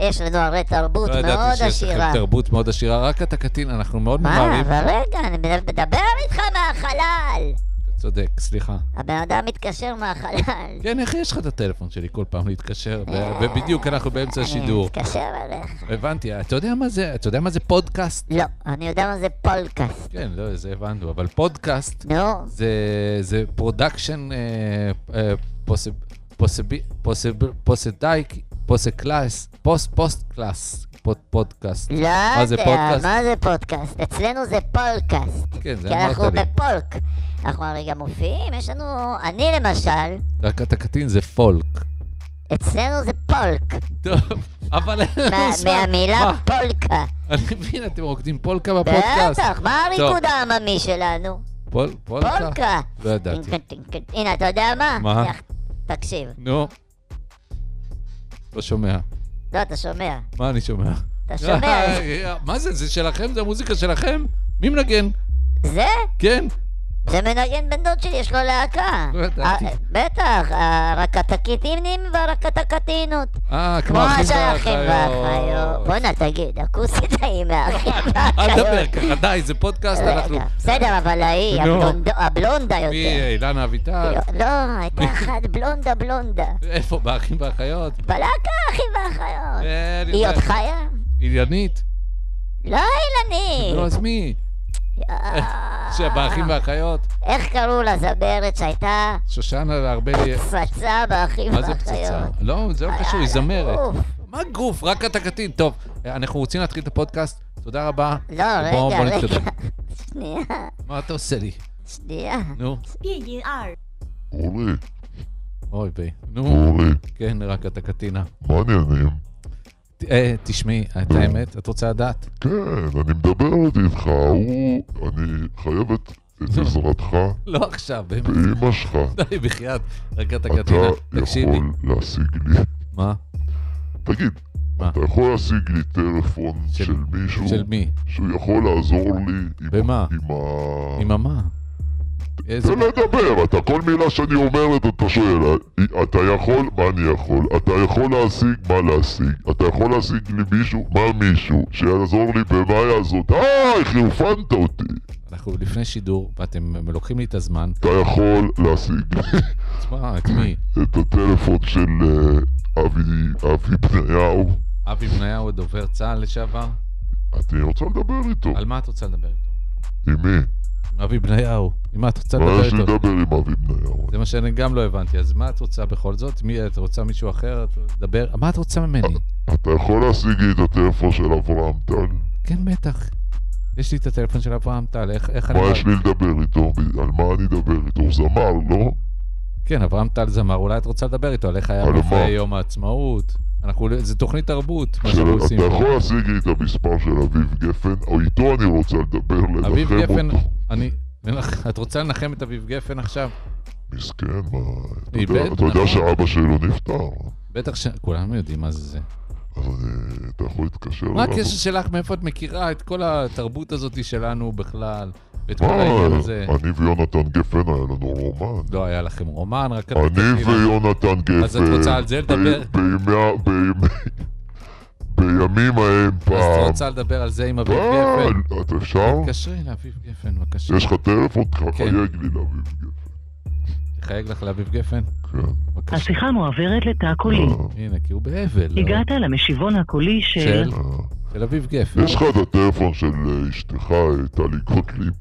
[SPEAKER 4] יש לנו הרי תרבות
[SPEAKER 5] לא ידעתי
[SPEAKER 4] מאוד
[SPEAKER 5] שיש לכם
[SPEAKER 4] עשירה.
[SPEAKER 5] תרבות מאוד עשירה, רק אתה קטין, אנחנו מאוד
[SPEAKER 4] מה,
[SPEAKER 5] מעריב.
[SPEAKER 4] אבל רגע, אני מדבר איתך מהחלל.
[SPEAKER 5] אתה צודק, סליחה.
[SPEAKER 4] הבן אדם מתקשר מהחלל.
[SPEAKER 5] כן, איך יש לך את הטלפון שלי כל פעם להתקשר,
[SPEAKER 4] אה.
[SPEAKER 5] ו- ובדיוק אנחנו באמצע השידור.
[SPEAKER 4] אני מתקשר אליך.
[SPEAKER 5] הבנתי, אתה יודע מה זה, אתה יודע מה זה פודקאסט?
[SPEAKER 4] לא, אני יודע מה זה פולקאסט.
[SPEAKER 5] כן, לא, זה הבנו, אבל פודקאסט
[SPEAKER 4] נו,
[SPEAKER 5] זה- זה אה, פרודקשן פוסדייק, פוסקלאס, פוסט קלאס, פודקאסט.
[SPEAKER 4] לא
[SPEAKER 5] מה זה
[SPEAKER 4] יודע,
[SPEAKER 5] פודקאסט?
[SPEAKER 4] מה זה פודקאסט? אצלנו זה פולקאסט.
[SPEAKER 5] כן, זה
[SPEAKER 4] כי
[SPEAKER 5] אמרת
[SPEAKER 4] אנחנו
[SPEAKER 5] לי.
[SPEAKER 4] בפולק. אנחנו הרי גם מופיעים, יש לנו... אני למשל,
[SPEAKER 5] רק אתה קטין זה פולק.
[SPEAKER 4] אצלנו זה
[SPEAKER 5] *laughs*
[SPEAKER 4] פולק.
[SPEAKER 5] טוב, *laughs* אבל אין
[SPEAKER 4] מה-
[SPEAKER 5] לנו זמן.
[SPEAKER 4] מהמילה
[SPEAKER 5] מה?
[SPEAKER 4] פולקה.
[SPEAKER 5] אני מבין, אתם רוקדים פולקה בפודקאסט.
[SPEAKER 4] בטח, מה
[SPEAKER 5] טוב.
[SPEAKER 4] הריקוד העממי שלנו?
[SPEAKER 5] פול, פולקה?
[SPEAKER 4] פולקה. כן,
[SPEAKER 5] לא ידעתי.
[SPEAKER 4] טינקן, טינקן. הנה, אתה יודע מה?
[SPEAKER 5] מה?
[SPEAKER 4] תקשיב.
[SPEAKER 5] נו. לא שומע.
[SPEAKER 4] לא, אתה שומע.
[SPEAKER 3] מה אני שומע?
[SPEAKER 5] *laughs*
[SPEAKER 4] אתה שומע.
[SPEAKER 5] אה,
[SPEAKER 3] מה זה? זה שלכם? זה המוזיקה שלכם? מי מנגן?
[SPEAKER 4] זה?
[SPEAKER 3] כן.
[SPEAKER 4] זה מנגן בן דוד שלי, יש לו להקה.
[SPEAKER 3] לא ידעתי.
[SPEAKER 4] אה, בטח, הרקתקיטינים והרקתקטינות.
[SPEAKER 3] אה, כמו
[SPEAKER 4] כמו
[SPEAKER 3] אחים
[SPEAKER 4] שהאחים
[SPEAKER 3] והאחיות.
[SPEAKER 4] והאחיות. בואנה, תגיד, הכוסית ההיא מהאחים
[SPEAKER 3] אל תדבר
[SPEAKER 4] והאחיות.
[SPEAKER 3] ככה, די, זה פודקאסט, אנחנו...
[SPEAKER 4] רגע, בסדר, אבל ההיא,
[SPEAKER 3] נו.
[SPEAKER 4] הבלונדו- הבלונדה
[SPEAKER 3] מי,
[SPEAKER 4] יותר.
[SPEAKER 3] אילנה אביטל?
[SPEAKER 4] לא, הייתה אחת בלונדה בלונדה.
[SPEAKER 3] איפה, באחים והאחיות?
[SPEAKER 4] בלהקה, אחים והאחיות.
[SPEAKER 3] אין,
[SPEAKER 4] אוקיי. היא
[SPEAKER 3] יודע.
[SPEAKER 4] עוד חיה?
[SPEAKER 3] עניינית?
[SPEAKER 4] לא אילנית.
[SPEAKER 3] לא, אז מי?
[SPEAKER 4] יאה.
[SPEAKER 3] שבאחים והאחיות?
[SPEAKER 4] איך קראו לזמרת שהייתה
[SPEAKER 3] שושנה וארבלי...
[SPEAKER 4] פצצה באחים
[SPEAKER 3] מה זה
[SPEAKER 4] והאחיות? אה,
[SPEAKER 3] פצצה? לא, זה לא קשור, היא
[SPEAKER 4] יאללה,
[SPEAKER 3] זמרת.
[SPEAKER 4] אוף.
[SPEAKER 3] מה גוף? רק אתה קטין. טוב, אה, אנחנו רוצים להתחיל את הפודקאסט. תודה רבה.
[SPEAKER 4] לא,
[SPEAKER 3] בוא- בוא
[SPEAKER 4] רגע, רגע.
[SPEAKER 3] נתקדם.
[SPEAKER 4] שנייה,
[SPEAKER 3] מה אתה עושה לי?
[SPEAKER 4] שנייה.
[SPEAKER 3] נו,
[SPEAKER 6] 变音二
[SPEAKER 7] אורי,
[SPEAKER 3] אוי ביי. נו,
[SPEAKER 4] אה.
[SPEAKER 7] אורי,
[SPEAKER 3] כן, רק אתה קטינה.
[SPEAKER 7] מה העניינים?
[SPEAKER 3] ת- אה, תשמעי, את האמת, את רוצה לדעת?
[SPEAKER 7] כן, אני מדברת איתך, הוא... אני חייבת
[SPEAKER 3] *laughs*
[SPEAKER 7] את עזרתך
[SPEAKER 3] לא עכשיו, באמת. *laughs*
[SPEAKER 7] באמא שלך.
[SPEAKER 3] די, בחייאת. רק אתה
[SPEAKER 7] אתה
[SPEAKER 3] קטינה. תקשיבי.
[SPEAKER 7] יכול להשיג לי...
[SPEAKER 3] מה?
[SPEAKER 7] תגיד,
[SPEAKER 3] מה?
[SPEAKER 7] אתה יכול להשיג לי טלפון
[SPEAKER 3] של-
[SPEAKER 7] של מישהו
[SPEAKER 3] של מי?
[SPEAKER 7] שהוא יכול לעזור לי עם...
[SPEAKER 3] במה?
[SPEAKER 7] עם ה...
[SPEAKER 3] עם המה. איזה...
[SPEAKER 7] תן לדבר, אתה כל מילה שאני אומרת אתה שואל, אתה יכול, מה אני יכול? אתה יכול להשיג, מה להשיג? אתה יכול להשיג לי מישהו, מה מישהו? שיעזור לי במה יעזור? די, חירפנת אותי.
[SPEAKER 3] אנחנו לפני שידור, ואתם לוקחים לי את הזמן.
[SPEAKER 7] אתה יכול להשיג *laughs* לי
[SPEAKER 3] תשמע, את מי?
[SPEAKER 7] את הטלפון של אה, אבי, אבי בניהו.
[SPEAKER 3] אבי בניהו, דובר צה"ל לשעבר?
[SPEAKER 7] את רוצה לדבר איתו?
[SPEAKER 3] על מה את רוצה לדבר איתו?
[SPEAKER 7] עם מי?
[SPEAKER 3] עם אבי בניהו. עם מה את רוצה
[SPEAKER 7] מה
[SPEAKER 3] לדבר
[SPEAKER 7] יש לי
[SPEAKER 3] איתו?
[SPEAKER 7] לדבר עם אבי בניהו?
[SPEAKER 3] זה מה שאני גם לא הבנתי, אז מה את רוצה בכל זאת? מי, את רוצה מישהו אחר? את לדבר? מה את רוצה ממני?
[SPEAKER 7] אתה יכול להשיג לי את הטלפון של אברהם טל?
[SPEAKER 3] כן, בטח. יש לי את הטלפון של אברהם טל, איך, איך אני...
[SPEAKER 7] מה יש לי לדבר איתו? על מה אני אדבר איתו? הוא זמר, לא?
[SPEAKER 3] כן, אברהם טל זמר, אולי את רוצה לדבר איתו, על איך היה
[SPEAKER 7] על מה?
[SPEAKER 3] מופעי יום העצמאות. אנחנו, זה תוכנית תרבות, מה שאנחנו
[SPEAKER 7] של-
[SPEAKER 3] עושים
[SPEAKER 7] אתה יכול
[SPEAKER 3] פה.
[SPEAKER 7] להשיג לי את המספר של אביב גפן, או איתו אני רוצה לדבר,
[SPEAKER 3] אביב
[SPEAKER 7] לנחם
[SPEAKER 3] גפן,
[SPEAKER 7] אותו.
[SPEAKER 3] אני... מנח- את רוצה לנחם את אביב גפן עכשיו?
[SPEAKER 7] מסכן, מה... אתה
[SPEAKER 3] איבד,
[SPEAKER 7] יודע- אתה
[SPEAKER 3] נכון.
[SPEAKER 7] יודע שאבא שלו נפטר,
[SPEAKER 3] בטח ש... כולנו יודעים מה זה זה.
[SPEAKER 7] לא, אז אני- אתה יכול להתקשר
[SPEAKER 3] מה
[SPEAKER 7] אליו.
[SPEAKER 3] הקשר שלך, מאיפה את מכירה את כל התרבות הזאת שלנו בכלל, ואת כל
[SPEAKER 7] מה,
[SPEAKER 3] העניין הזה?
[SPEAKER 7] אני ויונתן גפן היה לנו רומן.
[SPEAKER 3] לא היה לכם רומן, רק... אתם
[SPEAKER 7] אני
[SPEAKER 3] תגידו.
[SPEAKER 7] ויונתן גפן.
[SPEAKER 3] אז את רוצה על זה
[SPEAKER 7] ב-
[SPEAKER 3] לדבר?
[SPEAKER 7] בימי ה- בימי... בימים ההם
[SPEAKER 3] אז את
[SPEAKER 7] פעם.
[SPEAKER 3] רוצה לדבר על זה עם אביב גפן?
[SPEAKER 7] פעם, אתה אפשר?
[SPEAKER 3] תתקשרי לאביב גפן, בבקשה.
[SPEAKER 7] לא, יש לך טלפון?
[SPEAKER 3] כן.
[SPEAKER 7] חייג לי לאביב גפן.
[SPEAKER 3] תחייג לך לאביב גפן?
[SPEAKER 7] כן.
[SPEAKER 3] בבקשה.
[SPEAKER 8] השיחה מועברת לתא קולי.
[SPEAKER 3] הנה, כי הוא באבל. לא?
[SPEAKER 8] הגעת למשיבון הקולי של...
[SPEAKER 3] של?
[SPEAKER 7] אה.
[SPEAKER 3] של אביב גפן.
[SPEAKER 7] יש לך את הטלפון של אה, אשתך, אה, טלי גוטליב.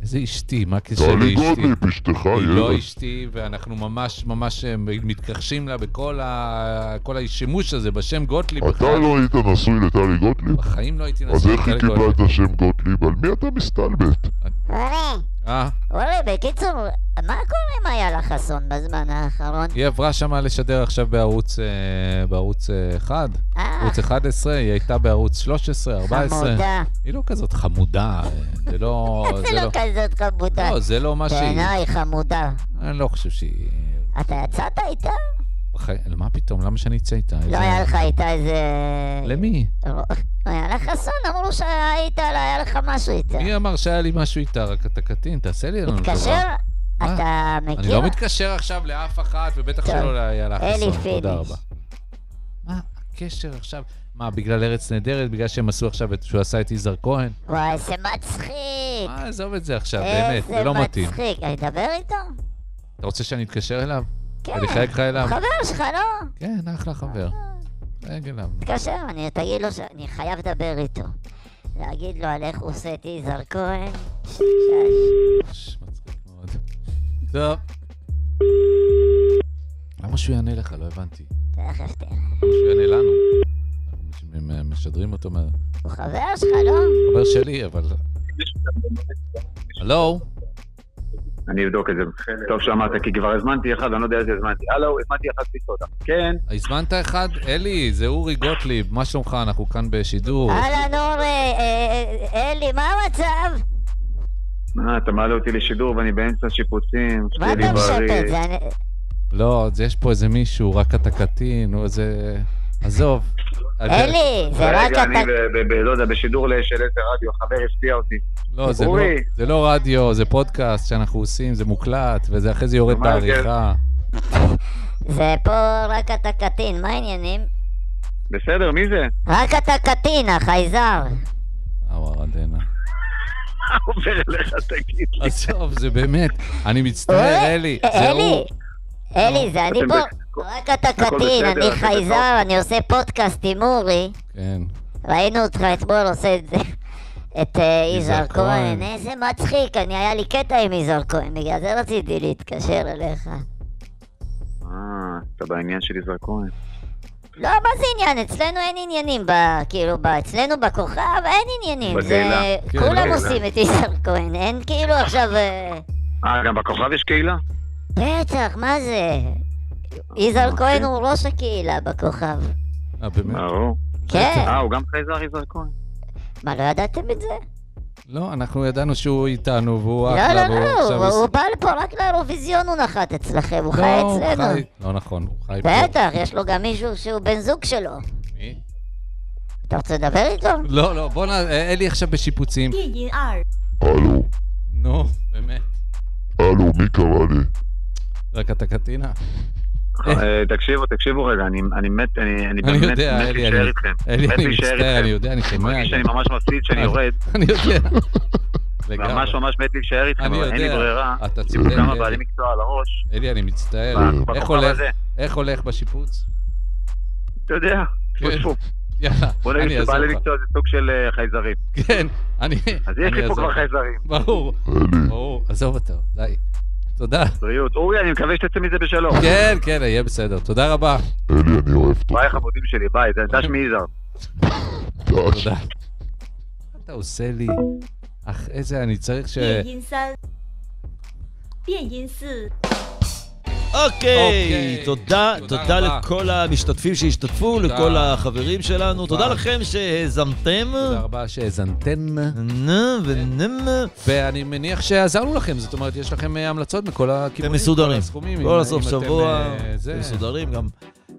[SPEAKER 3] איזה אשתי, מה הקשר
[SPEAKER 7] טלי
[SPEAKER 3] לאשתי?
[SPEAKER 7] גוטליב, אשתך,
[SPEAKER 3] היא לא
[SPEAKER 7] ילד.
[SPEAKER 3] אשתי, ואנחנו ממש ממש אה, מתכחשים לה בכל ה- כל השימוש הזה בשם גוטליב.
[SPEAKER 7] אתה
[SPEAKER 3] בכלל.
[SPEAKER 7] לא היית נשוי לטלי גוטליב?
[SPEAKER 3] בחיים לא הייתי נשוי.
[SPEAKER 7] אז איך היא
[SPEAKER 3] לטלי
[SPEAKER 7] קיבלה
[SPEAKER 3] גוטליב.
[SPEAKER 7] את השם גוטליב? על מי אתה מסתלבט?
[SPEAKER 4] אורי,
[SPEAKER 3] אה,
[SPEAKER 4] אורי, בקיצור, מה קורה עם איילה חסון בזמן האחרון?
[SPEAKER 3] היא עברה שמה לשדר עכשיו בערוץ אה, בערוץ אה, אחד,
[SPEAKER 4] אה,
[SPEAKER 3] ערוץ 11, היא הייתה בערוץ 13, 14.
[SPEAKER 4] חמודה.
[SPEAKER 3] היא לא כזאת חמודה, אה, זה לא...
[SPEAKER 4] *laughs* זה לא כזאת חמודה.
[SPEAKER 3] לא, זה לא מה שהיא...
[SPEAKER 4] בעיניי חמודה.
[SPEAKER 3] אני לא חושב שהיא...
[SPEAKER 4] אתה יצאת איתה?
[SPEAKER 3] בח- מה פתאום? למה שאני אצא איתה?
[SPEAKER 4] לא
[SPEAKER 3] איזה-
[SPEAKER 4] היה לך איתה איזה... לא
[SPEAKER 3] למי?
[SPEAKER 4] איילה חסון, אמרו שהיית, לא היה לך משהו איתה.
[SPEAKER 3] מי אמר שהיה לי משהו איתה? רק אתה קטין, תעשה לי לנו
[SPEAKER 4] כן. מתקשר?
[SPEAKER 3] מה?
[SPEAKER 4] אתה
[SPEAKER 3] אני לא
[SPEAKER 4] מכיר?
[SPEAKER 3] מתקשר עכשיו לאף אחת, ובטח
[SPEAKER 4] טוב.
[SPEAKER 3] שלא לאיילה
[SPEAKER 4] כן. אלי
[SPEAKER 3] חסון. תודה
[SPEAKER 4] פיניש.
[SPEAKER 3] רבה. מה הקשר עכשיו? מה, בגלל ארץ נהדרת? בגלל שהם עשו עכשיו את... שהוא עשה את יזהר כהן?
[SPEAKER 4] וואי, זה מצחיק.
[SPEAKER 3] מה, עזוב את זה עכשיו, באמת, זה לא מתאים.
[SPEAKER 4] איזה מצחיק. אני אדבר איתו?
[SPEAKER 3] אתה רוצה שאני אתקשר אליו?
[SPEAKER 4] כן.
[SPEAKER 3] אני אחייג לך אליו?
[SPEAKER 4] חבר שלך, לא?
[SPEAKER 3] כן, אחלה חבר. חייג אליו.
[SPEAKER 4] תתקשר, אני תגיד לו שאני חייב לדבר איתו. להגיד לו על איך הוא עושה את יזהר כהן.
[SPEAKER 3] ש- מצחיק מאוד. טוב. למה שהוא יענה לך? לא הבנתי.
[SPEAKER 4] תכף תראה.
[SPEAKER 3] למה שהוא יענה לנו? אנחנו מש- מ- משדרים אותו מה...
[SPEAKER 4] הוא חבר שלך, לא?
[SPEAKER 3] חבר שלי, אבל... הלו?
[SPEAKER 9] אני אבדוק את זה. טוב שאמרת, כי כבר הזמנתי אחד, אני לא יודע איזה הזמנתי. הלו, הזמנתי אחד פיצות. כן,
[SPEAKER 3] הזמנת אחד? אלי, זה אורי גוטליב, מה שלומך? אנחנו כאן בשידור.
[SPEAKER 4] אהלן אורי, אה, אה, אלי, מה המצב?
[SPEAKER 9] אה, אתה מעלה אותי לשידור ואני באמצע שיפוצים.
[SPEAKER 4] מה
[SPEAKER 9] שיהיה לי
[SPEAKER 4] אתה משפט?
[SPEAKER 9] בריא.
[SPEAKER 4] זה אני-
[SPEAKER 3] לא, אז יש פה איזה מישהו, רק אתה קטין, או איזה... עזוב.
[SPEAKER 4] אלי, זה רק
[SPEAKER 9] רגע, אני,
[SPEAKER 4] אתה...
[SPEAKER 9] ב- ב- לא יודע, בשידור ל- של איזה רדיו, חבר הפתיע אותי.
[SPEAKER 3] לא, זה לא-
[SPEAKER 9] אורי.
[SPEAKER 3] זה לא רדיו, זה פודקאסט שאנחנו עושים, זה מוקלט, וזה אחרי זה יורד
[SPEAKER 9] מה ההבדל?
[SPEAKER 3] בעריכה.
[SPEAKER 9] לא-
[SPEAKER 4] זה פה רק אתה קטין, מה העניינים?
[SPEAKER 9] בסדר, מי זה? *laughs*
[SPEAKER 4] רק אתה קטין, החייזר.
[SPEAKER 3] אה, ווארדנה.
[SPEAKER 9] עובר אליך, תגיד לי.
[SPEAKER 3] עזוב, זה באמת, אני מצטער,
[SPEAKER 4] אוי,
[SPEAKER 3] אלי. זה
[SPEAKER 4] אה, אלי,
[SPEAKER 3] הוא.
[SPEAKER 4] אלי, זה אני
[SPEAKER 9] אתם
[SPEAKER 4] פה.
[SPEAKER 9] בק-
[SPEAKER 4] רק אתה
[SPEAKER 9] הכל
[SPEAKER 4] קטין,
[SPEAKER 9] בסדר,
[SPEAKER 4] אני
[SPEAKER 9] אתם
[SPEAKER 4] חייזר, אני עושה פודקאסט עם אורי.
[SPEAKER 3] כן.
[SPEAKER 4] ראינו אותך אתמול עושה את זה. *laughs* את אה,
[SPEAKER 3] יזהר
[SPEAKER 4] יזהר
[SPEAKER 3] כהן.
[SPEAKER 4] כהן, איזה מצחיק, אני היה לי קטע עם יזהר כהן, בגלל זה רציתי להתקשר אליך.
[SPEAKER 9] אה, אתה בעניין של יזהר כהן.
[SPEAKER 4] לא, מה זה עניין? אצלנו אין עניינים, ב- כאילו, ב- אצלנו בכוכב אין עניינים. זה-
[SPEAKER 9] בקהילה.
[SPEAKER 3] כן,
[SPEAKER 4] כולם
[SPEAKER 3] בקהילה.
[SPEAKER 4] עושים את יזהר כהן, אין כאילו עכשיו... אה,
[SPEAKER 9] אה, גם בכוכב יש קהילה?
[SPEAKER 4] בטח, מה זה? יזהר
[SPEAKER 9] אוקיי.
[SPEAKER 4] כהן הוא ראש הקהילה בכוכב.
[SPEAKER 3] אה, באמת?
[SPEAKER 9] ברור.
[SPEAKER 4] כן.
[SPEAKER 9] אה, הוא גם חייזר יזהר כהן.
[SPEAKER 4] מה, לא ידעתם את זה?
[SPEAKER 3] לא, אנחנו ידענו שהוא איתנו, והוא
[SPEAKER 4] לא,
[SPEAKER 3] אחלה,
[SPEAKER 4] לא,
[SPEAKER 3] והוא
[SPEAKER 4] לא,
[SPEAKER 3] עכשיו...
[SPEAKER 4] הוא- הוא
[SPEAKER 3] עושה-
[SPEAKER 4] בא לפה רק לאירוויזיון הוא נחת אצלכם, הוא
[SPEAKER 3] לא,
[SPEAKER 4] חי
[SPEAKER 3] הוא
[SPEAKER 4] אצלנו.
[SPEAKER 3] חי- לא נכון, הוא חי פה.
[SPEAKER 4] בטח, יש לו גם מישהו שהוא בן זוג שלו.
[SPEAKER 3] מי?
[SPEAKER 4] אתה רוצה לדבר איתו?
[SPEAKER 3] לא, לא, בוא נ... אה, אלי עכשיו בשיפוצים.
[SPEAKER 7] הלו,
[SPEAKER 3] נו, באמת.
[SPEAKER 7] הלו, מי קרא לי?
[SPEAKER 3] רק אתה קטינה?
[SPEAKER 9] אה, תקשיבו, תקשיבו רגע, אני אני מת, אני אני
[SPEAKER 3] כן. אני
[SPEAKER 9] באמת מת
[SPEAKER 3] יודע, אלי,
[SPEAKER 9] להישאר
[SPEAKER 3] אני...
[SPEAKER 9] איתכם.
[SPEAKER 3] אלי,
[SPEAKER 9] מת
[SPEAKER 3] אני
[SPEAKER 9] להישאר
[SPEAKER 3] מצטער,
[SPEAKER 9] איתכם.
[SPEAKER 3] אני יודע, אני
[SPEAKER 9] אני
[SPEAKER 3] שומע.
[SPEAKER 9] מרגיש שאני
[SPEAKER 3] גם.
[SPEAKER 9] ממש מפסיד שאני יורד,
[SPEAKER 3] אני יודע. לגמרי.
[SPEAKER 9] ממש ממש מת להישאר איתכם,
[SPEAKER 3] אני
[SPEAKER 9] אבל אין לי
[SPEAKER 3] יודע.
[SPEAKER 9] ברירה.
[SPEAKER 3] אתה צודק,
[SPEAKER 9] יש כמה
[SPEAKER 3] אלי.
[SPEAKER 9] בעלי מקצוע על הראש.
[SPEAKER 3] אלי, אני מצטער.
[SPEAKER 7] אה.
[SPEAKER 9] בכוכב
[SPEAKER 3] כן, איך הולך?
[SPEAKER 9] הזה,
[SPEAKER 3] איך הולך בשיפוץ?
[SPEAKER 9] אתה יודע,
[SPEAKER 3] כן.
[SPEAKER 9] טפו, טפו.
[SPEAKER 3] יאללה,
[SPEAKER 9] בוא
[SPEAKER 3] אני
[SPEAKER 9] נגיד
[SPEAKER 3] אעזור
[SPEAKER 9] שבעלי
[SPEAKER 3] לך.
[SPEAKER 9] מקצוע זה סוג של אה, חייזרים.
[SPEAKER 3] כן, אני
[SPEAKER 9] אז יש
[SPEAKER 3] אני
[SPEAKER 9] לי פה
[SPEAKER 3] אעזור
[SPEAKER 9] כבר
[SPEAKER 3] לך.
[SPEAKER 9] חייזרים.
[SPEAKER 3] ברור,
[SPEAKER 7] אלי,
[SPEAKER 3] ברור. עזוב אותו, די. תודה.
[SPEAKER 9] בריאות. אורי, אני מקווה שתצא מזה בשלום.
[SPEAKER 3] כן, כן, יהיה בסדר. תודה רבה.
[SPEAKER 7] אלי, אני אוהב אותך.
[SPEAKER 9] ביי חמודים שלי, ביי, זה דש מיזהר.
[SPEAKER 7] דש.
[SPEAKER 3] תודה. מה אתה עושה לי? אך איזה אני צריך ש...
[SPEAKER 6] 变音三，变音四，
[SPEAKER 2] אוקיי,
[SPEAKER 3] אוקיי.
[SPEAKER 2] תודה,
[SPEAKER 3] תודה
[SPEAKER 2] תודה
[SPEAKER 3] רבה.
[SPEAKER 2] לכל המשתתפים שהשתתפו,
[SPEAKER 3] תודה.
[SPEAKER 2] לכל החברים שלנו,
[SPEAKER 3] תודה.
[SPEAKER 2] תודה לכם שהאזנתם.
[SPEAKER 3] תודה רבה שהאזנתם.
[SPEAKER 2] נה ונם.
[SPEAKER 3] ואני מניח שעזרנו לכם, זאת אומרת, יש לכם אה, המלצות מכל
[SPEAKER 2] אתם
[SPEAKER 3] הכיוונים.
[SPEAKER 2] מסודרים.
[SPEAKER 3] הסכומים, אם-
[SPEAKER 2] כל הסוף
[SPEAKER 3] אם אתם,
[SPEAKER 2] לא שבוע,
[SPEAKER 3] אה, זה.
[SPEAKER 2] אתם מסודרים גם.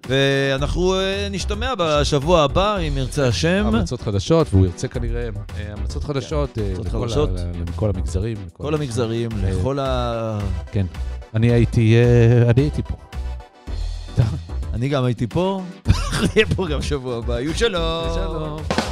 [SPEAKER 2] ואנחנו אה, נשתמע בשבוע הבא, אם ירצה השם.
[SPEAKER 3] המלצות חדשות, והוא ירצה כנראה אה, המלצות חדשות אה,
[SPEAKER 2] המלצות
[SPEAKER 3] לכל ה-
[SPEAKER 2] חדשות.
[SPEAKER 3] ל- לכל המגזרים. לכל-
[SPEAKER 2] כל המגזרים,
[SPEAKER 3] אה.
[SPEAKER 2] לכל ה...
[SPEAKER 3] כן. אני הייתי, אה, אני הייתי פה.
[SPEAKER 2] *laughs* אני גם הייתי פה, נהיה פה גם שבוע הבא. יהיו שלום.
[SPEAKER 3] שלום.